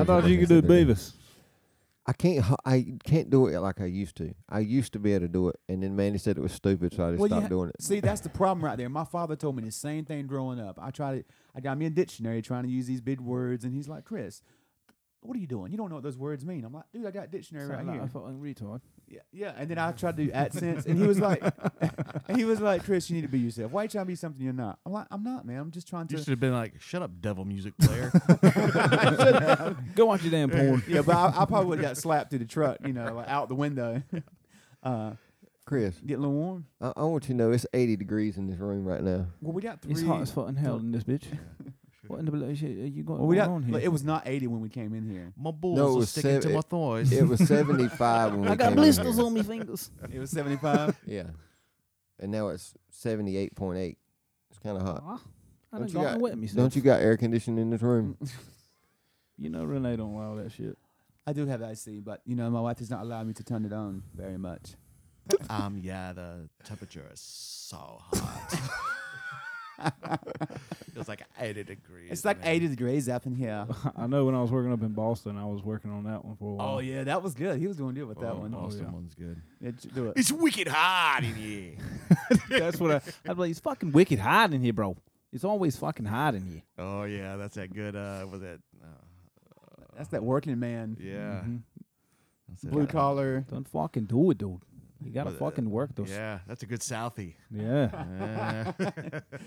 Speaker 4: I
Speaker 3: thought you could do Beavis.
Speaker 4: I can't. h- I can't do it like I used to. I used to be able to do it, and then Manny said it was stupid, so I just
Speaker 1: Well, you
Speaker 4: stopped
Speaker 1: ha-
Speaker 4: doing it.
Speaker 1: Uh, See, that's the problem right there. My father told me the same thing growing up. I tried to, I got me a dictionary trying to use these big words, and he's like, Chris, what are you doing? You don't know what those words mean. I'm like, dude, I got a dictionary right here.
Speaker 3: fucking retard.
Speaker 1: Yeah, yeah. And then I tried to do accents, and he was like, and he was like, Chris, you need to be yourself. Why you trying to be something you're not? I'm like, I'm not, man. I'm just trying
Speaker 2: You should
Speaker 1: to.
Speaker 2: have been like, "Shut up, devil music player."
Speaker 3: Go watch your damn porn.
Speaker 1: yeah, but I, I probably would have got slapped through the truck, you know, like out the window. uh,
Speaker 4: Chris,
Speaker 1: get a little warm.
Speaker 4: I, I want you to know it's 80 degrees in this room right now.
Speaker 1: Well, we got three.
Speaker 5: It's hot as fucking hell
Speaker 1: Don't-
Speaker 5: in this bitch. What in the bloody shit are you going,
Speaker 1: well, we
Speaker 5: going
Speaker 1: got.
Speaker 5: on here?
Speaker 1: like, it was not 80 when we came in here.
Speaker 2: My balls
Speaker 4: No, it
Speaker 2: are
Speaker 4: was
Speaker 2: sticking to
Speaker 4: sev-
Speaker 2: my thighs.
Speaker 4: It was 75 when we
Speaker 5: I got
Speaker 4: came in here.
Speaker 5: blisters on my fingers.
Speaker 1: It was 75.
Speaker 4: Yeah, and now it's 78.8. It's kind of hot.
Speaker 5: Aw, I
Speaker 4: Don't
Speaker 5: done
Speaker 4: you
Speaker 5: got
Speaker 4: got-
Speaker 5: wet myself.
Speaker 4: Don't you got air conditioning in this room?
Speaker 3: You know Renee don't allow that shit.
Speaker 1: I do have AC, but you know my wife does not allow me to turn it on very much.
Speaker 2: um, yeah, the temperature is so hot. it's like 80 degrees.
Speaker 1: It's like
Speaker 2: man.
Speaker 1: 80 degrees up in here.
Speaker 3: I know when I was working up in Boston, I was working on that one for a while.
Speaker 1: Oh yeah, that was good. He was doing good with that
Speaker 2: Oh,
Speaker 1: one.
Speaker 2: Boston
Speaker 3: yeah.
Speaker 2: one's good.
Speaker 1: Yeah, j- do it.
Speaker 2: It's wicked hot in here.
Speaker 5: That's what I. I'd be like, it's fucking wicked hot in here, bro. It's always fucking hot in here.
Speaker 2: Oh yeah, that's that good. Uh, was it? Uh,
Speaker 1: That's that working man,
Speaker 2: yeah.
Speaker 3: Mhm.
Speaker 2: That's it,
Speaker 1: blue
Speaker 2: uh,
Speaker 1: collar.
Speaker 5: Don't fucking do it, dude. You gotta
Speaker 2: Well, uh,
Speaker 5: fucking work those.
Speaker 2: Yeah, that's a good Southie.
Speaker 3: Yeah.
Speaker 2: Uh,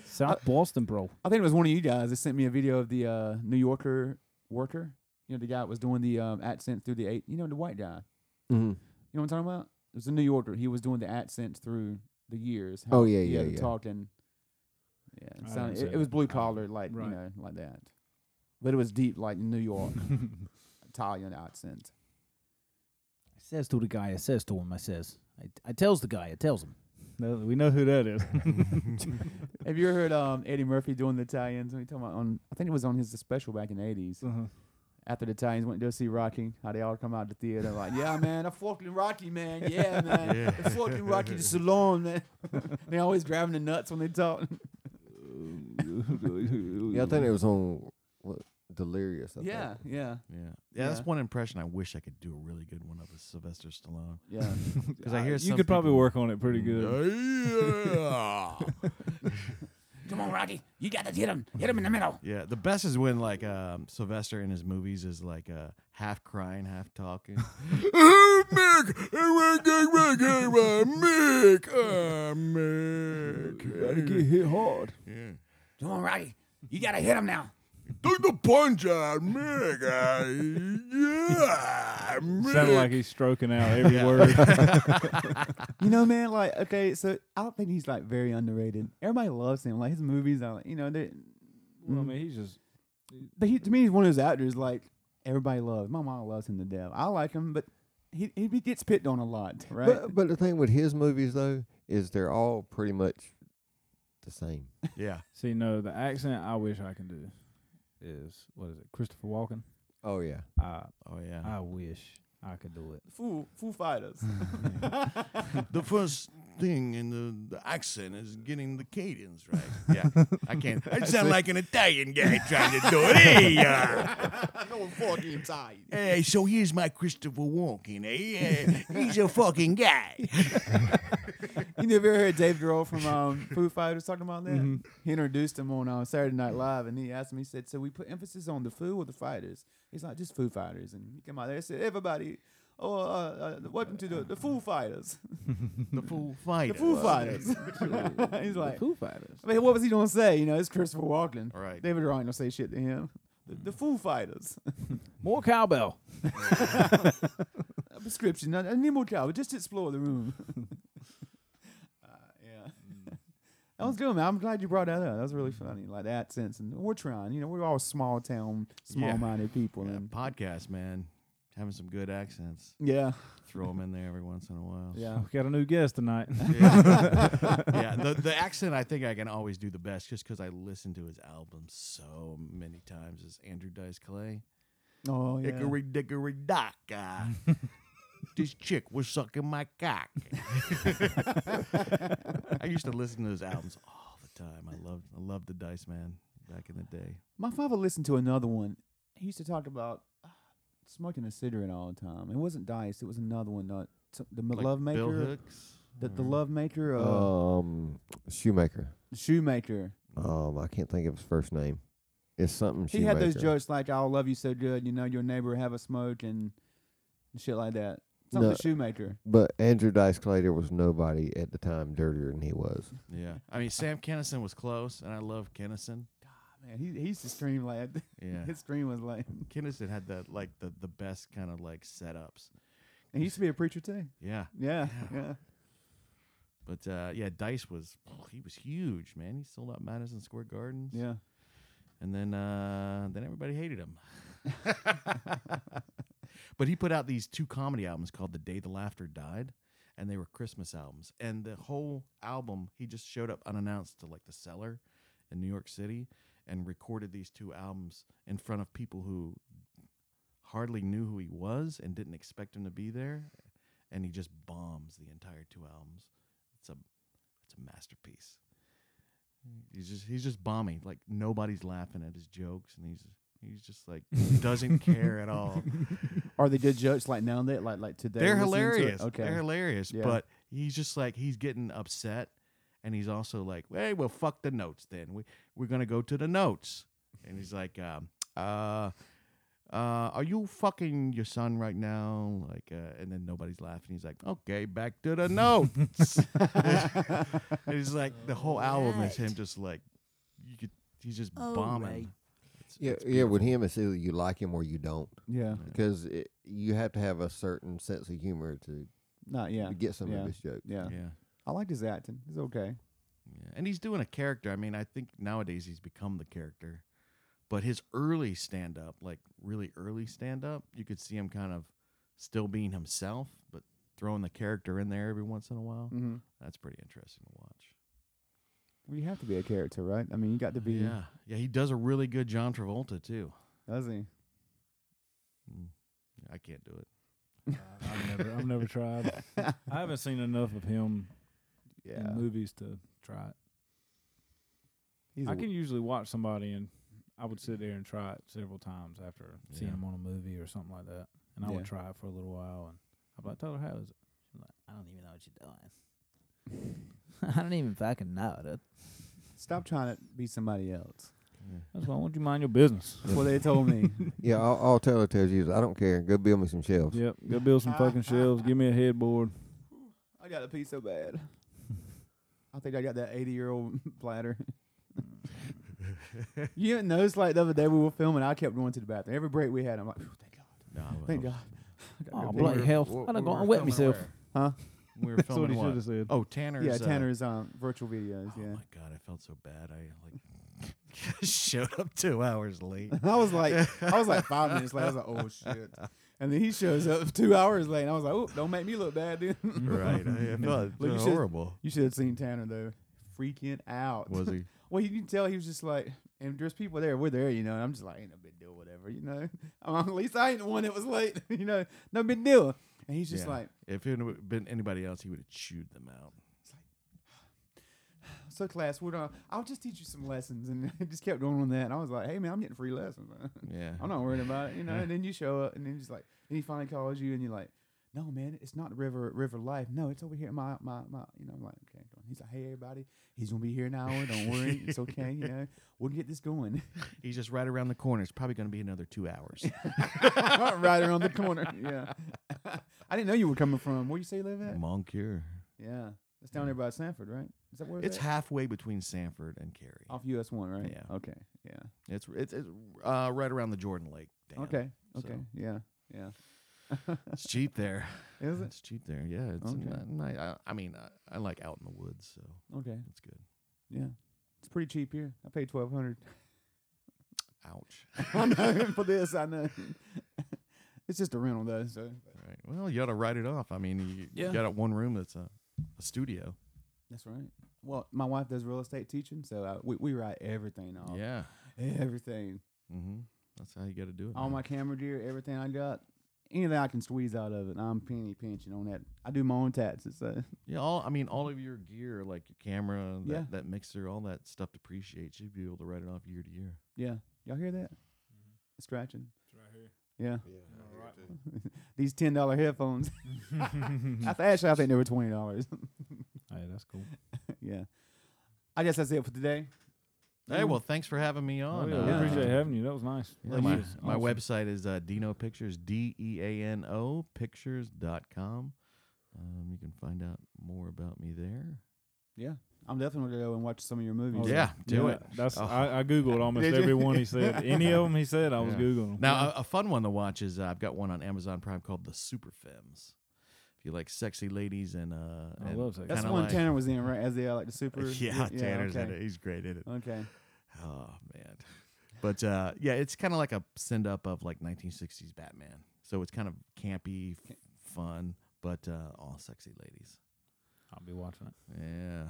Speaker 5: South Boston, bro.
Speaker 1: I think it was one of you guys that sent me a video of the uh, New Yorker worker. You know the guy that was doing the um, accent through the eight. You know the white guy.
Speaker 4: Mm-hmm.
Speaker 1: You know what I'm talking about? It was a New Yorker. He was doing the accents through the years.
Speaker 4: Oh, yeah,
Speaker 1: he
Speaker 4: yeah,
Speaker 1: had
Speaker 4: yeah.
Speaker 1: Talking. Yeah,
Speaker 3: I
Speaker 1: it, sounded,
Speaker 3: didn't
Speaker 1: it,
Speaker 3: see
Speaker 1: it was
Speaker 3: that.
Speaker 1: blue collar, like
Speaker 3: Right.
Speaker 1: you know, like that. But it was deep, like New York Italian accent.
Speaker 5: I says to the guy, I says to him, I says, I, I tells the guy, I tells him.
Speaker 3: No, we know who that is.
Speaker 1: Have you ever heard um, Eddie Murphy doing the Italians? What are you talking about? On I think it was on his special back in the '80s.
Speaker 3: Uh-huh.
Speaker 1: After the Italians went to go see Rocky, how they all come out the theater like, "Yeah, man, I fucking Rocky, man. Yeah, man, I fucking Rocky the Stallone, man." they always grabbing the nuts when they talk.
Speaker 4: Yeah, I think it was on what, Delirious. I
Speaker 1: yeah,
Speaker 4: think.
Speaker 1: yeah,
Speaker 2: yeah. yeah, that's
Speaker 1: Yeah.
Speaker 2: one impression I wish I could do a really good one of is Sylvester Stallone.
Speaker 1: yeah.
Speaker 2: Because I hear
Speaker 3: you could probably work on it pretty good.
Speaker 5: Come on, Rocky, you gotta hit him, hit him in the middle.
Speaker 2: Yeah, the best is when like um, Sylvester in his movies is like uh, half crying, half talking. oh, Mick, oh, Mick, oh, Mick, oh, uh, Mick, oh, Mick.
Speaker 3: hit hard.
Speaker 2: Yeah.
Speaker 5: Come on, Rocky, you gotta hit him now.
Speaker 2: Take the punch out, Mick. Uh, yeah, Mick.
Speaker 3: Sounded like he's stroking out every word.
Speaker 1: You know, man, like okay, so I don't think he's like very underrated. Everybody loves him. Like his movies are, like, you know, they
Speaker 3: well, I mean, he's just
Speaker 1: but he to me he's one of those actors like everybody loves. My mom loves him to death. I like him, but he he be- gets picked on a lot, right?
Speaker 4: But but the thing with his movies though is they're all pretty much the same.
Speaker 2: yeah.
Speaker 3: see. No, the accent I wish I can do is what is it? Christopher Walken.
Speaker 4: Oh yeah.
Speaker 3: I
Speaker 2: Oh yeah.
Speaker 5: I wish I could do it.
Speaker 1: Foo Foo Fighters.
Speaker 2: the first thing in the, the accent is getting the cadence right. Yeah, I can't. I sound like an Italian guy trying to do it. Hey, uh,
Speaker 1: no fucking tight.
Speaker 2: hey, so here's my Christopher Walken. Hey, uh, he's a fucking guy.
Speaker 1: You never heard Dave Grohl from um, Foo Fighters talking about that?
Speaker 5: Mm-hmm.
Speaker 1: He introduced him on uh, Saturday Night Live, and he asked me, he said, "So we put emphasis on the foo or the fighters?" He's like, "Just Foo Fighters," and he came out there and said, "Everybody." Oh, uh, uh, welcome to the, the Foo Fighters.
Speaker 2: The Foo Fighters.
Speaker 1: The Foo Fighters. He's
Speaker 5: The
Speaker 1: like,
Speaker 5: Foo Fighters.
Speaker 1: I mean, what was he gonna say? You know, it's Christopher Walken.
Speaker 2: Right.
Speaker 1: David Ryan don't say shit to him. The,
Speaker 5: Mm.
Speaker 1: the Foo Fighters.
Speaker 5: More cowbell.
Speaker 1: A prescription. I, I need more cow. Just explore the room. uh, yeah.
Speaker 2: Mm.
Speaker 1: That was good, man. I'm glad you brought that up. That was really funny. Like the accents, and we're trying. You know, we're all small town,
Speaker 2: Yeah.
Speaker 1: small minded people,
Speaker 2: Yeah,
Speaker 1: and
Speaker 2: podcast, man. Having some good accents.
Speaker 1: yeah,
Speaker 2: Throw them in there every once in a while.
Speaker 1: yeah.
Speaker 3: Oh, got a new guest tonight.
Speaker 2: Yeah. yeah, the the accent I think I can always do the best just because I listen to his album so many times is Andrew Dice Clay.
Speaker 1: Oh yeah.
Speaker 2: Hickory dickory dock. uh, this chick was sucking my cock. I used to listen to his albums all the time. I loved I loved the Dice Man back in the day.
Speaker 1: My father listened to another one. He used to talk about uh, smoking a cigarette all the time. It wasn't Dice. It was another one. Not t- the
Speaker 2: Like
Speaker 1: love
Speaker 2: Bill Mm-hmm.
Speaker 1: maker.
Speaker 2: Hooks.
Speaker 1: The, the
Speaker 2: or-
Speaker 1: love maker. Uh,
Speaker 4: Um, shoemaker.
Speaker 1: shoemaker.
Speaker 4: Um, I can't think of his first name. It's something.
Speaker 1: He had those
Speaker 4: Shoemaker.
Speaker 1: jokes like "I'll love you so good," you know, your neighbor have a smoke and shit like that. Something
Speaker 4: No.
Speaker 1: shoemaker.
Speaker 4: But Andrew Dice Clay, there was nobody at the time dirtier than he was.
Speaker 2: Yeah. I mean Sam Kennison was close and I love Kennison.
Speaker 1: Oh, Man, he he used to stream like that.
Speaker 2: Yeah.
Speaker 1: his stream was like.
Speaker 2: Kennison had the like the, the best kind of like setups.
Speaker 1: And he used to be a preacher too.
Speaker 2: Yeah.
Speaker 1: Yeah,
Speaker 2: Yeah.
Speaker 1: yeah.
Speaker 2: But uh, yeah, Dice was oh, he was huge, man. He sold out Madison Square Gardens.
Speaker 1: yeah.
Speaker 2: And then uh, then everybody hated him. but he put out these two comedy albums called The Day the Laughter Died, and they were Christmas albums. And the whole album, he just showed up unannounced to like the cellar in New York City and recorded these two albums in front of people who hardly knew who he was and didn't expect him to be there. And he just bombs the entire two albums. It's a it's a masterpiece. He's just he's just bombing. Like nobody's laughing at his jokes, and he's he's just like doesn't care at all.
Speaker 1: Are they good jokes like now that like like today?
Speaker 2: They're
Speaker 1: listening to it?
Speaker 2: hilarious.
Speaker 1: Okay.
Speaker 2: They're hilarious.
Speaker 1: Yeah.
Speaker 2: But he's just like he's getting upset, and he's also like, hey, well, fuck the notes. Then we we're gonna go to the notes, and he's like, um, uh. Uh, are you fucking your son right now? Like, uh, and then nobody's laughing. He's like, "Okay, back to the notes." And he's like, the whole album is him just like, you could, he's just bombing. It's-
Speaker 4: Yeah,
Speaker 2: it's
Speaker 4: yeah. With
Speaker 2: beautiful.
Speaker 4: him, it's either you like him or you don't,
Speaker 1: yeah.
Speaker 4: because it, you have to have a certain sense of humor to,
Speaker 1: Not yeah.
Speaker 4: to get some
Speaker 1: yeah.
Speaker 4: of his jokes.
Speaker 1: Yeah.
Speaker 2: yeah.
Speaker 1: I liked his acting. He's okay.
Speaker 2: Yeah, and he's doing a character. I mean, I think nowadays he's become the character, but his early stand up, like really early stand up, you could see him kind of still being himself, but throwing the character in there every once in a while.
Speaker 1: Mm-hmm.
Speaker 2: That's pretty interesting to watch.
Speaker 1: Well, you have to be a character, right? I mean, you got to be.
Speaker 2: Yeah, yeah, he does a really good John Travolta too.
Speaker 1: Does he?
Speaker 2: Mm. I can't do it.
Speaker 3: I've never, I've never tried. I haven't seen enough of him in movies to try it.
Speaker 1: He's
Speaker 3: I
Speaker 1: a-
Speaker 3: can usually watch somebody and I would sit there and try it several times after seeing
Speaker 2: Yeah.
Speaker 3: them on a movie or something like that. And I
Speaker 1: Yeah.
Speaker 3: would try it for a little while and I'd be like, Tyler, how is it?
Speaker 5: I'm like, I don't even know what you're doing. I don't even fucking know it.
Speaker 1: Stop trying to be somebody else.
Speaker 3: That's why I want you mind your business.
Speaker 1: That's what they told me.
Speaker 4: Yeah, all, all Taylor tells you is, I don't care. Go build me some shelves.
Speaker 3: Yep. Go build some fucking shelves. Give me a headboard.
Speaker 1: I got a pee so bad. I think I got that 80 year old platter. you didn't notice like the other day we were filming, I kept going to the bathroom. Every break we had, I'm like, "Phew, thank God.
Speaker 2: No, I- I
Speaker 1: Thank
Speaker 2: was-
Speaker 1: God. I got
Speaker 5: Oh,
Speaker 1: a
Speaker 5: bloody
Speaker 1: pee."
Speaker 2: were-
Speaker 5: hell.
Speaker 2: wh-
Speaker 5: I
Speaker 2: we
Speaker 5: done gone
Speaker 2: were
Speaker 5: and wet
Speaker 2: filming
Speaker 5: myself.
Speaker 2: where?
Speaker 1: Huh?
Speaker 2: We were
Speaker 3: That's what
Speaker 2: filming
Speaker 3: he should
Speaker 2: what?
Speaker 3: have said.
Speaker 2: Oh, Tanner's.
Speaker 1: Yeah,
Speaker 2: uh,
Speaker 1: Tanner's um, virtual videos.
Speaker 2: Oh
Speaker 1: Yeah.
Speaker 2: my god, I felt so bad. I like showed up two hours late.
Speaker 1: I was like, I was like five minutes late. I was like, oh shit. And then he shows up two hours late, and I was like, oh, don't make me look bad, dude.
Speaker 2: right, I, I felt
Speaker 1: Look, you should-
Speaker 2: horrible.
Speaker 1: you should have seen Tanner though, freaking out.
Speaker 2: Was he?
Speaker 1: Well, you can tell he was just like, and there's people there. We're there, you know. And I'm just like, ain't no big deal, whatever, you know. I'm, at least I ain't the one that was late, you know. No big deal. And he's just
Speaker 2: Yeah.
Speaker 1: like,
Speaker 2: If it had been anybody else, he would have chewed them out.
Speaker 1: so class, we're done. I'll just teach you some lessons, and I just kept going on that. And I was like, hey man, I'm getting free lessons. Man.
Speaker 2: Yeah.
Speaker 1: I'm not worried about it, you know. And then you show up, and then just like, and he finally calls you, and you're like, no, man, it's not River River Life. No, it's over here. My my my. You know, I'm like okay. He's like, hey, everybody, he's gonna be here an hour. Don't worry, it's okay. You know, we'll get this going.
Speaker 2: He's just right around the corner. It's probably going to be another two hours.
Speaker 1: right around the corner. Yeah. I didn't know you were coming from. Where you say you live at?
Speaker 2: Moncure.
Speaker 1: Yeah, it's down there by Sanford, right? Is that where
Speaker 2: It's
Speaker 1: at?
Speaker 2: halfway between Sanford and Cary.
Speaker 1: off US one, right?
Speaker 2: Yeah.
Speaker 1: Okay. Yeah.
Speaker 2: It's it's, it's uh, right around the Jordan Lake. Dam.
Speaker 1: Okay.
Speaker 2: So-
Speaker 1: Okay. Yeah. Yeah.
Speaker 2: it's cheap there.
Speaker 1: Is it?
Speaker 2: It's cheap there. Yeah, it's
Speaker 1: Okay.
Speaker 2: nice. I, I mean, I, I like out in the woods, so
Speaker 1: Okay.
Speaker 2: it's good.
Speaker 1: Yeah. It's pretty cheap here. I paid twelve hundred.
Speaker 2: Ouch.
Speaker 1: I know for this. I know. it's just a rental though. So
Speaker 2: Right. Well, you got to write it off. I mean, you,
Speaker 3: Yeah.
Speaker 2: you got one room that's a, a studio.
Speaker 1: that's right. Well, my wife does real estate teaching, so I, we we write everything off.
Speaker 2: Yeah.
Speaker 1: Everything.
Speaker 2: Mm-hmm. That's how you got to do it.
Speaker 1: All
Speaker 2: man.
Speaker 1: my camera gear, everything I got. Anything I can squeeze out of it, I'm penny pinching on that. I do my own taxes. So.
Speaker 2: Yeah, all I mean, all of your gear, like your camera, that,
Speaker 1: Yeah.
Speaker 2: that mixer, all that stuff depreciates. You'd be able to write it off year to year.
Speaker 1: Yeah, y'all hear that? Scratching.
Speaker 3: It's right here.
Speaker 1: Yeah,
Speaker 3: All right.
Speaker 1: these ten dollar headphones. I th- actually, I think they were twenty dollars.
Speaker 3: Hey, that's cool.
Speaker 1: yeah, I guess that's it for today.
Speaker 2: Hey, well, thanks for having me
Speaker 3: Oh,
Speaker 2: on.
Speaker 3: yeah, we
Speaker 2: uh,
Speaker 3: appreciate having you. That was nice.
Speaker 2: yeah,
Speaker 3: That
Speaker 2: my,
Speaker 3: was
Speaker 2: my
Speaker 3: awesome.
Speaker 2: website is uh, Dino Pictures, D E A N O Pictures.com. Um, you can find out more about me there.
Speaker 1: Yeah, I'm definitely gonna go and watch some of your movies.
Speaker 3: Oh,
Speaker 2: yeah, do
Speaker 3: Yeah,
Speaker 2: it.
Speaker 3: That's
Speaker 2: Oh.
Speaker 3: I, I googled almost
Speaker 1: Did you?
Speaker 3: every one he said. Any of them he said, I was
Speaker 2: Yeah.
Speaker 3: googling. 'em.
Speaker 2: Now, a, a fun one to watch is uh, I've got one on Amazon Prime called The Super Fems. If you like sexy ladies and uh,
Speaker 3: I
Speaker 2: and
Speaker 3: love that.
Speaker 1: that's the
Speaker 2: kinda
Speaker 1: one
Speaker 2: like-
Speaker 1: Tanner was in, right? As the uh, like the super.
Speaker 2: yeah, Tanner's
Speaker 1: okay.
Speaker 2: in it. He's great in it.
Speaker 1: Okay.
Speaker 2: Oh man. But uh, yeah, it's kind of like a send up of like 1960s Batman. So it's kind of campy, f- fun, but uh, all sexy ladies.
Speaker 3: I'll be watching it.
Speaker 2: Yeah,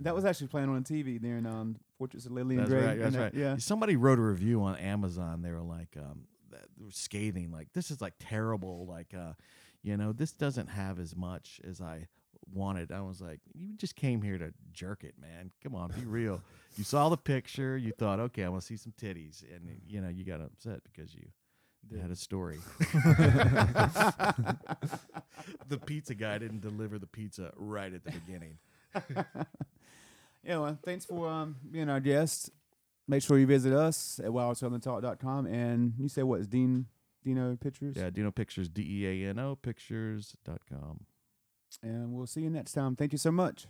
Speaker 1: That was actually playing on TV there in um, Portraits of Lily and
Speaker 2: that's
Speaker 1: Gray.
Speaker 2: right. That's
Speaker 1: and
Speaker 2: right.
Speaker 1: that- Yeah.
Speaker 2: Somebody wrote a review on Amazon. They were like, um, that- they were scathing. Like this is like terrible. Like, uh, you know, this doesn't have as much as I wanted. I was like, you just came here to jerk it, man. Come on, be real. you saw the picture. You thought, okay, I want to see some titties, and you know, you got upset because you They had a story. the pizza guy didn't deliver the pizza right at the beginning.
Speaker 1: Yeah, well, thanks for um, being our guest. Make sure you visit us at wildsoutherntalk.com. And you say what is Dean Dino Pictures?
Speaker 2: Yeah, Dino Pictures, D E A N O Pictures.com.
Speaker 1: And we'll see you next time. Thank you so much.